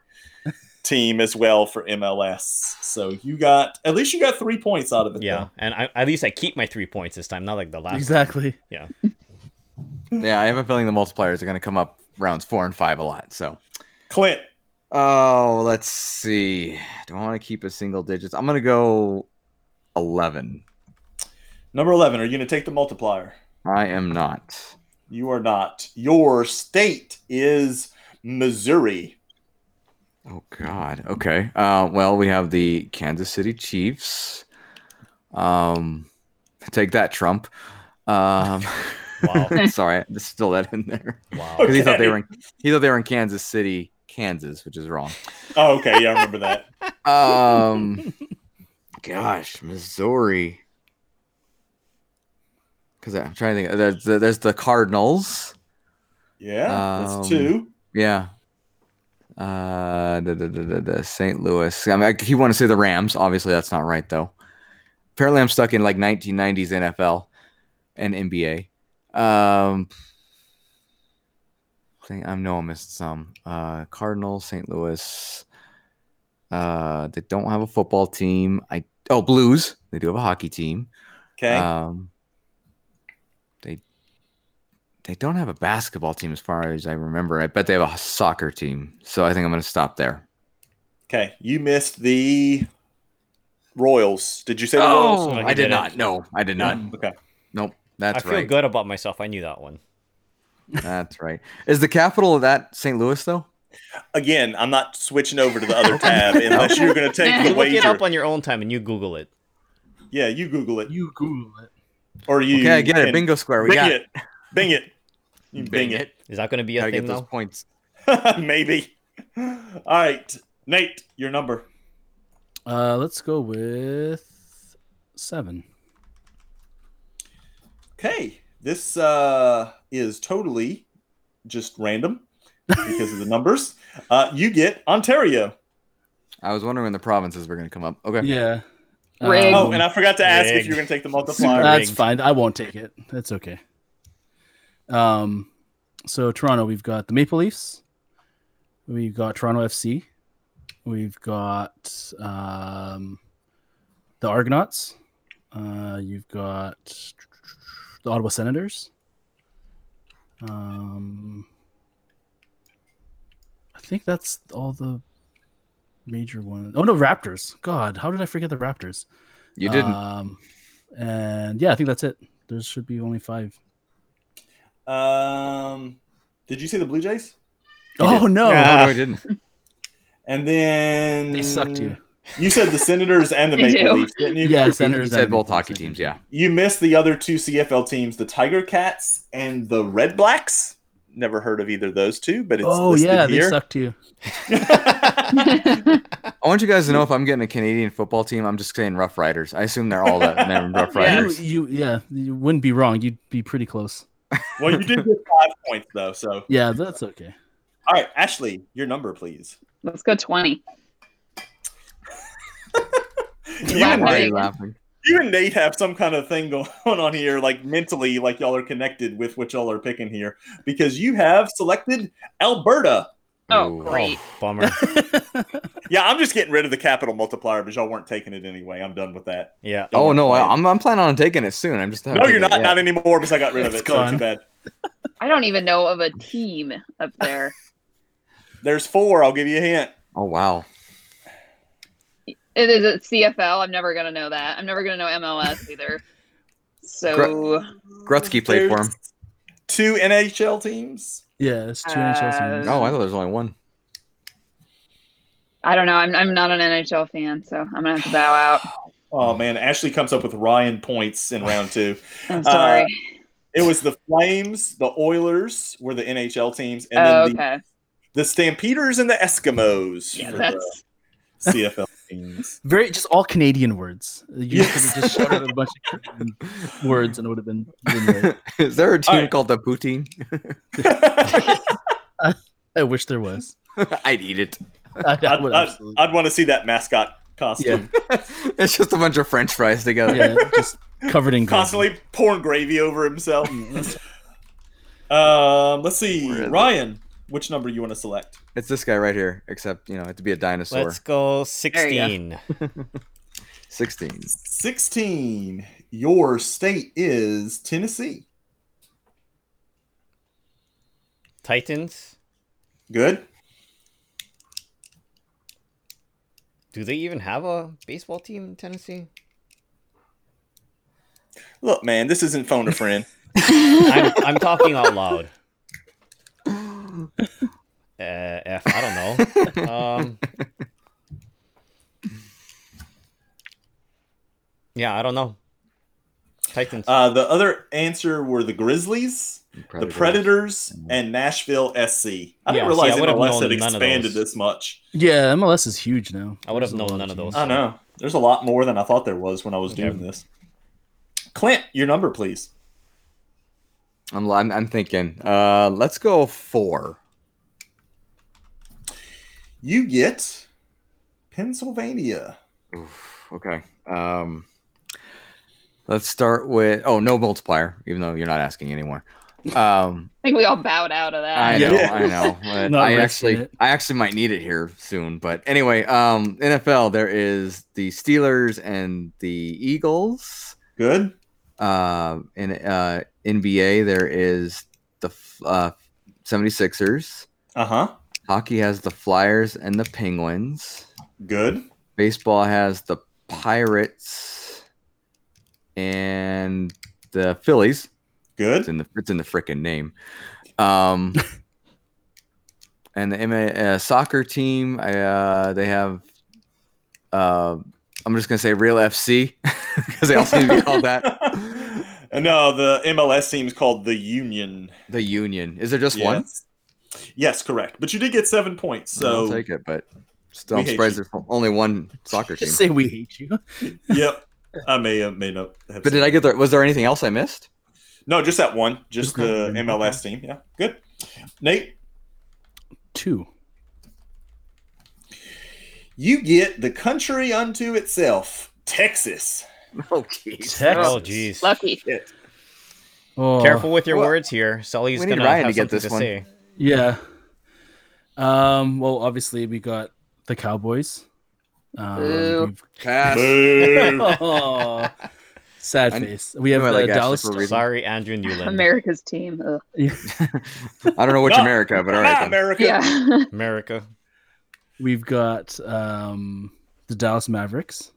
Speaker 3: team as well for MLS. So you got at least you got three points out of it.
Speaker 5: Yeah,
Speaker 3: though.
Speaker 5: and I, at least I keep my three points this time, not like the last.
Speaker 2: Exactly.
Speaker 4: Yeah, I have a feeling the multipliers are going to come up rounds four and five a lot. So,
Speaker 3: Clint.
Speaker 4: oh, let's see. Do I want to keep a single digits? I'm going to go 11.
Speaker 3: Number 11, are you going to take the multiplier?
Speaker 4: I am not.
Speaker 3: You are not. Your state is Missouri.
Speaker 4: Oh God. Okay. Uh, well, we have the Kansas City Chiefs. Um, take that, Trump. Um,
Speaker 5: Wow.
Speaker 4: sorry, I just still that in there
Speaker 5: Wow.
Speaker 4: because he thought they
Speaker 3: Okay.
Speaker 4: were in, he thought they were in Kansas City, Kansas, which is wrong.
Speaker 3: Oh, okay. Yeah, I remember that.
Speaker 4: Um, gosh, Missouri. Because I'm trying to think. There's the, there's the Cardinals.
Speaker 3: Yeah,
Speaker 4: Um,
Speaker 3: that's two.
Speaker 4: Yeah. Uh, the, the, the, the, the St. Louis. I mean, I, he wanted to say the Rams. Obviously, that's not right though. Apparently, I'm stuck in like 1990s NFL and NBA. Um, I think I know I missed some. Uh, Cardinals, St. Louis. Uh, they don't have a football team. I oh Blues. They do have a hockey team.
Speaker 3: Okay.
Speaker 4: Um, they they don't have a basketball team as far as I remember. I bet they have a soccer team. So I think I'm going to stop there.
Speaker 3: okay. You missed the Royals. Did you say the
Speaker 4: Oh,
Speaker 5: no,
Speaker 3: Royals?
Speaker 5: you
Speaker 4: I did
Speaker 5: didn't.
Speaker 4: not. No, I did not.
Speaker 3: Okay.
Speaker 4: Nope.
Speaker 5: I
Speaker 4: That's
Speaker 5: feel
Speaker 4: right.
Speaker 5: good about myself. I knew that one.
Speaker 4: That's right. Is the capital of that St. Louis though?
Speaker 3: Again, I'm not switching over to the other tab unless you're going to take
Speaker 5: You
Speaker 3: the
Speaker 5: look it up
Speaker 3: wager.
Speaker 5: on your own time and you Google it.
Speaker 3: Yeah, you Google it.
Speaker 2: You Google it.
Speaker 3: Or you.
Speaker 4: Okay, I get it.
Speaker 3: can
Speaker 4: Bingo square. We
Speaker 3: Bing
Speaker 4: got it.
Speaker 3: it. Bing it. You bing, it.
Speaker 5: Is that going to be a
Speaker 4: Gotta get
Speaker 5: thing
Speaker 4: those
Speaker 5: now?
Speaker 4: points.
Speaker 3: Maybe. All right. Nate, your number.
Speaker 2: Uh, let's go with seven.
Speaker 3: Okay, this uh, is totally just random because of the numbers. Uh, you get Ontario.
Speaker 4: I was wondering when the provinces were going to come up. Okay.
Speaker 2: Yeah.
Speaker 1: Rigged.
Speaker 3: Oh, and I forgot to ask if
Speaker 5: Rigged.
Speaker 3: you were going to take the multiplier.
Speaker 5: Sorry.
Speaker 2: That's fine. I won't take it. That's okay. Um, so Toronto, we've got the Maple Leafs, we've got Toronto FC, we've got um, the Argonauts, uh, you've got the Ottawa Senators. Um, I think that's all the major ones. Oh no, Raptors! God, how did I forget the Raptors?
Speaker 4: You didn't.
Speaker 2: Um, and yeah, I think that's it. There should be only five.
Speaker 3: Um, did you see the Blue Jays?
Speaker 4: You
Speaker 2: oh
Speaker 4: did.
Speaker 2: no,
Speaker 5: Yeah.
Speaker 4: oh,
Speaker 5: Ah.
Speaker 4: no, I didn't.
Speaker 3: And then
Speaker 2: they sucked you.
Speaker 3: You said the Senators and the
Speaker 1: They
Speaker 3: Maple
Speaker 1: do.
Speaker 3: Leafs, didn't you?
Speaker 2: Yeah,
Speaker 4: Senators
Speaker 2: Senators
Speaker 4: said
Speaker 2: and-
Speaker 4: both hockey teams. Yeah.
Speaker 3: You missed the other two CFL teams, the Tiger Cats and the Red Blacks. Never heard of either of those two, but it's
Speaker 2: Oh
Speaker 3: listed
Speaker 2: yeah, they
Speaker 3: here.
Speaker 2: sucked you.
Speaker 4: I want you guys to know if I'm getting a Canadian football team, I'm just saying Rough Riders. I assume they're all that named Rough
Speaker 2: You,
Speaker 4: Riders.
Speaker 2: you yeah, you wouldn't be wrong. You'd be pretty close.
Speaker 3: well, you did get five points though. So, all
Speaker 2: Yeah, that's okay.
Speaker 3: right, Ashley, your number, please.
Speaker 1: Let's go 20.
Speaker 3: You
Speaker 1: Yeah,
Speaker 3: and
Speaker 4: Why are
Speaker 3: Nate,
Speaker 4: you laughing?
Speaker 3: you and Nate have some kind of thing going on here, like mentally, like y'all are connected with what y'all are picking here, because you have selected Alberta.
Speaker 1: Oh,
Speaker 4: Ooh.
Speaker 1: great.
Speaker 5: Bummer.
Speaker 3: Yeah, I'm just getting rid of the capital multiplier, but y'all weren't taking it anyway. I'm done with that.
Speaker 5: Yeah.
Speaker 4: Oh
Speaker 3: Don't
Speaker 4: no,
Speaker 3: play it.
Speaker 4: I, I'm I'm planning on taking it soon. I'm just haven't
Speaker 3: No, you're
Speaker 4: taken it
Speaker 3: not.
Speaker 4: yet.
Speaker 3: Not anymore because I got rid of
Speaker 2: It's
Speaker 3: it. So
Speaker 2: gone.
Speaker 3: too bad.
Speaker 1: I don't even know of a team up there.
Speaker 3: There's four. I'll give you a hint.
Speaker 4: Oh wow,
Speaker 1: It is a CFL. I'm never gonna know that. I'm never gonna know MLS either. So
Speaker 4: Gretzky played for him.
Speaker 3: There's Two NHL teams.
Speaker 2: Yeah, it's two NHL teams.
Speaker 1: Uh,
Speaker 4: Oh, I thought there was only one.
Speaker 1: I don't know. I'm I'm not an NHL fan, so I'm gonna have to bow out.
Speaker 3: Oh
Speaker 2: Hmm.
Speaker 3: man, Ashley comes up with Ryan points in round two.
Speaker 1: I'm sorry.
Speaker 3: It was the Flames, the Oilers were the NHL teams, and
Speaker 1: oh,
Speaker 3: then the,
Speaker 1: okay.
Speaker 3: the Stampeders and the Eskimos
Speaker 1: Yeah,
Speaker 3: for
Speaker 1: that's
Speaker 3: the CFL teams.
Speaker 2: Very just all Canadian words. You
Speaker 3: Yes.
Speaker 2: could have just shouted out a bunch of Canadian words and it would have been. been right.
Speaker 4: Is there a team
Speaker 3: Alright.
Speaker 4: called the Poutine?
Speaker 2: I wish there was.
Speaker 4: I'd eat it.
Speaker 2: I, I
Speaker 3: I'd,
Speaker 2: would
Speaker 3: I'd,
Speaker 2: absolutely.
Speaker 3: I'd want to see that mascot costume.
Speaker 4: It's just a bunch of French fries together.
Speaker 2: yeah, just covered in gravy.
Speaker 3: Constantly pouring gravy over himself. um, let's see,
Speaker 4: Where is it?
Speaker 3: Ryan, which number you want to select?
Speaker 4: It's this guy right here, except you know, it'd be a dinosaur.
Speaker 5: Let's go
Speaker 1: There you go.
Speaker 5: 16.
Speaker 4: Sixteen.
Speaker 3: Sixteen. Your state is Tennessee.
Speaker 5: Titans?
Speaker 3: Good.
Speaker 5: Do they even have a baseball team in Tennessee?
Speaker 3: Look, man, this isn't phone a friend.
Speaker 5: I'm, I'm talking out loud. Uh, F, I don't know. Um, yeah, I don't know. Titans.
Speaker 3: Uh, the other answer were the Grizzlies, the Predators, and Nashville SC. I
Speaker 5: Yeah, see,
Speaker 3: didn't realize
Speaker 5: I
Speaker 3: that
Speaker 5: would've
Speaker 3: MLS
Speaker 5: known
Speaker 3: had
Speaker 5: none of
Speaker 3: expanded
Speaker 5: those.
Speaker 3: this much.
Speaker 2: Yeah, MLS is huge now.
Speaker 5: I would have
Speaker 2: There's a
Speaker 5: known
Speaker 2: lot
Speaker 5: none of
Speaker 2: teams.
Speaker 5: those.
Speaker 3: I know. There's a lot more than I thought there was when I was doing this. Clint, your number, please.
Speaker 4: I'm, I'm I'm thinking. Uh, let's go four.
Speaker 3: You get Pennsylvania.
Speaker 4: Oof, okay. Um, let's start with. Oh no, multiplier. Even though you're not asking anymore. Um,
Speaker 1: I think we all bowed out of that.
Speaker 4: I
Speaker 2: Yeah.
Speaker 4: know, I know. but
Speaker 2: Not
Speaker 4: I
Speaker 2: risking
Speaker 4: actually,
Speaker 2: it.
Speaker 4: I actually might need it here soon. But anyway, um, NFL. There is the Steelers and the Eagles.
Speaker 3: Good.
Speaker 4: uh, in uh, NBA, there is the F- uh, 76ers.
Speaker 3: Uh huh.
Speaker 4: Hockey has the Flyers and the Penguins.
Speaker 3: Good.
Speaker 4: Baseball has the Pirates and the Phillies. It's
Speaker 3: Good.
Speaker 4: in the it's in the frickin' name. Um, and the MA, uh, soccer team, I, uh, they have. Uh, I'm just gonna say Real FC because they also need to be called that.
Speaker 3: no, the MLS team's called the Union.
Speaker 4: The Union. Is there just one?
Speaker 3: Yes. Yes, correct. But you did get seven points.
Speaker 4: I'll
Speaker 3: So,
Speaker 4: take it, but still,
Speaker 3: We
Speaker 4: I'm
Speaker 3: hate
Speaker 4: surprised
Speaker 3: you.
Speaker 4: there's only one soccer team.
Speaker 2: Just say we hate you.
Speaker 3: yep. I may have may not have.
Speaker 4: But did I get there? Was there anything else I missed?
Speaker 3: No, just that one. Just
Speaker 2: Just that
Speaker 3: the
Speaker 2: one.
Speaker 3: MLS team. Yeah. Good. Nate,
Speaker 2: Two.
Speaker 3: you get the country unto itself, Texas.
Speaker 4: Oh, jeez.
Speaker 2: Texas.
Speaker 5: oh, jeez.
Speaker 1: Lucky.
Speaker 2: Oh,
Speaker 5: Careful with your
Speaker 4: Well,
Speaker 5: words here. Sully's
Speaker 4: we need
Speaker 5: gonna
Speaker 4: Ryan
Speaker 5: have
Speaker 4: to get
Speaker 5: something
Speaker 4: this
Speaker 5: to
Speaker 4: one.
Speaker 5: say.
Speaker 2: Yeah. Um. Well, obviously we got the Cowboys. Um,
Speaker 1: Boo.
Speaker 2: we've-
Speaker 4: Pass.
Speaker 3: Boo.
Speaker 2: oh, sad
Speaker 4: I-
Speaker 2: face. We have
Speaker 4: I
Speaker 2: the
Speaker 4: like Ashley
Speaker 2: Dallas.
Speaker 4: for a reason.
Speaker 5: Sorry, Andrew Newland.
Speaker 1: America's team. Ugh.
Speaker 4: I don't know which
Speaker 3: No.
Speaker 4: America, but all
Speaker 3: Ah,
Speaker 4: right. Then.
Speaker 3: America.
Speaker 1: Yeah.
Speaker 5: America.
Speaker 2: We've got um, the Dallas Mavericks.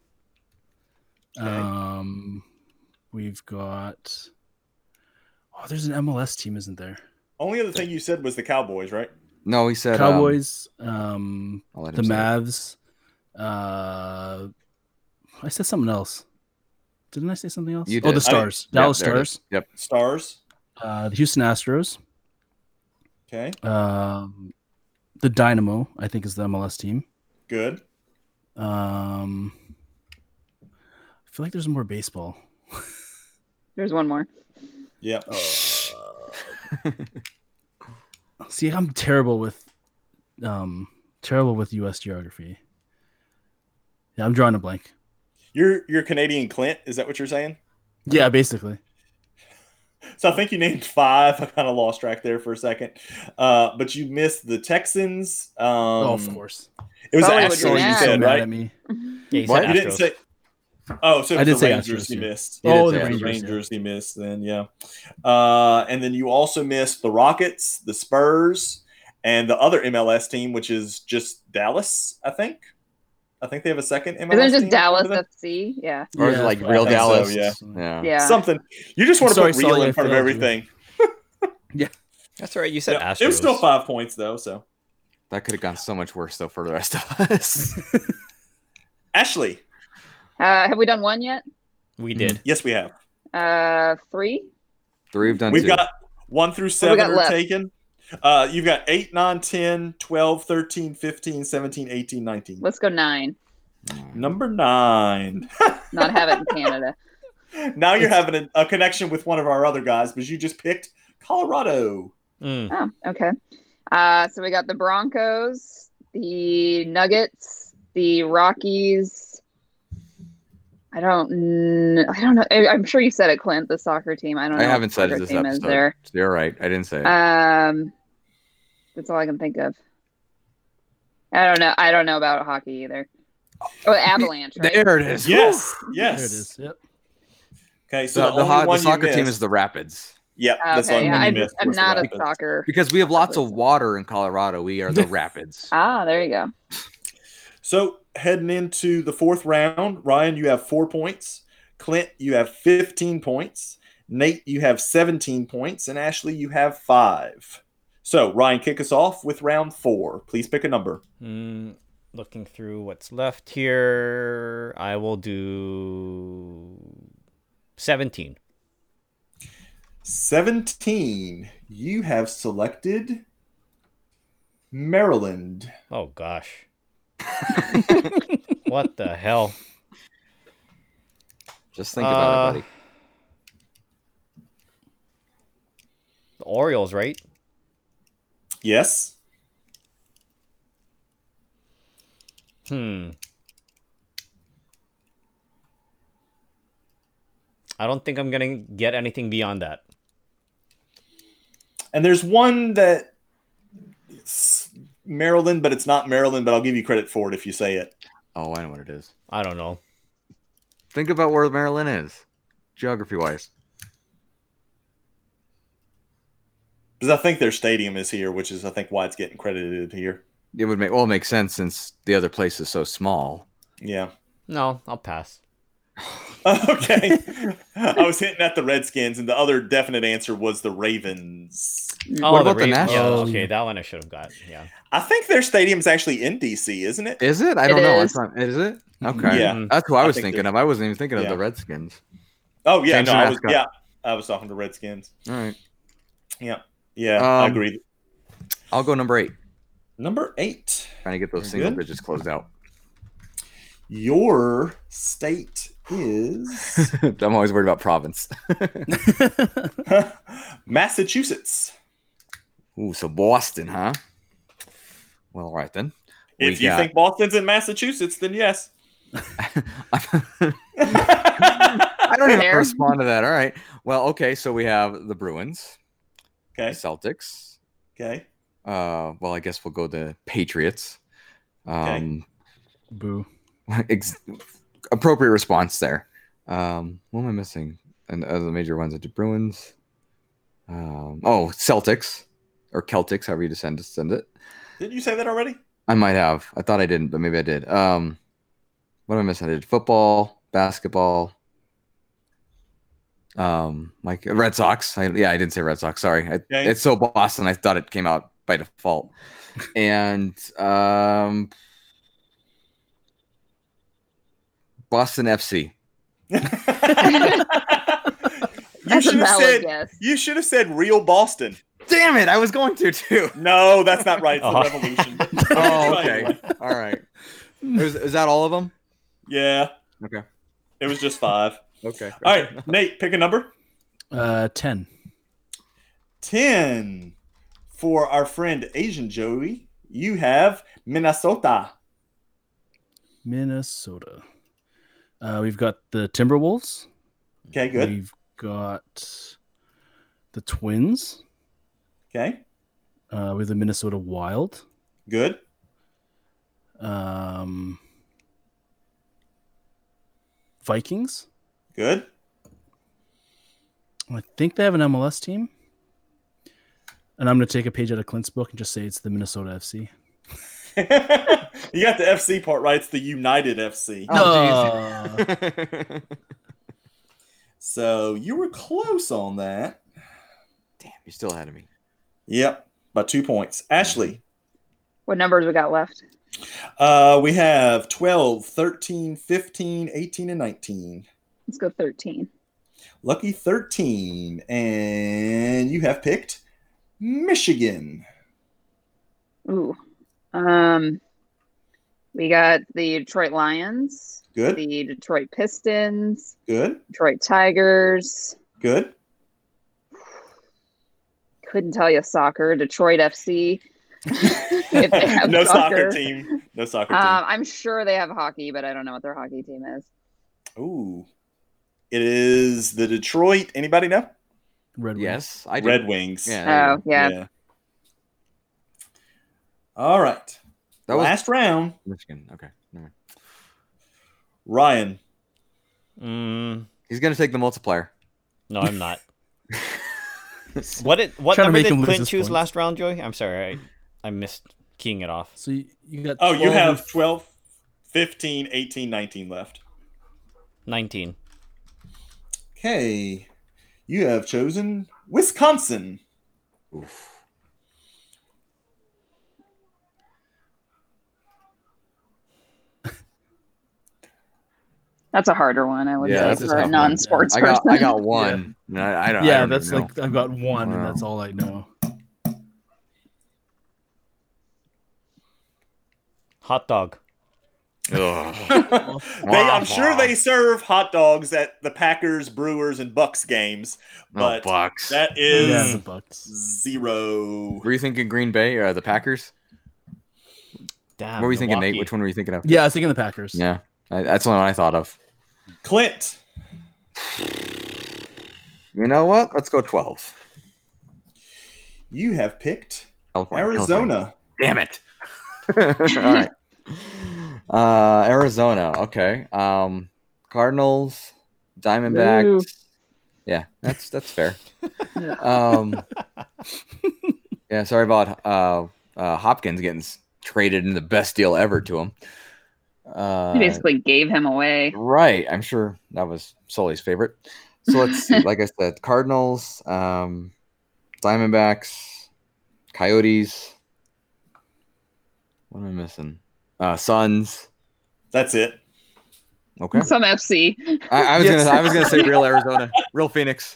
Speaker 3: Okay.
Speaker 2: Um, we've got. Oh, there's an MLS team, isn't there?
Speaker 3: Only other thing you said was the Cowboys, right?
Speaker 4: No, he said um,
Speaker 2: Cowboys. Um,
Speaker 4: I'll let
Speaker 2: the
Speaker 4: him say it.
Speaker 2: Mavs. Uh, I said something else. Didn't I say something else?
Speaker 4: You
Speaker 2: Oh, the
Speaker 4: did.
Speaker 3: I-
Speaker 2: Stars,
Speaker 4: Yep,
Speaker 2: Dallas
Speaker 4: there it is.
Speaker 2: Stars,
Speaker 4: Yep.
Speaker 3: Stars.
Speaker 2: uh, the Houston Astros,
Speaker 3: Okay.
Speaker 2: um, the Dynamo. I think is the MLS team.
Speaker 3: Good.
Speaker 2: Um, I feel like there's more baseball.
Speaker 1: There's one more.
Speaker 3: Yeah.
Speaker 4: Oh.
Speaker 2: See, I'm terrible with, um, terrible with U.S. geography. Yeah, I'm drawing a blank.
Speaker 3: You're you're Canadian Clint, is that what you're saying?
Speaker 2: Yeah, basically.
Speaker 3: So I think you named five. I kind of lost track there for a second. Uh, but you missed the Texans. Um,
Speaker 2: oh, of course.
Speaker 3: It was
Speaker 1: Probably would be
Speaker 3: Astros you
Speaker 1: mad.
Speaker 2: So
Speaker 3: said,
Speaker 2: mad
Speaker 3: right?
Speaker 2: at me.
Speaker 5: Yeah, he
Speaker 4: What?
Speaker 5: said
Speaker 3: You didn't
Speaker 5: Astros.
Speaker 3: say. Oh, so it
Speaker 2: I did
Speaker 3: was the
Speaker 2: say
Speaker 3: Rangers
Speaker 2: Astros,
Speaker 3: you
Speaker 2: yeah.
Speaker 3: missed.
Speaker 4: You did
Speaker 2: oh,
Speaker 4: say
Speaker 2: the
Speaker 4: Astros,
Speaker 3: Rangers,
Speaker 2: Rangers.
Speaker 3: Rangers he missed then, yeah. Uh, and then you also missed the Rockets, the Spurs, and the other MLS team, which is just Dallas, I think. I think they have a second MLS.
Speaker 1: Isn't it
Speaker 3: team
Speaker 1: just Dallas
Speaker 3: over there?
Speaker 1: FC? Yeah.
Speaker 2: yeah.
Speaker 4: Or is it like
Speaker 2: Yeah,
Speaker 4: real
Speaker 3: think so,
Speaker 4: Dallas?
Speaker 3: yeah.
Speaker 4: yeah.
Speaker 1: Yeah.
Speaker 3: Something. You just want to
Speaker 2: Sorry,
Speaker 3: put real
Speaker 2: Sully, I
Speaker 3: in front of
Speaker 2: failed you.
Speaker 3: everything.
Speaker 5: That's right. You said
Speaker 3: Yeah,
Speaker 5: Astros.
Speaker 3: It was still five points though. So
Speaker 4: That could have gone so much worse, though, for the rest of us.
Speaker 3: Ashley,
Speaker 1: Uh, have we done one yet?
Speaker 5: We did.
Speaker 3: yes, we have.
Speaker 1: Uh, three.
Speaker 4: Three, we've done
Speaker 3: We've
Speaker 4: two.
Speaker 3: got one through
Speaker 1: we
Speaker 3: seven
Speaker 1: got
Speaker 3: are
Speaker 1: left?
Speaker 3: taken. Uh, you've got 8, 9, 10, 12, 13, 15, 17, 18, 19.
Speaker 1: Let's go nine.
Speaker 4: Mm.
Speaker 3: Number nine.
Speaker 1: Not have it in Canada.
Speaker 3: Now you're having a, a connection with one of our other guys because you just picked Colorado.
Speaker 5: Mm.
Speaker 1: Oh, okay. Uh, so we got the Broncos, the Nuggets, the Rockies, I don't. kn- I don't know. I, I'm sure you said it, Clint. The soccer team. I don't.
Speaker 4: I
Speaker 1: know what
Speaker 4: haven't
Speaker 1: the
Speaker 4: said it
Speaker 1: soccer
Speaker 4: this
Speaker 1: team is
Speaker 4: episode.
Speaker 1: there.
Speaker 4: So you're right. I didn't say it.
Speaker 1: Um, that's all I can think of. I don't know. I don't know about hockey either. Oh, Avalanche, right?
Speaker 4: There it is.
Speaker 3: Yes,
Speaker 4: Whew.
Speaker 2: There
Speaker 3: yes.
Speaker 2: it is. Yep.
Speaker 3: Okay, so
Speaker 4: The,
Speaker 3: the,
Speaker 4: the,
Speaker 3: only
Speaker 4: ho- the
Speaker 3: one you
Speaker 4: soccer team
Speaker 3: missed-
Speaker 4: is the Rapids
Speaker 3: Yep,
Speaker 1: Oh,
Speaker 3: that's the
Speaker 1: okay,
Speaker 3: only
Speaker 1: yeah,
Speaker 3: one you
Speaker 1: I'm,
Speaker 3: missed
Speaker 1: I'm
Speaker 3: was the
Speaker 1: not a
Speaker 3: Rapids.
Speaker 1: soccer.
Speaker 4: because we have lots of
Speaker 1: Rapids.
Speaker 4: water in Colorado. We are the Rapids.
Speaker 1: Ah, there you go.
Speaker 3: So heading into the fourth round, Ryan, you have four points. Clint, you have 15 points. Nate, you have 17 points. And Ashley, you have five. So, Ryan, kick us off with round four. Please pick a number.
Speaker 5: Mm, looking through what's left here, I will do 17.
Speaker 3: 17. You have selected Maryland.
Speaker 5: Oh gosh. what the hell?
Speaker 4: Just think about
Speaker 5: Uh,
Speaker 4: it, buddy.
Speaker 5: The Orioles, right?
Speaker 3: Yes.
Speaker 5: Hmm. I don't think I'm gonna get anything beyond that.
Speaker 3: And there's one that it's Maryland, but it's not Maryland, but I'll give you credit for it if you say it.
Speaker 4: Oh, I know what it is.
Speaker 5: I don't know.
Speaker 4: Think about where Maryland is, geography wise.
Speaker 3: Because I think their stadium is here, which is, I think, why it's getting credited here.
Speaker 4: It would make well make sense since the other place is so small.
Speaker 3: Yeah.
Speaker 5: No, I'll pass.
Speaker 3: Okay. I was hinting at the Redskins, and the other definite answer was the Ravens.
Speaker 5: Oh,
Speaker 4: about the
Speaker 5: Ra- yeah,
Speaker 4: Nationals?
Speaker 5: okay, that one I should have got. Yeah.
Speaker 3: I think their stadium's actually in DC, isn't it?
Speaker 4: Is it? I
Speaker 1: It
Speaker 4: don't know.
Speaker 1: is.
Speaker 4: That's not, is it? Okay.
Speaker 3: Mm-hmm. Yeah.
Speaker 4: That's who I
Speaker 3: I
Speaker 4: was
Speaker 3: think
Speaker 4: thinking
Speaker 3: they're-
Speaker 4: of. I wasn't even thinking of
Speaker 3: Yeah.
Speaker 4: the Redskins.
Speaker 3: Oh yeah,
Speaker 4: Change
Speaker 3: no,
Speaker 4: the
Speaker 3: I was
Speaker 4: mascot.
Speaker 3: yeah, I was talking to Redskins.
Speaker 4: All right.
Speaker 3: Yeah, I
Speaker 4: Um,
Speaker 3: agree.
Speaker 4: I'll go number eight.
Speaker 3: Number eight,
Speaker 4: Trying to get
Speaker 3: Very
Speaker 4: those single
Speaker 3: good.
Speaker 4: digits closed out.
Speaker 3: your state is
Speaker 4: I'm always worried about province.
Speaker 3: Massachusetts.
Speaker 4: Ooh, so Boston, huh? Well, all right then. We
Speaker 3: If you
Speaker 4: got-
Speaker 3: think Boston's in Massachusetts, then yes.
Speaker 4: I
Speaker 3: okay.
Speaker 4: don't even
Speaker 1: Fair.
Speaker 4: respond to that. All right. Well, okay. So we have the Bruins, the Celtics.
Speaker 3: Okay.
Speaker 4: Uh, well, I guess we'll go the Patriots. Um,
Speaker 2: Boo.
Speaker 4: ex- appropriate response there. Um, what am I missing? And other major ones are the Bruins. Um, oh, Celtics or Celtics, however you descend to send it.
Speaker 3: Didn't you say that already?
Speaker 4: I might have. I thought I didn't, but maybe I did. Um, what am I missing? I did football, basketball. Um, like Red Sox. I, yeah, I didn't say Red Sox. Sorry, I,
Speaker 3: Yeah.
Speaker 4: it's so Boston. I thought it came out by default. and um, Boston FC.
Speaker 3: you
Speaker 1: That's a
Speaker 3: should have
Speaker 1: valid
Speaker 3: said
Speaker 1: guess.
Speaker 3: you should have said real Boston.
Speaker 4: Damn it! I was going to too.
Speaker 3: No, that's not right. It's
Speaker 5: Oh.
Speaker 3: the Revolution.
Speaker 4: Oh, okay. all right. Is, is that all of them?
Speaker 3: Yeah,
Speaker 4: Okay.
Speaker 3: it was just five.
Speaker 4: Okay.
Speaker 3: All right, Nate, pick a number.
Speaker 2: Uh, ten.
Speaker 3: Ten for our friend Asian Joey. You have Minnesota.
Speaker 2: Minnesota. Uh, we've got the Timberwolves.
Speaker 3: Okay, good.
Speaker 2: We've got the Twins.
Speaker 3: Okay,
Speaker 2: Uh, with the Minnesota Wild.
Speaker 3: good.
Speaker 2: Um, Vikings.
Speaker 3: Good.
Speaker 2: I think they have an MLS team. And I'm going to take a page out of Clint's book and just say it's the Minnesota FC.
Speaker 3: you got the FC part right. It's the United FC.
Speaker 4: Oh,
Speaker 2: No.
Speaker 4: Damn
Speaker 3: So you were close on that.
Speaker 4: you still ahead of me.
Speaker 3: Yep, by two points. Ashley,
Speaker 1: What numbers we got left?
Speaker 3: uh, we have 12, 13, 15, 18, and 19.
Speaker 1: Let's go thirteen.
Speaker 3: Lucky 13. And you have picked Michigan.
Speaker 1: Ooh. Um, we got the Detroit Lions,
Speaker 3: Good,
Speaker 1: the Detroit Pistons,
Speaker 3: good,
Speaker 1: Detroit Tigers.
Speaker 3: good.
Speaker 1: Couldn't tell you soccer. Detroit FC. If they have
Speaker 3: no
Speaker 1: soccer.
Speaker 3: soccer. team. No soccer
Speaker 1: Um, I'm sure they have hockey, but I don't know what their hockey team is.
Speaker 3: team. Ooh, it is the Detroit. Anybody know?
Speaker 2: Red Wings.
Speaker 4: Yes, I do.
Speaker 3: Red Wings.
Speaker 4: Yeah. there
Speaker 1: Oh
Speaker 4: you
Speaker 1: yeah.
Speaker 3: All right.
Speaker 4: go. that was
Speaker 3: Last round,
Speaker 4: Michigan. Okay, never mind.
Speaker 3: Ryan.
Speaker 5: Mm,
Speaker 4: He's gonna take the multiplier.
Speaker 5: no, I'm not. what did what
Speaker 2: Trying to
Speaker 5: number
Speaker 2: make
Speaker 5: did
Speaker 2: him lose
Speaker 5: Clint
Speaker 2: his
Speaker 5: choose
Speaker 2: points.
Speaker 5: last round, Joey? I'm sorry, I, I missed keying it off.
Speaker 2: So you, you got.
Speaker 3: Oh, you
Speaker 2: 12
Speaker 3: have 12, 15, 18, 19 left.
Speaker 5: Nineteen.
Speaker 3: Okay. You have chosen Wisconsin.
Speaker 4: Oof.
Speaker 1: That's a harder one, I would
Speaker 4: Yeah,
Speaker 2: that's
Speaker 1: say,
Speaker 2: a
Speaker 1: for
Speaker 2: tough
Speaker 1: a
Speaker 2: one.
Speaker 1: non sports
Speaker 4: I
Speaker 1: person.
Speaker 4: got I got one. No, I, I don't. I
Speaker 2: yeah,
Speaker 4: don't
Speaker 2: that's
Speaker 4: even
Speaker 2: like I've got one, and
Speaker 4: Wow.
Speaker 2: that's all I know.
Speaker 5: Hot dog.
Speaker 4: know.
Speaker 3: they, I'm
Speaker 4: Wah,
Speaker 3: sure
Speaker 4: wah.
Speaker 3: they serve hot dogs at the Packers, Brewers, and Bucks games.
Speaker 4: Oh,
Speaker 3: But
Speaker 4: Bucks.
Speaker 3: That
Speaker 2: Yeah,
Speaker 3: is
Speaker 2: the Bucks.
Speaker 3: zero.
Speaker 4: Were you thinking Green Bay or the Packers?
Speaker 5: Damn.
Speaker 4: What were you thinking, Nate?
Speaker 5: Uh, Milwaukee.
Speaker 4: Which one were you thinking of?
Speaker 2: Yeah, I was thinking the Packers.
Speaker 4: Yeah, I, that's the one I thought of.
Speaker 3: Clint.
Speaker 4: You know what? Let's go twelve.
Speaker 3: You have picked
Speaker 4: California, California.
Speaker 3: Arizona.
Speaker 4: Damn it! All right. Uh, Arizona. Okay. Um, Cardinals, Diamondbacks.
Speaker 1: Ooh.
Speaker 4: Yeah, that's that's fair.
Speaker 2: Yeah.
Speaker 4: Um, yeah. Sorry about uh, uh, Hopkins getting s- traded in the best deal ever to him. Uh,
Speaker 1: You basically gave him away.
Speaker 4: Right. I'm sure that was Sully's favorite. So let's see. like I said, Cardinals, um, Diamondbacks, Coyotes. What am I missing? Uh, Suns.
Speaker 3: That's it.
Speaker 4: Okay.
Speaker 1: Some FC.
Speaker 4: I, I was
Speaker 2: Yes.
Speaker 4: gonna. I was gonna say real Arizona, real Phoenix.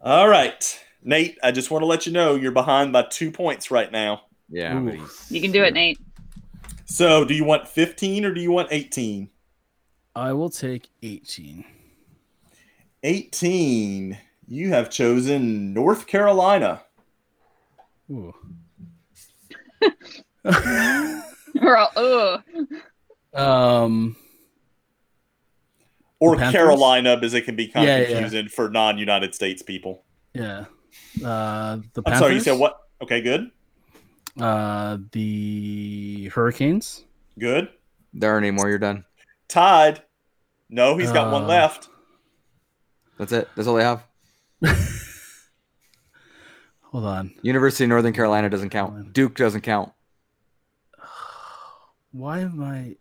Speaker 3: All right. Nate, I just want to let you know you're behind by two points right now.
Speaker 4: Yeah.
Speaker 2: Ooh.
Speaker 4: but he's-
Speaker 1: You can do it, Nate.
Speaker 3: So do you want 15 or do you want 18?
Speaker 2: I will take 18.
Speaker 3: 18. You have chosen North Carolina.
Speaker 2: Ooh.
Speaker 1: We're all, oh,
Speaker 2: Um,
Speaker 3: Or
Speaker 2: The Panthers?
Speaker 3: Carolina, as it can be kind
Speaker 2: Yeah,
Speaker 3: of
Speaker 2: yeah, yeah.
Speaker 3: confusing for non United States people.
Speaker 2: yeah. Uh, the
Speaker 3: I'm
Speaker 2: Panthers.
Speaker 3: sorry, you said what? Okay, good.
Speaker 2: Uh, the Hurricanes.
Speaker 3: Good.
Speaker 4: There aren't any more. You're done.
Speaker 3: Tied. No, he's got one
Speaker 2: Uh,
Speaker 3: left.
Speaker 4: That's it. That's all they have.
Speaker 2: Hold on.
Speaker 4: University of Northern Carolina doesn't count. Duke doesn't count.
Speaker 2: Why am I?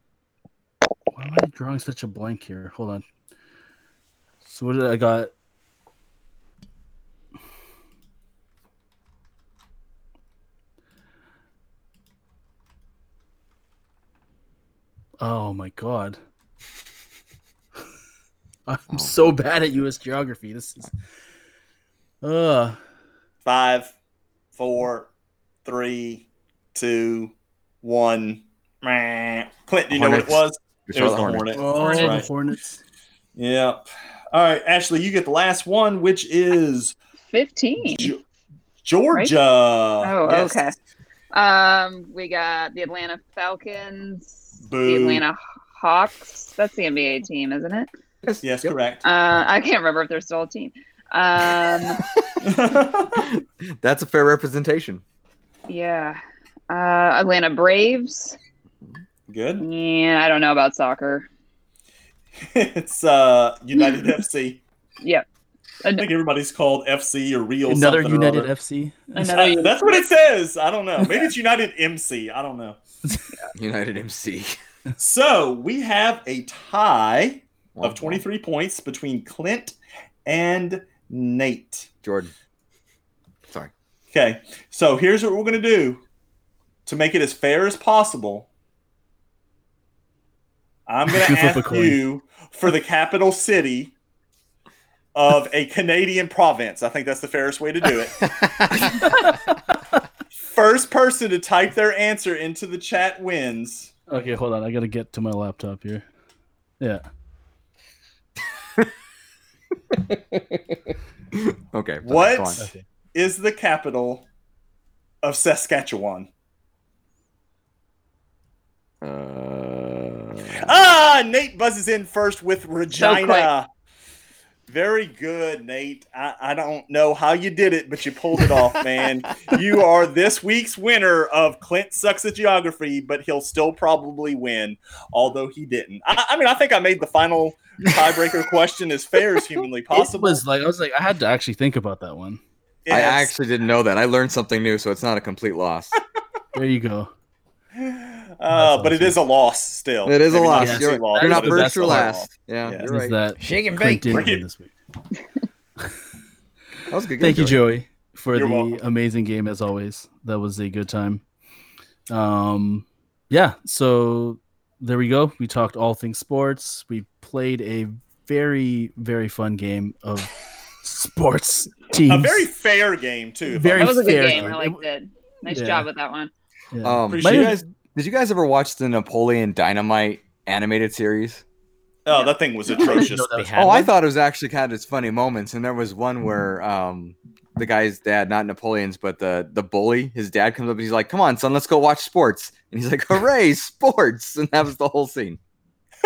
Speaker 2: Why am I drawing such a blank here? Hold on. So what did I got? Oh my god. I'm
Speaker 4: Oh.
Speaker 2: so bad at US geography. This is uh
Speaker 3: Five, four, three, two, one. Meh. Clint, do you know what it
Speaker 4: Hornets.
Speaker 3: was?
Speaker 4: You're
Speaker 3: It was
Speaker 4: Charlotte
Speaker 3: the
Speaker 4: Hornets.
Speaker 3: Hornet.
Speaker 2: oh, the
Speaker 3: Right.
Speaker 2: Hornets.
Speaker 3: Yep. All right, Ashley, you get the last one, which is
Speaker 1: 15.
Speaker 3: Ge- Georgia.
Speaker 1: Oh,
Speaker 3: Yes.
Speaker 1: okay. Um, we got the Atlanta Falcons, the
Speaker 3: Boo.
Speaker 1: Atlanta Hawks. That's the NBA team, isn't it?
Speaker 4: Yes.
Speaker 3: Yes,
Speaker 4: Yep.
Speaker 3: correct.
Speaker 1: Uh, I can't remember if they're still a team. Um,
Speaker 4: That's a fair representation.
Speaker 1: yeah. Uh, Atlanta Braves.
Speaker 3: Good.
Speaker 1: Yeah, I don't know about soccer.
Speaker 3: it's uh United FC.
Speaker 1: Yep.
Speaker 3: I think everybody's called FC or Real.
Speaker 2: Another
Speaker 3: something or
Speaker 2: United
Speaker 3: other.
Speaker 2: FC.
Speaker 1: Another
Speaker 3: Uh, that's what it says. I don't know. Maybe it's United MC. I don't know.
Speaker 4: United MC.
Speaker 3: So we have a tie
Speaker 4: Wow.
Speaker 3: of 23 points between Clint and Nate.
Speaker 4: Jordan. Sorry.
Speaker 3: Okay. So here's what we're going to do to make it as fair as possible. I'm going
Speaker 2: You
Speaker 3: to
Speaker 2: flip a
Speaker 3: ask
Speaker 2: coin.
Speaker 3: you for the capital city of a Canadian province. I think that's the fairest way to do it. First person to type their answer into the chat wins.
Speaker 2: Okay, hold on. I gotta get to my laptop here. Yeah.
Speaker 4: Okay. fine,
Speaker 3: What?
Speaker 4: go on.
Speaker 2: Okay.
Speaker 3: Is the capital of Saskatchewan?
Speaker 4: Uh,
Speaker 3: Ah, Ah, Nate buzzes in first with Regina. Very good, Nate. I, I don't know how you did it, but you pulled it off, man. you are this week's winner of Clint Sucks at Geography, but he'll still probably win, although he didn't. I, I mean, I think I made the final tiebreaker question as fair as humanly
Speaker 2: It
Speaker 3: possible.
Speaker 2: was like I was like I had to actually think about that one.
Speaker 4: I
Speaker 3: Yes.
Speaker 4: actually didn't know that. I learned something new, so it's not a complete loss.
Speaker 2: There you go.
Speaker 3: Uh, but it is a loss still.
Speaker 4: It is a
Speaker 3: Maybe
Speaker 4: loss.
Speaker 3: not a
Speaker 4: You're,
Speaker 3: complete loss,
Speaker 4: you're not
Speaker 3: but it's
Speaker 4: first
Speaker 2: that's
Speaker 4: or
Speaker 3: still a
Speaker 4: last.
Speaker 3: loss.
Speaker 4: Yeah,
Speaker 3: Yeah.
Speaker 4: you're
Speaker 2: Is
Speaker 4: right.
Speaker 2: that
Speaker 5: Shake and
Speaker 2: Clint
Speaker 5: bake.
Speaker 2: didn't
Speaker 3: Bring
Speaker 2: win
Speaker 3: it.
Speaker 2: this week?
Speaker 4: That was a good.
Speaker 2: Thank you,
Speaker 4: Joe.
Speaker 2: Joey, for
Speaker 3: You're
Speaker 2: the
Speaker 3: welcome.
Speaker 2: amazing game as always. That was a good time. Um, yeah. So there we go. We talked all things sports. We played a very very fun game of sports teams.
Speaker 3: A very fair game too. if I'm
Speaker 2: Very
Speaker 3: not
Speaker 1: That was a
Speaker 2: fair
Speaker 1: good game.
Speaker 2: game.
Speaker 1: I liked it. Nice
Speaker 2: Yeah.
Speaker 1: job with that one.
Speaker 2: Yeah.
Speaker 4: Um, did
Speaker 3: Appreciate
Speaker 4: you
Speaker 2: it.
Speaker 4: guys did you guys ever watch the Napoleon Dynamite animated series?
Speaker 3: Oh, that thing was
Speaker 2: I didn't
Speaker 3: atrocious.
Speaker 2: know that was-
Speaker 4: Oh, I thought it was actually kind of its funny moments, and there was one where um the guy's dad, not Napoleon's, but the the bully, his dad comes up and he's like, "Come on, son, let's go watch sports," and he's like, "Hooray, sports!" and that was the whole scene.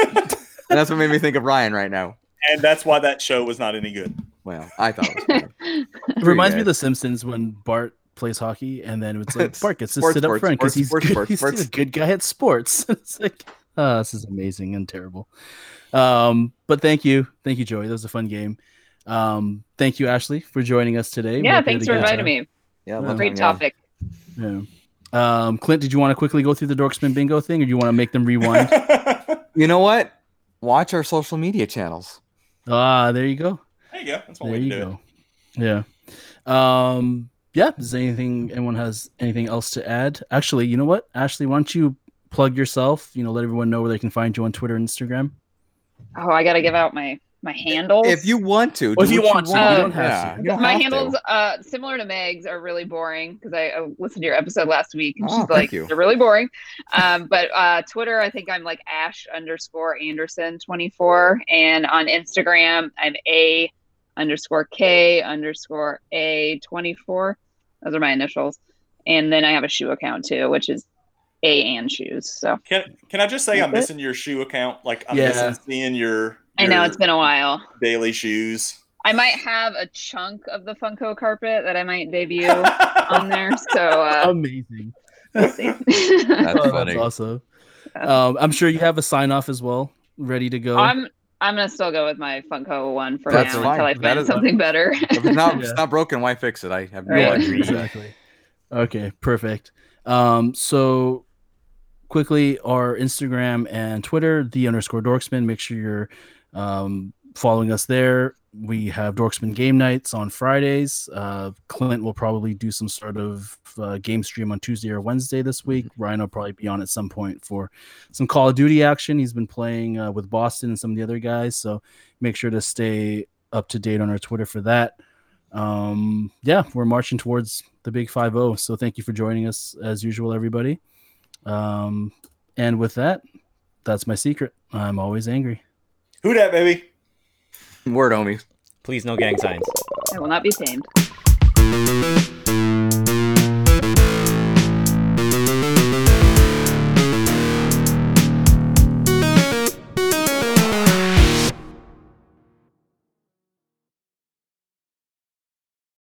Speaker 4: and that's what made me think of Ryan right now.
Speaker 3: and that's why that show was not any good.
Speaker 4: Well, I thought it was funny.
Speaker 2: It reminds me
Speaker 4: guys.
Speaker 2: of The Simpsons when Bart plays hockey, and then it's like Bart gets to
Speaker 4: Sports,
Speaker 2: sit up
Speaker 4: sports,
Speaker 2: front because
Speaker 4: sports,
Speaker 2: he's,
Speaker 4: sports,
Speaker 2: good-
Speaker 4: sports,
Speaker 2: he's still
Speaker 4: sports.
Speaker 2: a good guy at sports. it's like, ah, this is amazing and terrible. Um, but thank you, thank you, Joey. That was a fun game. Um, thank you, Ashley, for joining us today. We
Speaker 1: Yeah,
Speaker 2: hope you
Speaker 1: thanks
Speaker 2: had
Speaker 1: for
Speaker 2: a good
Speaker 1: inviting me.
Speaker 4: Yeah,
Speaker 2: Great
Speaker 4: long
Speaker 1: Great
Speaker 4: time, y'all.
Speaker 1: topic.
Speaker 2: time. Yeah. Um, Clint, did you want to quickly go through the Dorkspin Bingo thing, or do you want to make them rewind?
Speaker 3: there
Speaker 4: You know what? Watch our social media channels.
Speaker 2: ah, there you go.
Speaker 3: you go. That's one
Speaker 2: There
Speaker 3: way to
Speaker 2: you
Speaker 3: do
Speaker 2: go. Yeah. Um. Yeah. Does anything anyone has anything else to add? Actually, you know what, Ashley, why don't you plug yourself? You know, let everyone know where they can find you on Twitter and Instagram.
Speaker 1: Oh, I gotta give out my my handles.
Speaker 4: If you want to,
Speaker 2: Or if
Speaker 4: do
Speaker 2: you
Speaker 4: what
Speaker 2: want to,
Speaker 1: you
Speaker 2: don't have to.
Speaker 4: you don't
Speaker 1: Oh, my
Speaker 4: have to.
Speaker 1: handles, uh, similar to Meg's, are really boring because I uh, listened to your episode last week and
Speaker 4: Oh,
Speaker 1: she's
Speaker 4: thank
Speaker 1: like,
Speaker 4: you.
Speaker 1: they're really boring. Um, but uh, Twitter, I think I'm like Ash underscore Anderson 24. And on Instagram, I'm A underscore K underscore A 24. Those are my initials. And then I have a shoe account too, which is A and shoes. So
Speaker 3: Can Can I just say I'm
Speaker 1: That's it.
Speaker 3: missing your shoe account? Like I'm
Speaker 2: Yeah.
Speaker 3: missing seeing your,
Speaker 1: I know
Speaker 3: your
Speaker 1: it's been a while.
Speaker 3: daily shoes.
Speaker 1: I might have a chunk of the Funko carpet that I might debut on there. So uh,
Speaker 2: Amazing.
Speaker 1: we'll see.
Speaker 4: That's
Speaker 2: Oh,
Speaker 4: funny.
Speaker 2: that's awesome.
Speaker 1: Yeah.
Speaker 2: Um, I'm sure you have a sign off as well, ready to go.
Speaker 1: I'm I'm gonna still go with my Funko one for
Speaker 4: That's
Speaker 1: now
Speaker 4: fine.
Speaker 1: until I
Speaker 4: That
Speaker 1: find
Speaker 4: is-
Speaker 1: something better.
Speaker 4: If it's not,
Speaker 2: Yeah.
Speaker 4: it's not broken, why fix it? I have no
Speaker 1: Right.
Speaker 4: idea.
Speaker 2: exactly. Okay, perfect. Um, so quickly, our Instagram and Twitter, the underscore Dorksman. Make sure you're um, following us there. We have Dorksman game nights on Fridays. Uh, Clint will probably do some sort of uh, game stream on Tuesday or Wednesday this
Speaker 4: Mm-hmm.
Speaker 2: week. Ryan will probably be on at some point for some Call of Duty action. He's been playing uh, with Boston and some of the other guys. So make sure to stay up to date on our Twitter for that um yeah we're marching towards the big 50 so thank you for joining us as usual everybody um and with that that's my secret i'm always angry
Speaker 3: Who dat, baby?
Speaker 4: Word, homies.
Speaker 5: Please, no gang signs.
Speaker 1: I will not be tamed.